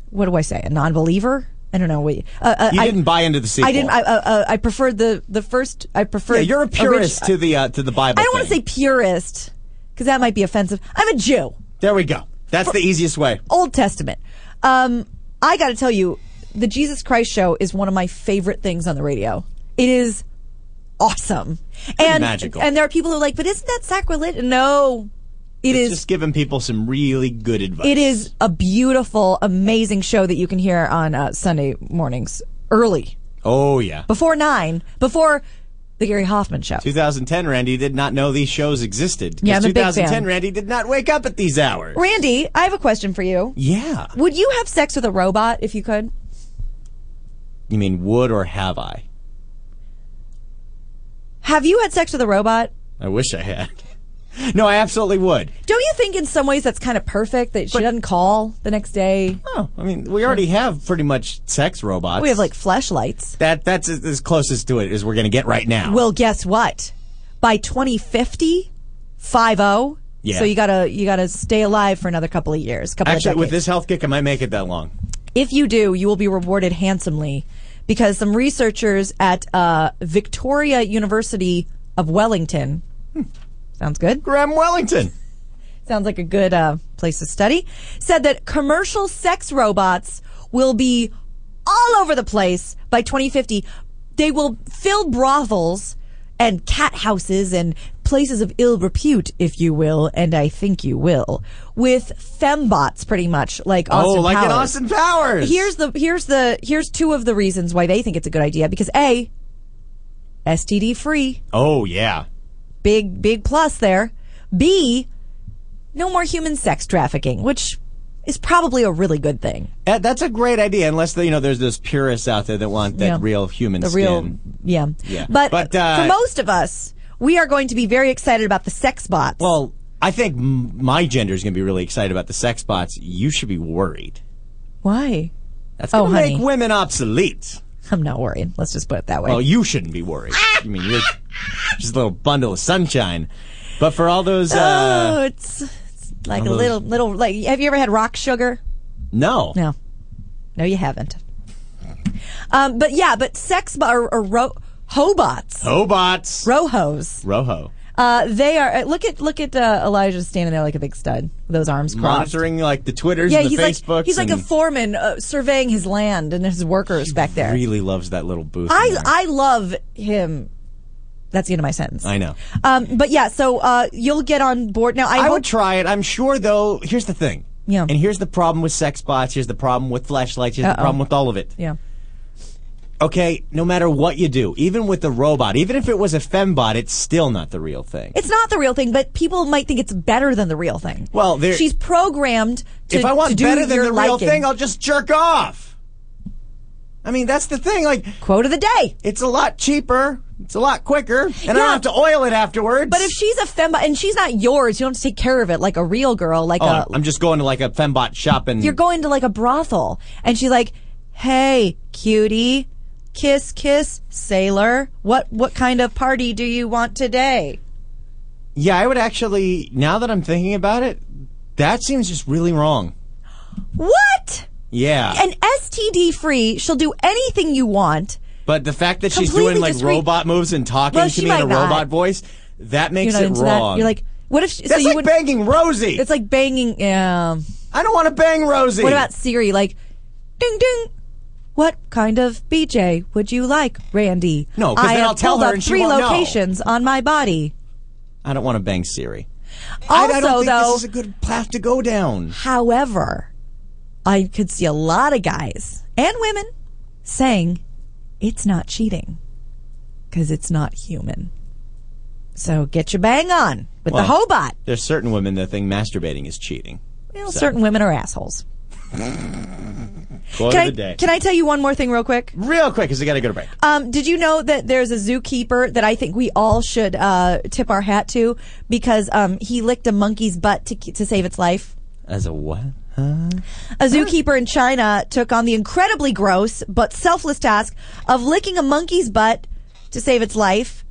S4: what do I say? A non-believer? I don't know. What, uh, uh,
S5: you
S4: I-
S5: didn't buy into the sequel.
S4: I didn't. I, uh, uh, I preferred the the first. I preferred.
S5: yeah, you're a purist
S4: orig-
S5: to the uh, to the Bible.
S4: I don't want
S5: thing.
S4: to say purist because that might be offensive. I'm a Jew.
S5: There we go. That's the easiest way.
S4: Old Testament. Um, I got to tell you, the Jesus Christ show is one of my favorite things on the radio. It is awesome and
S5: magical.
S4: And there are people who are like, but isn't that sacrilege? No, it
S5: it's
S4: is.
S5: just giving people some really good advice.
S4: It is a beautiful, amazing show that you can hear on uh, Sunday mornings early
S5: Oh yeah.
S4: before nine, before the Gary Hoffman show.
S5: 2010, Randy did not know these shows existed. 'Cause
S4: Yeah, I'm a big
S5: 2010,
S4: fan.
S5: Randy did not wake up at these hours.
S4: Randy, I have a question for you.
S5: Yeah.
S4: Would you have sex with a robot if you could?
S5: You mean would or have I?
S4: Have you had sex with a robot?
S5: I wish I had. No, I absolutely would.
S4: Don't you think in some ways that's kind of perfect that she doesn't call the next day?
S5: Oh, I mean, we already have pretty much sex robots.
S4: we have like flashlights.
S5: that. That's as- as closest to it as we're going to get right now.
S4: Well, guess what? By 2050, 50,
S5: Yeah.
S4: oh, so you got to you got to stay alive for another couple of years, couple
S5: Actually,
S4: of decades.
S5: with this health kick, I might make it that long.
S4: If you do, you will be rewarded handsomely because some researchers at uh, Victoria University of Wellington. Sounds good.
S5: Graham Wellington.
S4: Sounds like a good uh, place to study. Said that commercial sex robots will be all over the place by 2050. They will fill brothels and cat houses and places of ill repute, if you will, and I think you will, with fembots, pretty much like Austin
S5: oh, like
S4: Powers.
S5: in Austin Powers.
S4: Here's the here's the here's two of the reasons why they think it's a good idea because a STD free,
S5: Oh yeah.
S4: big big plus there. B no more human sex trafficking, which is probably a really good thing.
S5: Uh, That's a great idea, unless you know there's those purists out there that want that
S4: Yeah.
S5: real human
S4: The real
S5: skin.
S4: yeah.
S5: yeah,
S4: But,
S5: uh,
S4: for most of us, we are going to be very excited about the sex bots.
S5: well, I think m- my gender is going to be really excited about the sex bots. You should be worried.
S4: Why?
S5: That's
S4: Oh,
S5: going to make
S4: honey.
S5: women obsolete.
S4: I'm not worried. Let's just put it that way. Ah!
S5: Well, you shouldn't be worried. I mean, you're just a little bundle of sunshine. But for all those, uh,
S4: oh, it's, it's like
S5: all
S4: a
S5: those-
S4: little little like have you ever had rock sugar?
S5: no,
S4: No, no, you haven't. Um, but yeah, but sex bo- or, or ro- hobots,
S5: Hobots,
S4: rohos.
S5: Rojo
S4: Uh, they are. Look at look at uh, Elijah standing there like a big stud, with those arms crossed.
S5: monitoring like the Twitters
S4: yeah,
S5: and the
S4: he's
S5: Facebooks.
S4: like he's like a
S5: and
S4: foreman uh, surveying his land and his workers back there.
S5: really loves that little booth. in
S4: I
S5: there.
S4: I love him. That's the end of my sentence.
S5: I know.
S4: Um, but yeah, so uh, you'll get on board now. I,
S5: I,
S4: hope-
S5: would try it. I'm sure, though. Here's the thing.
S4: Yeah.
S5: And here's the problem with sex bots. Here's the problem with flashlights. Here's the
S4: Uh-oh.
S5: problem with all of it.
S4: Yeah.
S5: Okay, no matter what you do, even with the robot, even if it was a fembot, it's still not the real thing.
S4: It's not the real thing, but people might think it's better than the real thing.
S5: Well, there-
S4: she's programmed to.
S5: if I
S4: to
S5: want
S4: do
S5: better than
S4: your
S5: the real
S4: liking.
S5: thing, I'll just jerk off. I mean, that's the thing. Like,
S4: quote of the day.
S5: It's a lot cheaper. It's a lot quicker, and I
S4: Yeah.
S5: don't have to oil it afterwards.
S4: But if she's a fembot and she's not yours, you don't have to take care of it like a real girl. Like
S5: oh,
S4: a,
S5: I'm just going to like a fembot shop and
S4: you're going to like a brothel, and she's like, "Hey, cutie, kiss, kiss, sailor. What what kind of party do you want today?"
S5: yeah, I would actually. Now that I'm thinking about it, that seems just really wrong.
S4: What?
S5: Yeah.
S4: An STD free. She'll do anything you want.
S5: But the fact that she's
S4: Completely
S5: doing like
S4: just re-
S5: robot moves and talking
S4: Well,
S5: to
S4: she
S5: me in a
S4: might not.
S5: robot voice, that makes
S4: You're not
S5: it
S4: into
S5: wrong.
S4: that. You're like, what if? She,
S5: that's
S4: so you
S5: like
S4: would,
S5: banging Rosie.
S4: It's like banging. Yeah.
S5: I don't want to bang Rosie.
S4: What about Siri? Like, ding ding. What kind of BJ would you like, Randy?
S5: No, 'cause
S4: I
S5: then
S4: have
S5: I'll tell
S4: pulled
S5: her
S4: up
S5: and she
S4: three
S5: won't know.
S4: locations on my body.
S5: I don't want to bang Siri. I-
S4: Also,
S5: I don't think
S4: though,
S5: this is a good path to go down.
S4: however, I could see a lot of guys and women saying it's not cheating because it's not human. So get your bang on with
S5: Well,
S4: the hobot.
S5: There's certain women that think masturbating is cheating.
S4: Well,
S5: so.
S4: certain women are assholes.
S5: Quote
S4: can
S5: of
S4: I,
S5: the day.
S4: can I tell you one more thing real quick?
S5: Real quick, because we got to go to break.
S4: Um, did you know that there's a zookeeper that I think we all should uh, tip our hat to because um, he licked a monkey's butt to, to save its life?
S5: As a what?
S4: A zookeeper in China took on the incredibly gross but selfless task of licking a monkey's butt to save its life.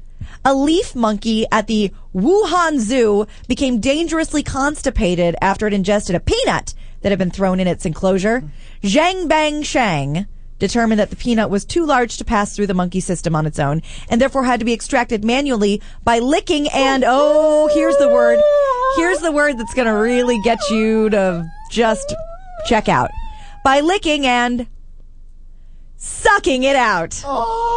S4: A leaf monkey at the Wuhan Zoo became dangerously constipated after it ingested a peanut that had been thrown in its enclosure. Zhang Bang Shang determined that the peanut was too large to pass through the monkey system on its own and therefore had to be extracted manually by licking and, oh, here's the word. Here's the word that's going to really get you to just check out by licking and sucking it out.
S5: Oh.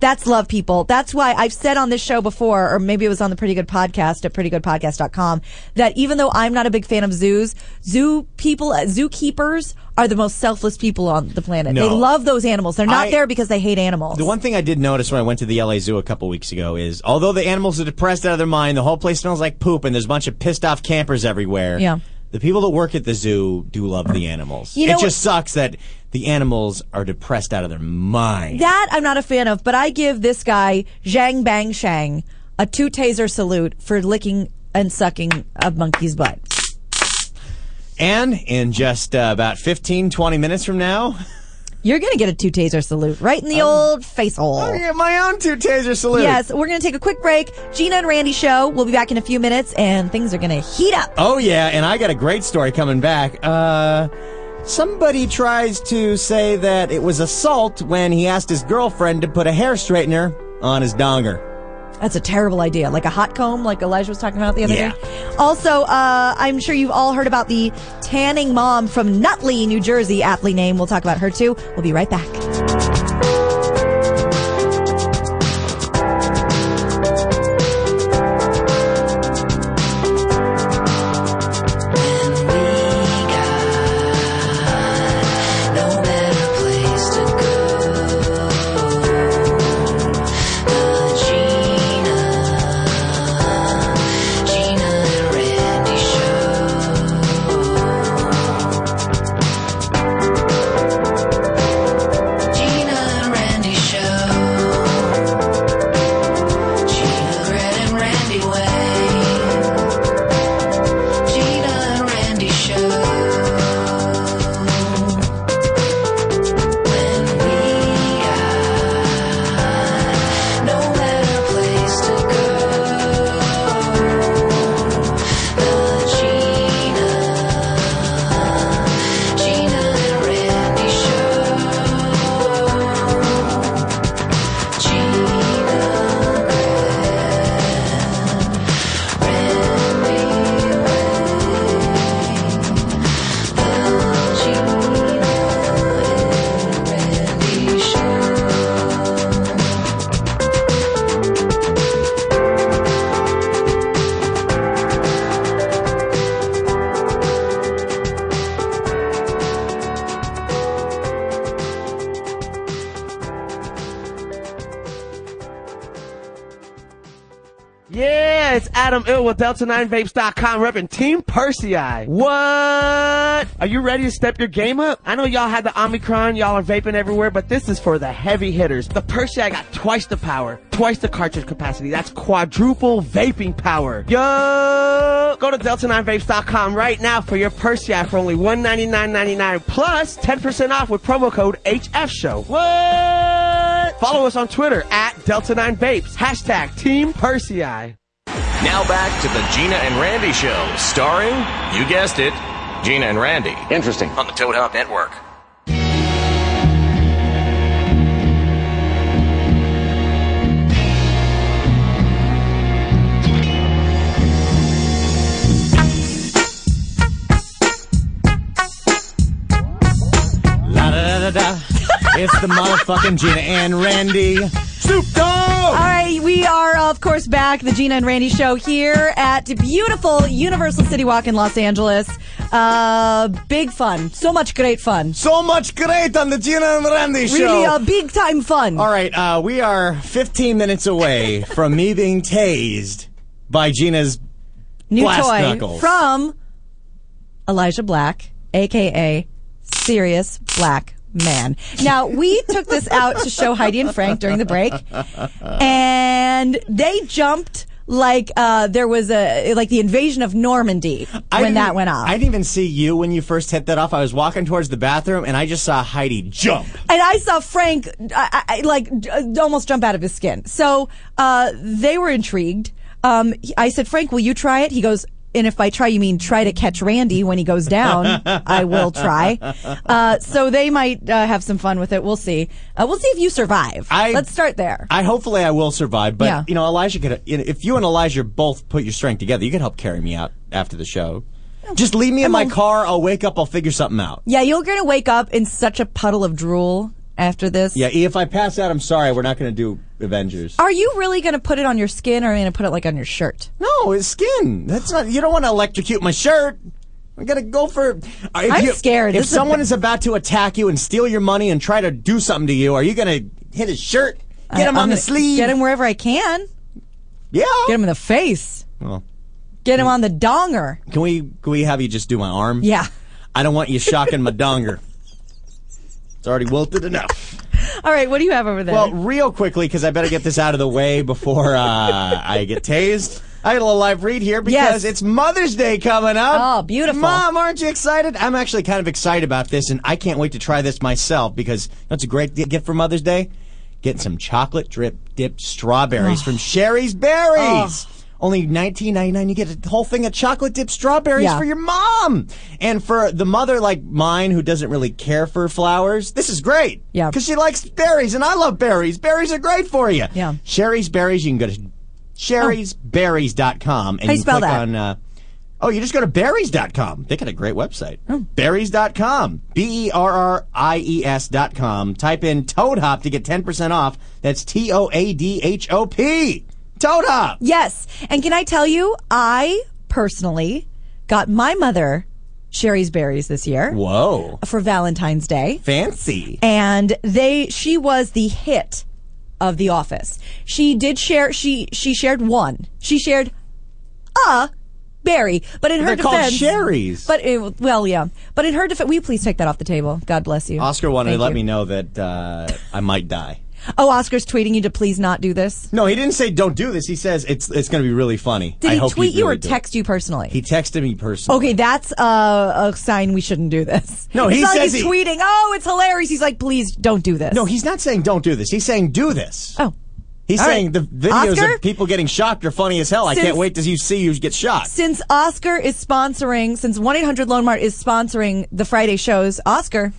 S4: That's love, people. That's why I've said on this show before, or maybe it was on the Pretty Good Podcast at prettygoodpodcast.com, that even though I'm not a big fan of zoos, zoo people, uh, zookeepers are the most selfless people on the planet.
S5: No.
S4: They love those animals. They're not
S5: I-
S4: there because they hate animals.
S5: The one thing I did notice when I went to the LA Zoo a couple weeks ago is, although the animals are depressed out of their mind, the whole place smells like poop, and there's a bunch of pissed off campers everywhere.
S4: Yeah.
S5: The people that work at the zoo do love the animals.
S4: You
S5: it
S4: know
S5: just
S4: what-
S5: sucks that the animals are depressed out of their mind.
S4: That I'm not a fan of, but I give this guy, Zhang Bang Shang, a two taser salute for licking and sucking a monkey's butt.
S5: And in just uh, about 15, 20 minutes from now,
S4: You're going to get a two taser salute right in the old face hole.
S5: I get Oh. my own two taser salute.
S4: Yes, we're going to take a quick break. Gina and Randy show. We'll be back in a few minutes, and things are going to heat up.
S5: Oh yeah, and I got a great story coming back. Uh somebody tries to say that it was assault when he asked his girlfriend to put a hair straightener on his donger.
S4: That's a terrible idea, like a hot comb, like Elijah was talking about the other
S5: Yeah.
S4: day. Also, uh, I'm sure you've all heard about the tanning mom from Nutley, New Jersey, aptly named. We'll talk about her too. We'll be right back.
S1: Yeah, it's Adam Ill with Delta9Vapes.com repping Team Percy Eye. What? Are you ready to step your game up? I know y'all had the Omicron, y'all are vaping everywhere, but this is for the heavy hitters. The Percy Eye got twice the power, twice the cartridge capacity. That's quadruple vaping power. Yo! Go to Delta9Vapes.com right now for your Percy Eye for only $199.99 plus 10% off with promo code HF Show. What? Follow us on Twitter at Delta9Vapes. Hashtag Team Percy Eye.
S3: Now back to the Gina and Randy Show, starring, you guessed it, Gina and Randy. Interesting. On the Toad Hop Network.
S5: La da da da da. it's the motherfucking Gina and Randy. Snoop
S4: All right, we are, of course, back. The Gina and Randy show here at beautiful Universal City Walk in Los Angeles. Uh, big fun. So much great fun.
S5: So much great on the Gina and Randy show.
S4: Really a big time fun.
S5: All right, uh, we are 15 minutes away from me being tased by Gina's
S4: New
S5: blast
S4: toy
S5: knuckles.
S4: from Elijah Black, aka Serious Black Man. Now, we took this out to show Heidi and Frank during the break, and they jumped like uh, there was a like the invasion of Normandy when that went off.
S5: I didn't even see you when you first hit that off. I was walking towards the bathroom and I just saw Heidi jump.
S4: And I saw Frank, I, I, I, like, j- almost jump out of his skin. So uh, they were intrigued. Um, he- I said, Frank, will you try it? He goes, and if by try you mean try to catch Randy when he goes down, I will try. Uh, so they might uh, have some fun with it. We'll see. Uh, we'll see if you survive.
S5: I-
S4: Let's start there.
S5: I hopefully I will survive, but
S4: Yeah.
S5: you know Elijah could. you know, If you and Elijah both put your strength together, you could help carry me out after the show.
S4: Oh,
S5: Just leave me in my car. I'll wake up. I'll figure something out.
S4: Yeah, you're going to wake up in such a puddle of drool after this.
S5: Yeah, if I pass out, I'm sorry. We're not going to do Avengers.
S4: Are you really going to put it on your skin or are you going to put it like on your shirt?
S5: No, it's skin. That's not. You don't want to electrocute my shirt. I'm gonna go for. Uh, if
S4: I'm
S5: you-
S4: scared.
S5: If
S4: This is a
S5: someone
S4: big-
S5: is about to attack you and steal your money and try to do something to you, are you gonna hit his shirt?
S4: I-
S5: Get him on
S4: I'm
S5: the
S4: gonna
S5: sleeve.
S4: Get him wherever I can.
S5: Yeah.
S4: Get him in the face.
S5: Well,
S4: Get him on the donger.
S5: can we can we have you just do my arm?
S4: Yeah.
S5: I don't want you shocking my donger. It's already wilted enough.
S4: All right, what do you have over there?
S5: Well, real quickly, because I better get this out of the way before uh, I get tased. I got a little live read here because
S4: Yes.
S5: it's Mother's Day coming up.
S4: Oh, beautiful.
S5: Mom, aren't you excited? I'm actually kind of excited about this, and I can't wait to try this myself because that's a great gift for Mother's Day. Getting some chocolate drip dipped strawberries from Sherry's Berries. Only nineteen ninety nine, you get a whole thing of chocolate dipped strawberries
S14: Yeah.
S5: for your mom. And for the mother like mine who doesn't really care for flowers, this is great. Yeah. Because she likes berries, and I love berries. Berries are great for you. Yeah. Sherry's Berries, you can go to sherry'sberries.com and
S4: How
S5: you
S4: you
S5: can
S4: spell
S5: click
S4: that?
S5: on. Uh, oh, you just go to berries.com. They got a great website.
S4: Oh.
S5: Berries.com. B E R R I E S.com. Type in Toad Hop to get 10% off. That's T O A D H O P. Toad Hop.
S4: Yes. And can I tell you, I personally got my mother Sherry's berries this year
S5: Whoa.
S4: for Valentine's Day.
S5: Fancy.
S4: And they she was the hit of the office. She did share she she shared one. She shared a berry, but in her
S5: They're called
S4: defense
S5: Sherry's.
S4: But it, well, yeah. But in her defense, will you please take that off the table? God bless you.
S5: Oscar wanted
S4: Thank
S5: to let
S4: you.
S5: me know that uh, I might die.
S4: Oh, Oscar's tweeting you to please not do this.
S5: No, he didn't say don't do this. He says it's it's going to be really funny.
S4: Did
S5: I
S4: he
S5: hope
S4: tweet you
S5: really
S4: or
S5: do it.
S4: text you personally?
S5: He texted me personally.
S4: Okay, that's uh, a sign we shouldn't do this.
S5: No,
S4: it's
S5: he
S4: not like
S5: says
S4: he's
S5: he-
S4: tweeting. Oh, it's hilarious. He's like, please don't do this.
S5: No, he's not saying don't do this. He's saying do this.
S4: Oh.
S5: He's
S4: All
S5: saying
S4: right.
S5: the videos
S4: Oscar?
S5: of people getting shocked are funny as hell. I can't
S4: Since-
S5: wait to you see you get shot.
S4: Since Oscar is sponsoring, since one eight hundred Loan Mart is sponsoring the Friday shows, Oscar,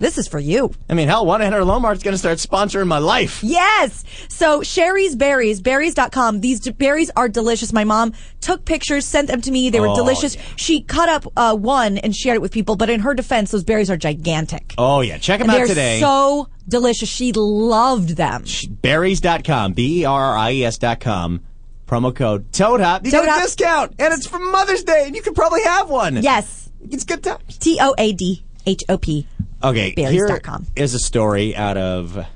S4: this is for you.
S5: I mean, hell, 1 800 Lomar's going to start sponsoring my life.
S4: Yes. So Sherry's berries, berries.com. These d- berries are delicious. My mom took pictures, sent them to me. They were
S5: Oh,
S4: delicious. She cut up uh, one and shared it with people, but in her defense, those berries are gigantic.
S5: Oh, yeah. Check them out
S4: They're
S5: today.
S4: so delicious. She loved them.
S5: Berries.com, B E R R I E S.com. Promo code TOADHOP. You
S4: Toad
S5: get a
S4: Hop.
S5: discount, and it's for Mother's Day, and you could probably have one.
S4: Yes.
S5: It's good times.
S4: T O A D H O P.
S5: Okay, here
S4: Berries.com.
S5: is a story out of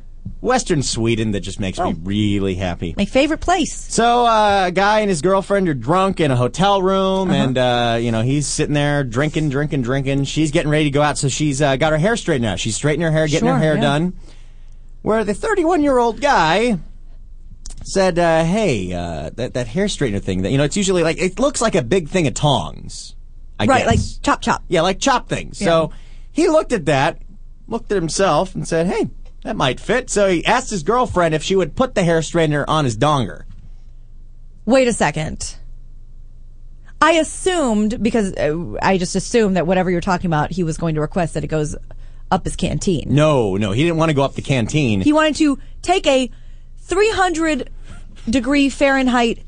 S5: Western Sweden that just makes me
S4: Oh.
S5: really happy.
S4: My favorite place.
S5: So uh, a guy and his girlfriend are drunk in a hotel room,
S4: Uh-huh.
S5: and uh, you know he's sitting there drinking, drinking, drinking. She's getting ready to go out, so she's uh, got her hair straightened out. She's straightening her hair, getting her
S14: Sure,
S5: hair
S14: yeah.
S5: done. Where the 31 year old guy said, uh, "Hey, uh, that that hair straightener thing that you know it's usually like it looks like a big thing of tongs, I
S4: right,
S5: guess.
S4: like chop chop.
S5: Yeah, like chop things. So he looked at that, looked at himself, and said, "Hey, that might fit." So he asked his girlfriend if she would put the hair straightener on his donger.
S4: Wait a second. I assumed because uh, I just assumed that whatever you're talking about, he was going to request that it goes up his canteen.
S5: No, no, he didn't want to go up the canteen.
S4: He wanted to take a 300 degree Fahrenheit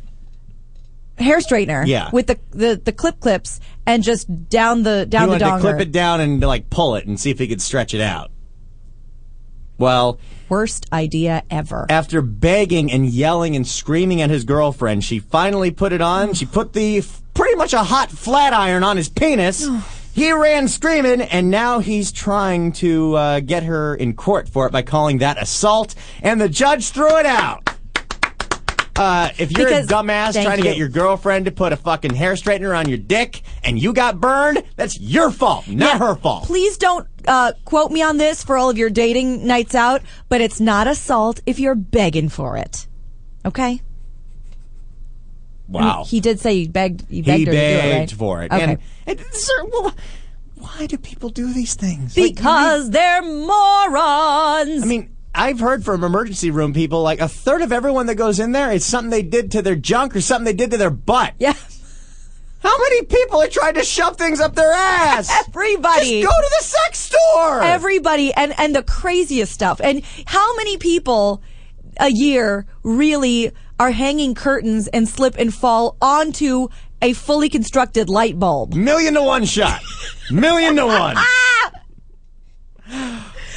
S4: hair straightener
S5: Yeah.
S4: with the, the the clip clips and just down the
S5: He
S4: down the
S5: wanted
S4: donger.
S5: to clip it down and like pull it and see if he could stretch it out. Well,
S4: worst idea ever.
S5: After begging and yelling and screaming at his girlfriend, she finally put it on. She put the f- pretty much a hot flat iron on his penis. he ran screaming, and now he's trying to uh, get her in court for it by calling that assault. And the judge threw it out. Uh, if you're
S4: Because-
S5: a dumbass
S4: thank
S5: trying to
S4: you.
S5: get your girlfriend to put a fucking hair straightener on your dick and you got burned, that's your fault, not her fault.
S4: Please don't uh, quote me on this for all of your dating nights out, but it's not assault if you're begging for it. Okay? I mean,
S5: Wow.
S4: he did say you begged. You begged
S5: He
S4: her to do it, right?
S5: begged for it.
S4: Okay.
S5: And, and sir, well, why do people do these things?
S4: because they're morons.
S5: I mean, I've heard from emergency room people like a third of everyone that goes in there, it's something they did to their junk or something they did to their butt.
S4: Yeah.
S5: How many people are trying to shove things up their ass?
S4: Everybody.
S5: Just go to the sex store.
S4: Everybody and and the craziest stuff. And how many people a year really are hanging curtains and slip and fall onto a fully constructed light bulb?
S5: Million to one shot. Million to one.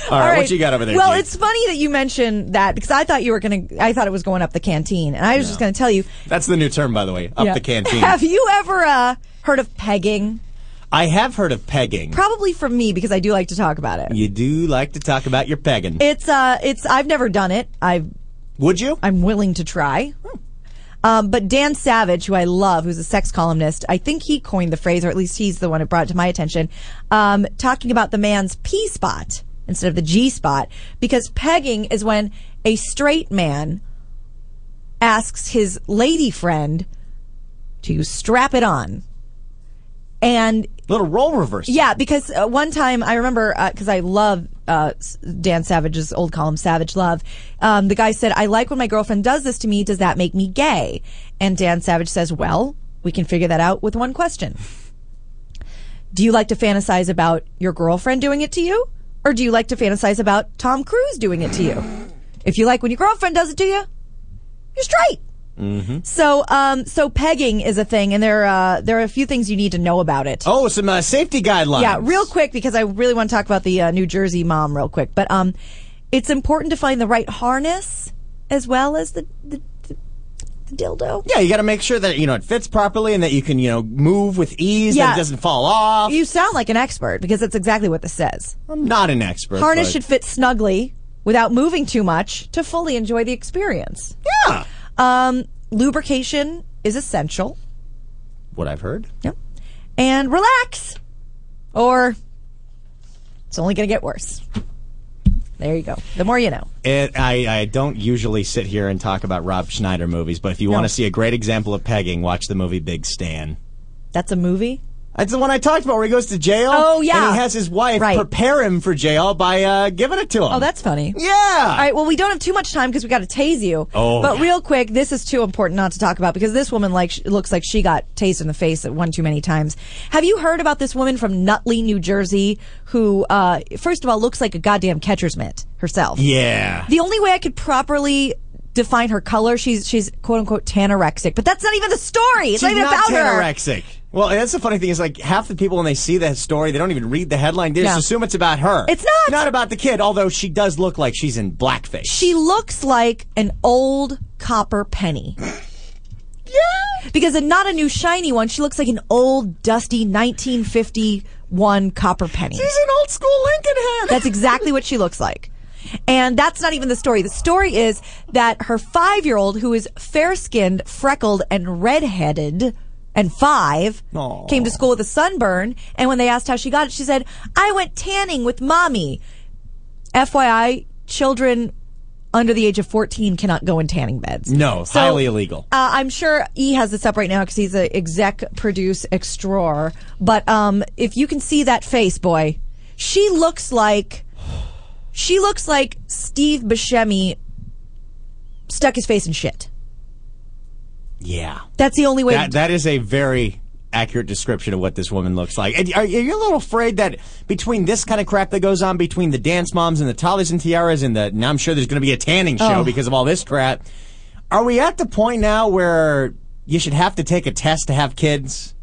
S5: All right, what you got over there?
S4: Well,
S5: G?
S4: it's funny that you mentioned that because I thought you were going to, I thought it was going up the canteen. And I was just going to tell you.
S5: that's the new term, by the way. Up
S4: Yeah.
S5: the canteen.
S4: Have you ever uh, heard of pegging?
S5: I have heard of pegging.
S4: Probably from me because I do like to talk about it.
S5: You do like to talk about your pegging.
S4: It's, uh, it's, I've never done it. I've,
S5: Would you?
S4: I'm willing to try. Um, but Dan Savage, who I love, who's a sex columnist, I think he coined the phrase, or at least he's the one who brought it to my attention, um, talking about the man's P spot instead of the G spot, because pegging is when a straight man asks his lady friend to strap it on. And
S5: Little role reversal.
S4: yeah, because uh, one time I remember because I love uh, S- Dan Savage's old column, Savage Love. Um, the guy said, "I like when my girlfriend does this to me. Does that make me gay?" And Dan Savage says, "Well, we can figure that out with one question. Do you like to fantasize about your girlfriend doing it to you, or do you like to fantasize about Tom Cruise doing it to you? If you like when your girlfriend does it to you, you're straight."
S5: Mm-hmm.
S4: So, um, so pegging is a thing, and there, uh, there are a few things you need to know about it.
S5: Oh, some uh, safety guidelines.
S4: Yeah, real quick because I really want to talk about the uh, New Jersey mom real quick. But um, it's important to find the right harness as well as the the, the, the dildo.
S5: Yeah, you got to make sure that you know it fits properly and that you can you know move with ease.
S4: Yeah.
S5: that it doesn't fall off.
S4: You sound like an expert because that's exactly what this says.
S5: I'm not an expert.
S4: Harness
S5: but-
S4: should fit snugly without moving too much to fully enjoy the experience.
S5: Yeah.
S4: Um, lubrication is essential,
S5: What I've heard.
S4: and relax, or it's only going to get worse. There you go. The more you know.
S5: It, I, I don't usually sit here and talk about Rob Schneider movies, but if you
S4: No.
S5: want to see a great example of pegging, watch the movie Big Stan.
S4: That's a movie.
S5: That's the one I talked about where he goes to jail.
S4: Oh, yeah.
S5: and he has his wife
S4: Right.
S5: prepare him for jail by uh, giving it to him.
S4: Oh, that's funny.
S5: Yeah.
S4: All right. Well, we don't have too much time because we got to tase you.
S5: Oh,
S4: But
S5: yeah.
S4: real quick, this is too important not to talk about because this woman like sh- looks like she got tased in the face at one too many times. Have you heard about this woman from Nutley, New Jersey, who uh, first of all looks like a goddamn catcher's mitt herself?
S5: Yeah.
S4: The only way I could properly define her color, she's she's quote unquote tanorexic, but that's not even the story. It's
S5: She's
S4: not even
S5: not
S4: about her.
S5: tanorexic. Well, that's the funny thing is like half the people when they see that story, they don't even read the headline. They just
S4: No.
S5: assume it's about her.
S4: It's not.
S5: Not about the kid, although she does look like she's in blackface.
S4: She looks like an old copper penny. Because a, not a new shiny one, she looks like an old, dusty 1951 copper penny.
S5: She's an old school Lincoln head.
S4: That's exactly what she looks like. And that's not even the story. The story is that her five year old, who is fair skinned, freckled, and redheaded, and five,
S5: Aw.
S4: came to school with a sunburn. And when they asked how she got it, she said, I went tanning with mommy. FYI, children under the age of 14 cannot go in tanning beds.
S5: No,
S4: So-
S5: highly illegal.
S4: Uh, I'm sure E has this up right now because he's an exec produce extraor. But um, if you can see that face, boy, she looks like she looks like Steve Buscemi stuck his face in shit.
S5: Yeah.
S4: That's the only way.
S5: That, that is a very accurate description of what this woman looks like. And are, are you a little afraid that between this kind of crap that goes on between the dance moms and the toddlers and tiaras and the now I'm sure there's going to be a tanning show
S4: Oh.
S5: because of all this crap. Are we at the point now where you should have to take a test to have kids?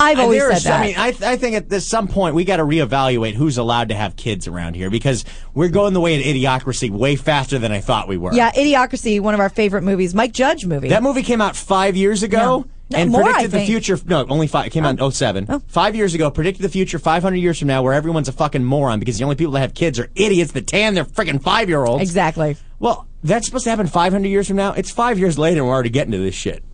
S4: I've always
S5: There are
S4: said
S5: some-
S4: that.
S5: I mean, I, th- I think at this, some point we got to reevaluate who's allowed to have kids around here because we're going the way of idiocracy way faster than I thought we were.
S4: yeah, Idiocracy, one of our favorite movies, Mike Judge movie.
S5: That movie came out five years ago
S4: No,
S5: and
S4: more, I
S5: predicted the
S4: think. Oh.
S5: future. No, only five. It came out in 07. Five years ago, predicted the future 500 years from now where everyone's a fucking moron because the only people that have kids are idiots that tan their freaking five year olds.
S4: exactly.
S5: Well, That's supposed to happen 500 years from now. It's five years later, and we're already getting to this shit.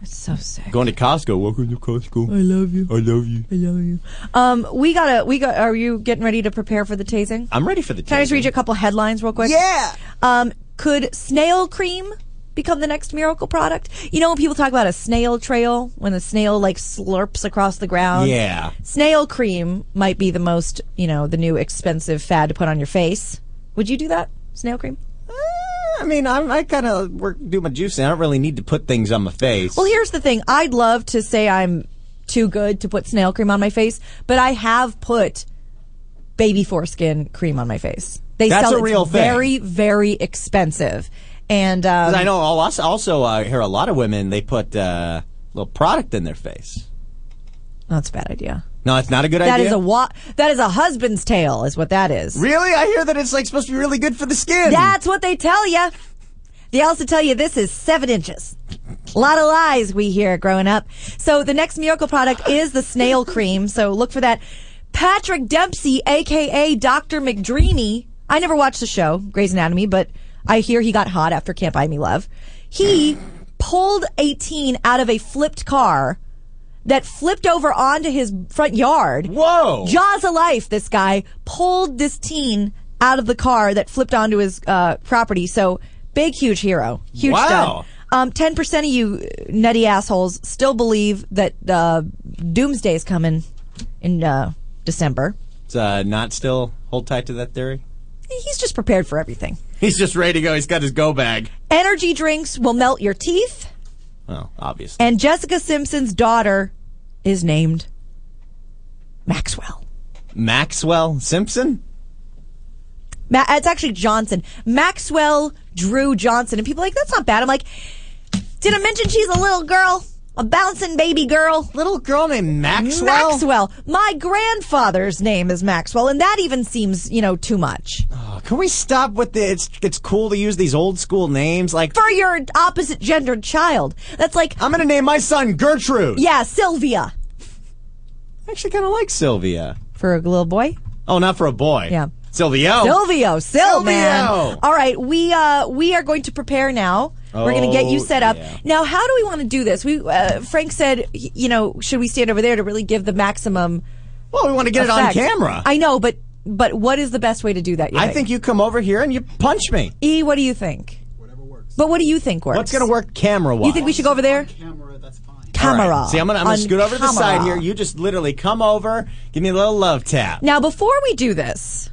S4: It's so sick.
S5: Going to Costco. Welcome to Costco.
S4: I love you.
S5: I love you.
S4: I love you. Um, we gotta, we got. Are you getting ready to prepare for the tasing?
S5: I'm ready for the.
S4: Can I just
S5: tasing.
S4: read you a couple headlines real quick? Yeah. Um, could snail cream become the next miracle product? You know when people talk about a snail trail when the snail like slurps across the ground.
S5: Yeah.
S4: Snail cream might be the most, you know, the new expensive fad to put on your face. Would you do that? Snail cream?
S5: Uh, I mean, I'm, I kind of work do my juicing. I don't really need to put things on my face.
S4: Well, here's the thing. I'd love to say I'm too good to put snail cream on my face, but I have put baby foreskin cream on my face. They
S5: That's
S4: sell it.
S5: a
S4: It's
S5: real thing.
S4: very, very expensive. And um,
S5: 'Cause I know all us also uh, hear a lot of women they put uh, little product in their face.
S4: Oh, that's a bad idea.
S5: No, it's not a good
S4: That
S5: idea.
S4: is a wa- that is a husband's tale, is what that is.
S5: Really? I hear that it's like supposed to be really good for the skin.
S4: That's what they tell you. They also tell you this is seven inches. A lot of lies we hear growing up. So the next miracle product is the snail cream. So look for that. Patrick Dempsey, aka Dr. McDreamy. I never watched the show, Grey's Anatomy, but I hear he got hot after Can't Buy Me Love. He pulled 18 out of a flipped car that flipped over onto his front yard.
S5: Whoa!
S4: Jaws of life, this guy pulled this teen out of the car that flipped onto his uh, property. So big, huge hero, huge stud.
S11: Wow.
S4: Um, 10% of you uh, nutty assholes still believe that uh, doomsday is coming in uh, December.
S5: It's uh, not still hold tight to that theory.
S4: He's just prepared for everything.
S5: He's just ready to go. He's got his go bag.
S4: Energy drinks will melt your teeth.
S5: Well, obviously.
S4: And Jessica Simpson's daughter is named Maxwell.
S5: Maxwell Simpson?
S4: Ma- it's actually Johnson. Maxwell Drew Johnson. And people are like, that's not bad. I'm like, did I mention she's a little girl? A bouncing baby girl.
S5: Little girl named Maxwell?
S4: Maxwell. My grandfather's name is Maxwell, and that even seems, you know, too much.
S5: Oh, can we stop with the it's it's cool to use these old school names like
S4: For your opposite gendered child. That's like
S5: I'm gonna name my son Gertrude.
S4: Yeah, Sylvia.
S5: I actually kinda like Sylvia.
S4: For a little boy?
S5: Oh, not for a boy.
S4: Yeah.
S5: Silvio.
S4: Silvio, Sil,
S5: Silvio.
S4: man. All right, we uh, we are going to prepare now. We're going to get you
S11: Oh,
S4: set up.
S11: yeah.
S4: Now, how do we want to do this? We uh, Frank said, y- you know, should we stand over there to really give the maximum?
S5: Well, we want to get it on camera.
S4: I know, but but what is the best way to do that? You
S5: I think you come over here and you punch me.
S4: E, what do you think? Whatever works. But what do you think works?
S5: What's gonna work camera wise?
S4: You think we should go over there? Camera.
S5: All right. See, I'm gonna, I'm
S4: On
S5: gonna scoot over to the side
S4: camera.
S5: here. You just literally come over, give me a little love tap.
S4: Now, before we do this,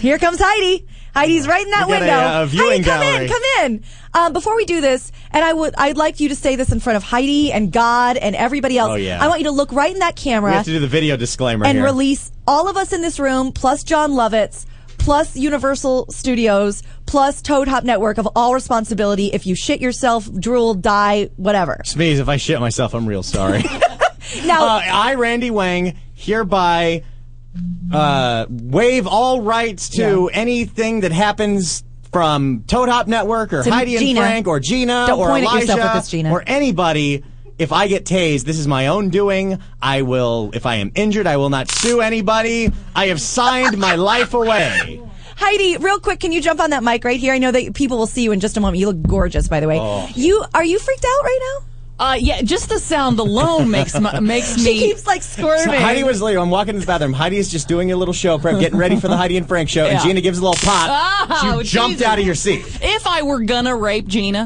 S4: here comes Heidi. Heidi's right in that
S5: We got a,
S4: window.
S5: uh, viewing
S4: Heidi, come
S5: gallery.
S4: in, come in. Um, before we do this, and I would, I'd like you to say this in front of Heidi and God and everybody else.
S5: Oh, yeah.
S4: I want you to look right in that camera
S5: We have to do the video disclaimer
S4: and
S5: here.
S4: release all of us in this room, plus John Lovitz, plus Universal Studios, plus Toad Hop Network of all responsibility. If you shit yourself, drool, die, whatever.
S5: Smeeze, if I shit myself, I'm real sorry.
S4: Now,
S5: Uh, I, Randy Wang, hereby uh, waive all rights to anything that happens from Toad Hop Network or
S4: To
S5: Heidi
S4: Gina.
S5: and Frank or Gina
S4: Don't
S5: or
S4: point at
S5: Elijah
S4: yourself with this, Gina.
S5: or anybody. If I get tased, this is my own doing. I will. If I am injured, I will not sue anybody. I have signed my life away.
S4: Heidi, real quick, can you jump on that mic right here? I know that people will see you in just a moment. You look gorgeous, by the way.
S5: Oh.
S4: You are you freaked out right now?
S14: Uh, yeah, just the sound alone makes my, makes me.
S4: She keeps like
S5: So
S4: squirming.
S5: Heidi was literally. I'm walking in the bathroom. Heidi is just doing a little show prep, getting ready for the Heidi and Frank show, and
S14: Yeah.
S5: Gina gives a little pop.
S14: Oh,
S5: you jumped
S14: Jesus.
S5: out of your seat.
S14: If I were gonna rape Gina,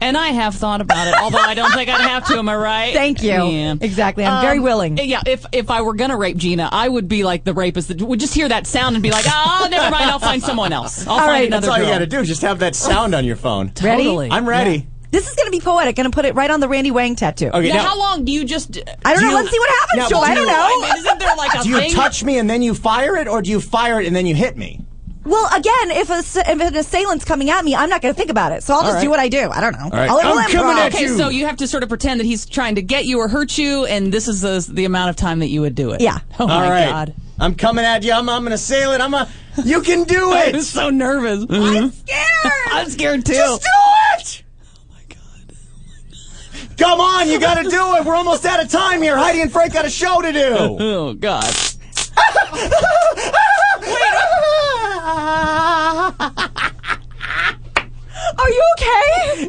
S14: and I have thought about it, although I don't think I'd have to. Am I right? Um,
S4: Thank you. Exactly. I'm very willing.
S14: Yeah. If if I were gonna rape Gina, I would be like the rapist that would just hear that sound and be like, oh, never mind. I'll find someone else. I'll find another
S5: That's all
S14: girl."
S5: you got to do. Just have that sound on your phone.
S4: Ready?
S5: I'm ready.
S4: This is going to be poetic. Going to put it right on the Randy Wang tattoo.
S5: Okay,
S14: Now,
S5: now-
S14: how long do you just? uh,
S4: I don't
S14: do
S4: know.
S14: you-
S4: Let's see what happens.
S5: Now,
S4: Joel. I
S5: do
S4: don't
S5: you-
S4: know.
S14: I mean, isn't there like a
S5: Do you
S14: thing?
S5: touch me and then you fire it, or do you fire it and then you hit me?
S4: Well, again, if, a, if an assailant's coming at me, I'm not going to think about it. So I'll
S5: All
S4: just
S5: right.
S4: do what I do. I don't know.
S5: All right.
S4: I'll
S5: I'm
S4: let him
S5: coming
S4: brawl.
S5: at
S14: Okay, so you have to sort of pretend that he's trying to get you or hurt you, and this is the, the amount of time that you would do it.
S4: Yeah.
S14: Oh
S5: All
S14: my
S5: right.
S14: god.
S5: I'm coming at you. I'm, I'm going to sail it. I'm a. You can do it.
S14: I'm so nervous. I'm
S4: scared.
S14: I'm scared too.
S5: Just do it. Come on, you got to do it. We're almost out of time here. Heidi and Frank got a show to do.
S14: oh god.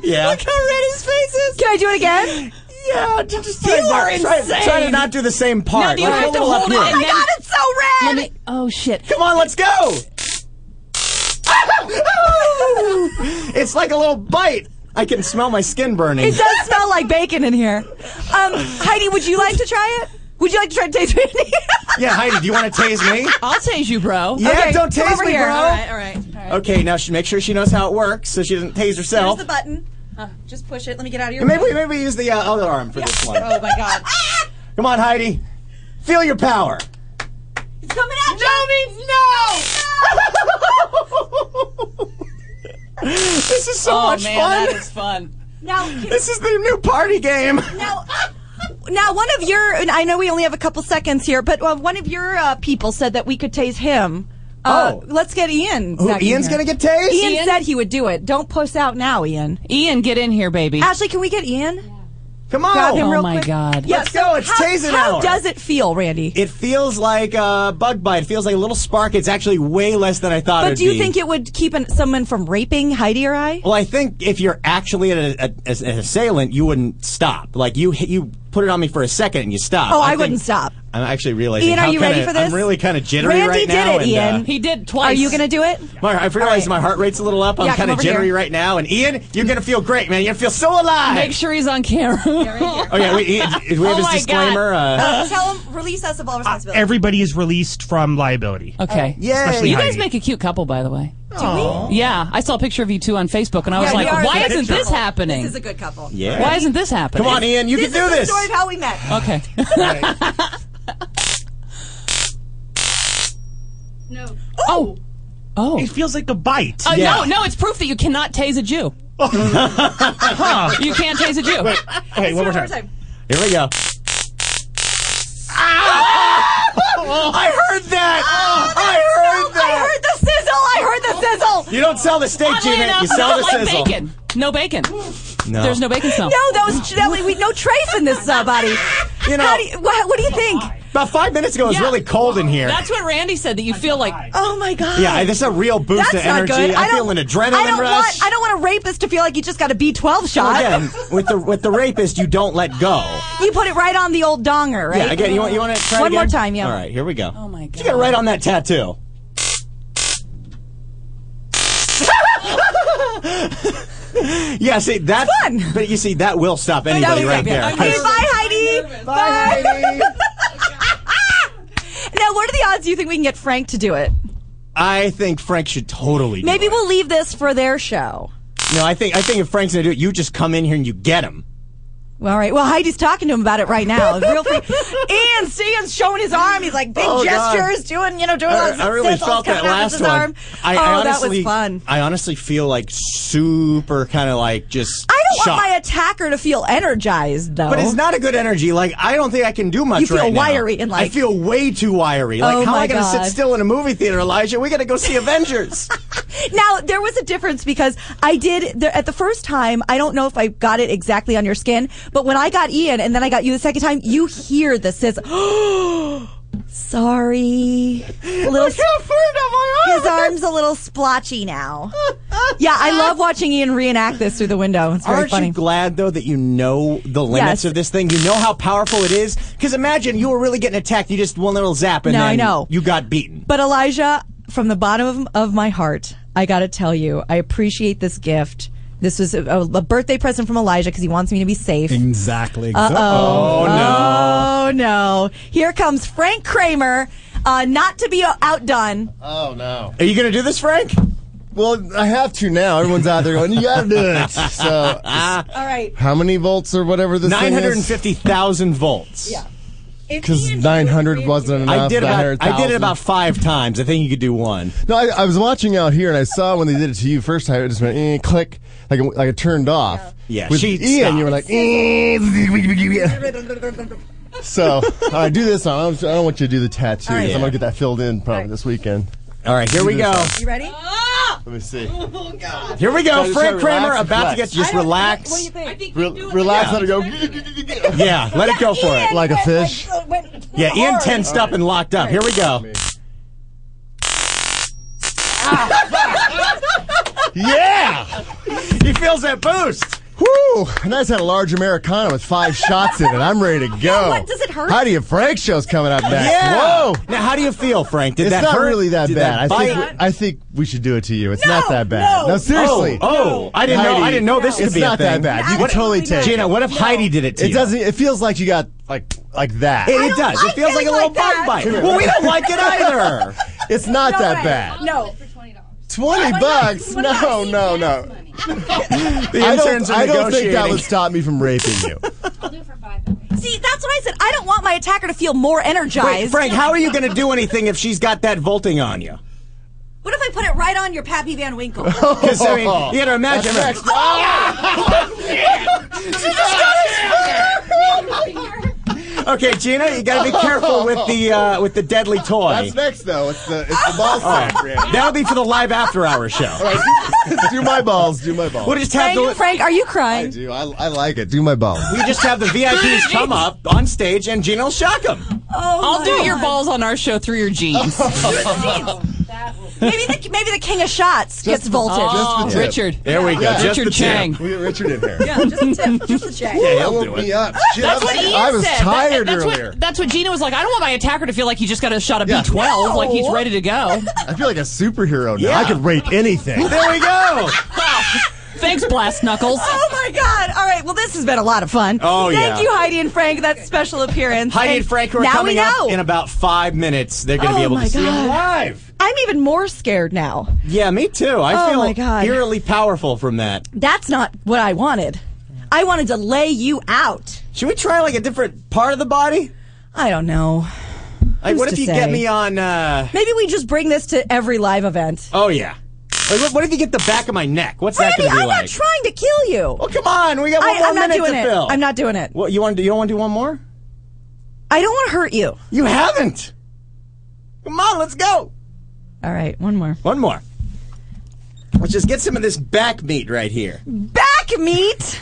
S5: Yeah. Look
S4: how red his face is. Can I do it again?
S5: Yeah, just try, try, Try, try to not do the same part.
S14: Now, do you
S5: Like,
S14: have
S5: a
S14: to
S5: little up
S14: hold it Oh
S5: here.
S14: and then-
S4: it's so red.
S14: Let me, oh shit!
S5: Come on, let's go. it's like a little bite. I can smell my skin burning.
S4: It does smell like bacon in here. Um, Heidi, would you like to try it? Would you like to try to taste Randy?
S5: yeah, Heidi, do you want to tase me?
S14: I'll tase you, bro.
S5: Yeah,
S4: Okay,
S5: don't
S4: come
S5: tase
S4: over
S5: me,
S4: here.
S5: bro.
S4: All right,
S14: all right.
S5: Okay, now she, make sure she knows how it works so she doesn't tase
S4: Here's
S5: herself.
S4: the button. Uh, just push it. Let me get out of your.
S5: And maybe,
S4: way.
S5: maybe we use the uh, other arm for this one.
S4: Oh my god.
S5: Come on, Heidi. Feel your power.
S4: It's coming out. No means no.
S5: This is so
S14: oh,
S5: much
S14: man,
S5: fun.
S14: That is fun.
S4: now,
S5: This is their new party game.
S4: now, now, one of your. and I know we only have a couple seconds here, but uh, one of your uh, people said that we could tase him. Uh,
S5: Oh.
S4: let's get Ian.
S5: Who,
S4: back in
S5: Ian's
S4: here.
S5: gonna get tased?
S4: Ian,
S5: Ian?
S4: said he would do it. Don't puss out now, Ian.
S14: Ian, get in here, baby.
S4: Ashley, can we get Ian?
S5: Come on.
S4: Grab him real
S14: oh my
S4: quick.
S14: god.
S4: Yeah,
S5: Let's
S4: so
S5: go. It's
S4: how,
S5: tasing
S4: How
S5: hour.
S4: does it feel, Randy?
S5: It feels like a bug bite. It feels like a little spark. It's actually way less than I thought it
S4: But
S5: would
S4: do you
S5: be.
S4: think it would keep an, someone from raping Heidi or I?
S5: Well, I think if you're actually a, a, a, an assailant, you wouldn't stop. Like you, hit- you put it on me for a second and you stop.
S4: Oh, I,
S5: think-
S4: wouldn't stop.
S5: I'm actually realizing.
S4: Ian, are
S5: how
S4: you
S5: kinda,
S4: ready for this?
S5: I'm really kind of jittery
S4: Randy
S5: right
S4: did
S5: now.
S4: it,
S5: and,
S4: Ian.
S5: uh,
S14: He did twice.
S4: Are you going to do it?
S5: my, I've realized my heart rate's a little up. I'm
S4: Yeah, come
S5: kind of
S4: over here.
S5: jittery right now. And Ian, you're gonna feel great, man. You're gonna feel so
S14: Make
S5: alive.
S14: sure he's on camera.
S5: Oh yeah, we, Ian, we have
S14: Oh
S5: his
S14: my God.
S5: disclaimer. Uh,
S4: Tell him, release us of all responsibility.
S15: Everybody is released from liability.
S14: Okay.
S5: yeah,
S15: Especially
S14: You guys
S15: Heidi.
S14: make a cute couple, by the way. Yeah, I saw a picture of you two on Facebook, and I was like, why isn't this happening?
S4: This is a good couple.
S5: yeah.
S14: why isn't this happening?
S5: Come on, Ian, you
S4: This
S5: can do
S4: is the
S5: this.
S4: story of how we met.
S14: Okay.
S8: No.
S14: Oh. Oh.
S15: It feels like a bite.
S14: Uh,
S5: Yeah.
S14: No, no, it's proof that you cannot tase a Jew. You can't tase a Jew.
S15: Okay, one more time.
S5: Here we go. Oh, I heard that. Oh, I heard
S4: I
S5: that.
S4: heard Ah, the sizzle. I heard the sizzle.
S5: You don't sell the steak,
S14: Oddly
S5: Gina.
S14: enough,
S5: you sell the
S14: not like
S5: sizzle.
S14: bacon. No bacon.
S5: No.
S14: There's no bacon smell.
S4: No, that was that was, we no trace in this uh, body.
S5: You know-
S4: How do you- what, what do you think?
S5: About five minutes ago, it was
S14: Yeah.
S5: really cold in here.
S14: That's what Randy said that you feel like.
S4: Oh my god.
S5: yeah, this is a real boost
S4: That's
S5: of
S4: not
S5: energy.
S4: good.
S5: I,
S4: don't-
S5: feel an adrenaline
S4: I don't
S5: rush.
S4: want. I don't want a rapist to feel like you just got a B twelve shot.
S5: again, with the with the rapist, you don't let go.
S4: You put it right on the old donger, right?
S5: Yeah, again, you want you want to try
S4: One
S5: again?
S4: more time, yeah.
S5: All right, here we go. Oh
S14: my
S5: You got right on that tattoo. yeah, see that's
S4: fun.
S5: But you see, that will stop
S4: That
S5: anybody
S4: was
S5: right
S4: great.
S5: there.
S4: Okay, bye, Heidi. Bye.
S5: Heidi.
S4: Now, what are the odds you think we can get Frank to do it?
S5: I think Frank should totally. do
S4: Maybe
S5: it.
S4: we'll leave this for their show.
S5: No, I think I think if Frank's gonna do it, you just come in here and you get him.
S4: All right. Well, Heidi's talking to him about it right now. Real free. Ian, see, Ian's showing his arm. He's like big
S5: Oh, God.
S4: gestures, doing you know, doing all
S5: I,
S4: this.
S5: I really
S4: sizzles
S5: felt that
S4: coming out with
S5: last
S4: his
S5: one.
S4: Arm.
S5: I,
S4: oh,
S5: I honestly,
S4: that was fun.
S5: I honestly feel like super kind of like just.
S4: I don't
S5: shocked.
S4: want my attacker to feel energized though.
S5: But it's not a good energy. Like I don't think I can do much.
S4: You feel
S5: right now.
S4: wiry and, like-
S5: I feel way too wiry. Like
S4: Oh,
S5: how am
S4: my
S5: I going to sit
S4: God.
S5: still in a movie theater, Elijah? We got to go see Avengers.
S4: Now there was a difference because I did there, at the first time. I don't know if I got it exactly on your skin, but when I got Ian and then I got you the second time, you hear the sizzle. Sorry, a little. His arm's a little splotchy now. Yeah, I love watching Ian reenact this through the window. It's very
S5: Aren't
S4: funny.
S5: you glad though that you know the limits
S4: Yes.
S5: of this thing? You know how powerful it is. Because imagine you were really getting attacked. You just one little zap and
S4: No,
S5: then
S4: I know.
S5: you got beaten.
S4: But Elijah, from the bottom of, of my heart, I got to tell you, I appreciate this gift. This was a, a- a birthday present from Elijah because he wants me to be safe.
S16: Exactly. Uh
S4: Oh, no. Oh, no. Here comes Frank Kramer, uh, not to be outdone.
S16: Oh no.
S5: Are you going to do this, Frank?
S16: Well, I have to now. Everyone's out there going, "You gotta do it." So,
S4: All right.
S16: how many volts or whatever this
S5: Nine
S16: thing
S5: hundred and
S16: is?
S5: fifty thousand volts.
S4: Yeah.
S16: Because 900 wasn't enough.
S5: I did about
S16: 900,000.
S5: I did it about five times. I think you could do one.
S16: No, I, I was watching out here and I saw when they did it to you first time. It just went eh, click, like it- like it turned off.
S5: Yeah. Yeah,
S16: With
S5: she
S16: Ian, you were like. eh, So I do this. I don't, I don't want you to do the tattoo. 'cause I'm gonna get that filled in probably this weekend.
S5: All right, here we go.
S4: You ready? Oh,
S16: Let me see.
S5: Here
S16: Try to-
S5: we go.
S16: try to
S5: Frank
S16: relax
S5: Kramer
S16: and
S5: about to
S16: flex.
S5: get just relax.
S4: What do you think?
S16: Re- relax. Let it go.
S5: Yeah, let it go for it.
S16: Like a fish.
S5: Yeah, Ian tensed up and locked up. Here we go.
S16: Yeah.
S5: Ah. He feels that boost.
S16: Whoo! And I just had a large Americana with five shots in it. I'm ready to go.
S4: what? Does it hurt?
S16: How do you Frank show's coming up next?
S5: Yeah.
S16: Whoa!
S5: Now, how do you feel, Frank? Did
S16: it's
S5: that
S16: not
S5: hurt?
S16: really that
S5: Did
S16: bad.
S5: that
S16: I think
S5: bite?
S16: we, I think we should do it to you. It's not that bad. No, seriously.
S5: Oh, oh, I didn't know. I
S16: Heidi,
S5: didn't know this could
S16: it's
S5: be a
S16: not
S5: thing.
S16: that bad. You can totally take
S5: Gina,
S16: it.
S5: what if Heidi did it to
S16: It
S5: you?
S16: doesn't. It feels like you got like like that.
S5: It- it I don't does. It like feels like a little bug bite. Well, we don't like it either.
S16: it's not that bad.
S4: No.
S16: Twenty bucks? No, no, no.
S5: The
S16: I don't.
S5: interns are
S16: I don't think that
S5: negotiating.
S16: would stop me from raping you.
S4: See, that's what I said. I don't want my attacker to feel more energized.
S5: Wait, Frank, how are you going to do anything if she's got that vaulting on you?
S4: What if I put it right on your Pappy Van Winkle?
S5: 'Cause, I mean, you gotta imagine.
S16: That's
S5: Okay, Gina, you got to be careful with the uh, with the deadly toy.
S16: That's next though. It's the it's the ball
S5: All right.
S16: sack. Randy.
S5: That'll be for the live after hour show.
S16: All right, do, do my balls. Do my balls.
S5: We'll just have the
S4: Frank, are you crying?
S16: I do. I, I like it. Do my balls.
S5: we just have the VIPs come up on stage and Gina will shock them.
S4: Oh,
S14: I'll do your balls on our show through your jeans.
S4: maybe the maybe the king of shots gets vaulted.
S14: Oh,
S16: just the tip.
S14: Richard.
S5: There we go.
S16: Yeah.
S5: Just the
S14: Richard Chang.
S5: tip.
S16: We get Richard in here.
S4: Oh, Yeah, just a tip, just a check.
S5: Yeah,
S16: I
S5: he'll
S16: woke
S5: do
S16: me
S5: it.
S16: up. Shit,
S14: That's
S16: I was,
S14: what Ian
S16: I was
S14: said. That-
S16: tired
S14: that's
S16: earlier.
S14: What, that's what Gina was like. I don't want my attacker to feel like he just got a shot of
S16: Yeah.
S14: B12, like he's ready to go.
S16: I feel like a superhero now.
S5: Yeah.
S16: I could rape anything.
S5: There we go.
S14: Thanks, Blast Knuckles.
S4: Oh my God! All right, well, this has been a lot of fun.
S5: Oh,
S4: Thank
S5: yeah.
S4: you, Heidi and Frank, that special appearance.
S5: Heidi and Frank are
S4: now
S5: coming
S4: we know.
S5: up in about five minutes. They're going to
S4: Oh
S5: be able
S4: my
S5: to see
S4: God.
S5: them live.
S4: I'm even more scared now.
S5: Yeah, me too. I
S4: Oh
S5: feel
S4: my God.
S5: eerily powerful from that.
S4: That's not what I wanted. I wanted to lay you out.
S5: Should we try like a different part of the body?
S4: I don't know.
S5: Like,
S4: Who's
S5: what if
S4: to
S5: you get
S4: say?
S5: me on? uh
S4: Maybe we just bring this to every live event.
S5: Oh yeah. Like, what- what if you get the back of my neck? What's that
S4: Randy,
S5: going to be
S4: I'm
S5: like?
S4: not trying to kill you.
S5: well, come on. We got one
S4: I,
S5: more
S4: I'm not
S5: minute
S4: doing
S5: to
S4: it.
S5: fill.
S4: I'm not doing it.
S5: What you want to do? You don't want to do one more?
S4: I don't want to hurt you.
S5: You haven't. Come on, let's go.
S4: All right, one more.
S5: One more. Let's just get some of this back meat right here.
S4: Back meat.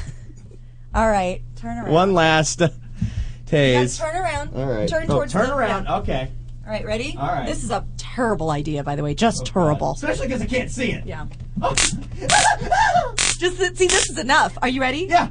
S4: All right, turn around.
S5: One last uh,
S4: Guys,
S5: taste.
S4: turn around.
S5: All right.
S4: Turn
S5: Oh,
S4: towards.
S5: turn
S4: the-
S5: around. Okay.
S4: All right, ready?
S5: All right.
S4: This is a terrible idea, by the way. Just terrible.
S5: Especially because I can't see it.
S4: Yeah. Just that- see, this is enough. Are you ready?
S5: Yeah.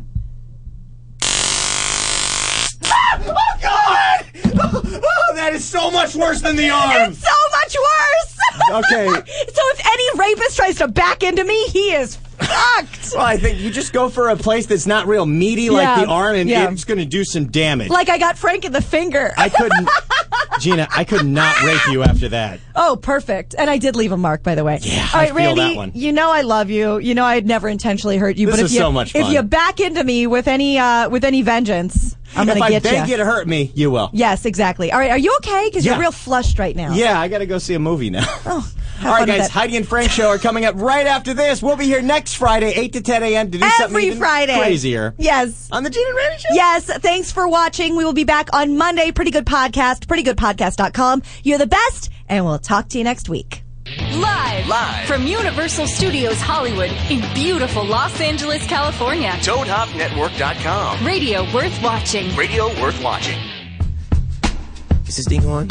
S5: Oh God! Oh, that is so much worse than the arm.
S4: It's so much worse.
S5: Okay.
S4: so if any rapist tries to back into me, he is fucked.
S5: Well, Oh, I think you just go for a place that's not real meaty like
S4: Yeah.
S5: the arm, and
S4: Yeah.
S5: it's going to do some damage.
S4: like I got Frank in the finger.
S5: I couldn't, Gina. I could not rape you after that.
S4: Oh, perfect. And I did leave a mark, by the way. Yeah. All
S5: I
S4: right,
S5: feel
S4: Randy,
S5: that one.
S4: you know I love you. You know I'd never intentionally hurt you,
S5: This
S4: but if
S5: was
S4: you
S5: so much
S4: if
S5: fun.
S4: you back into me with any uh with any vengeance, I'm
S5: if
S4: going to
S5: I
S4: get
S5: beg
S4: you.
S5: you to hurt me, you will.
S4: Yes, exactly. All right, are you okay? Cuz
S5: Yeah.
S4: you're real flushed right now. Oh,
S5: Yeah, I got to go see a movie now.
S4: fun
S5: All right,
S4: with
S5: guys.
S4: it.
S5: Heidi and Frank show are coming up right after this. We'll be here next Friday, eight to ten a.m. to do something
S4: Every
S5: even
S4: Friday.
S5: crazier
S4: Yes.
S5: on the Gina and Randy show.
S4: Yes, thanks for watching. We will be back on Monday. Pretty Good Podcast, prettygoodpodcast.com. You're the best, and we'll talk to you next week.
S13: Live,
S3: Live.
S13: from Universal Studios Hollywood in beautiful Los Angeles, California.
S3: ToadHopNetwork.com.
S13: Radio worth watching.
S3: Radio worth watching.
S17: Is this thing on?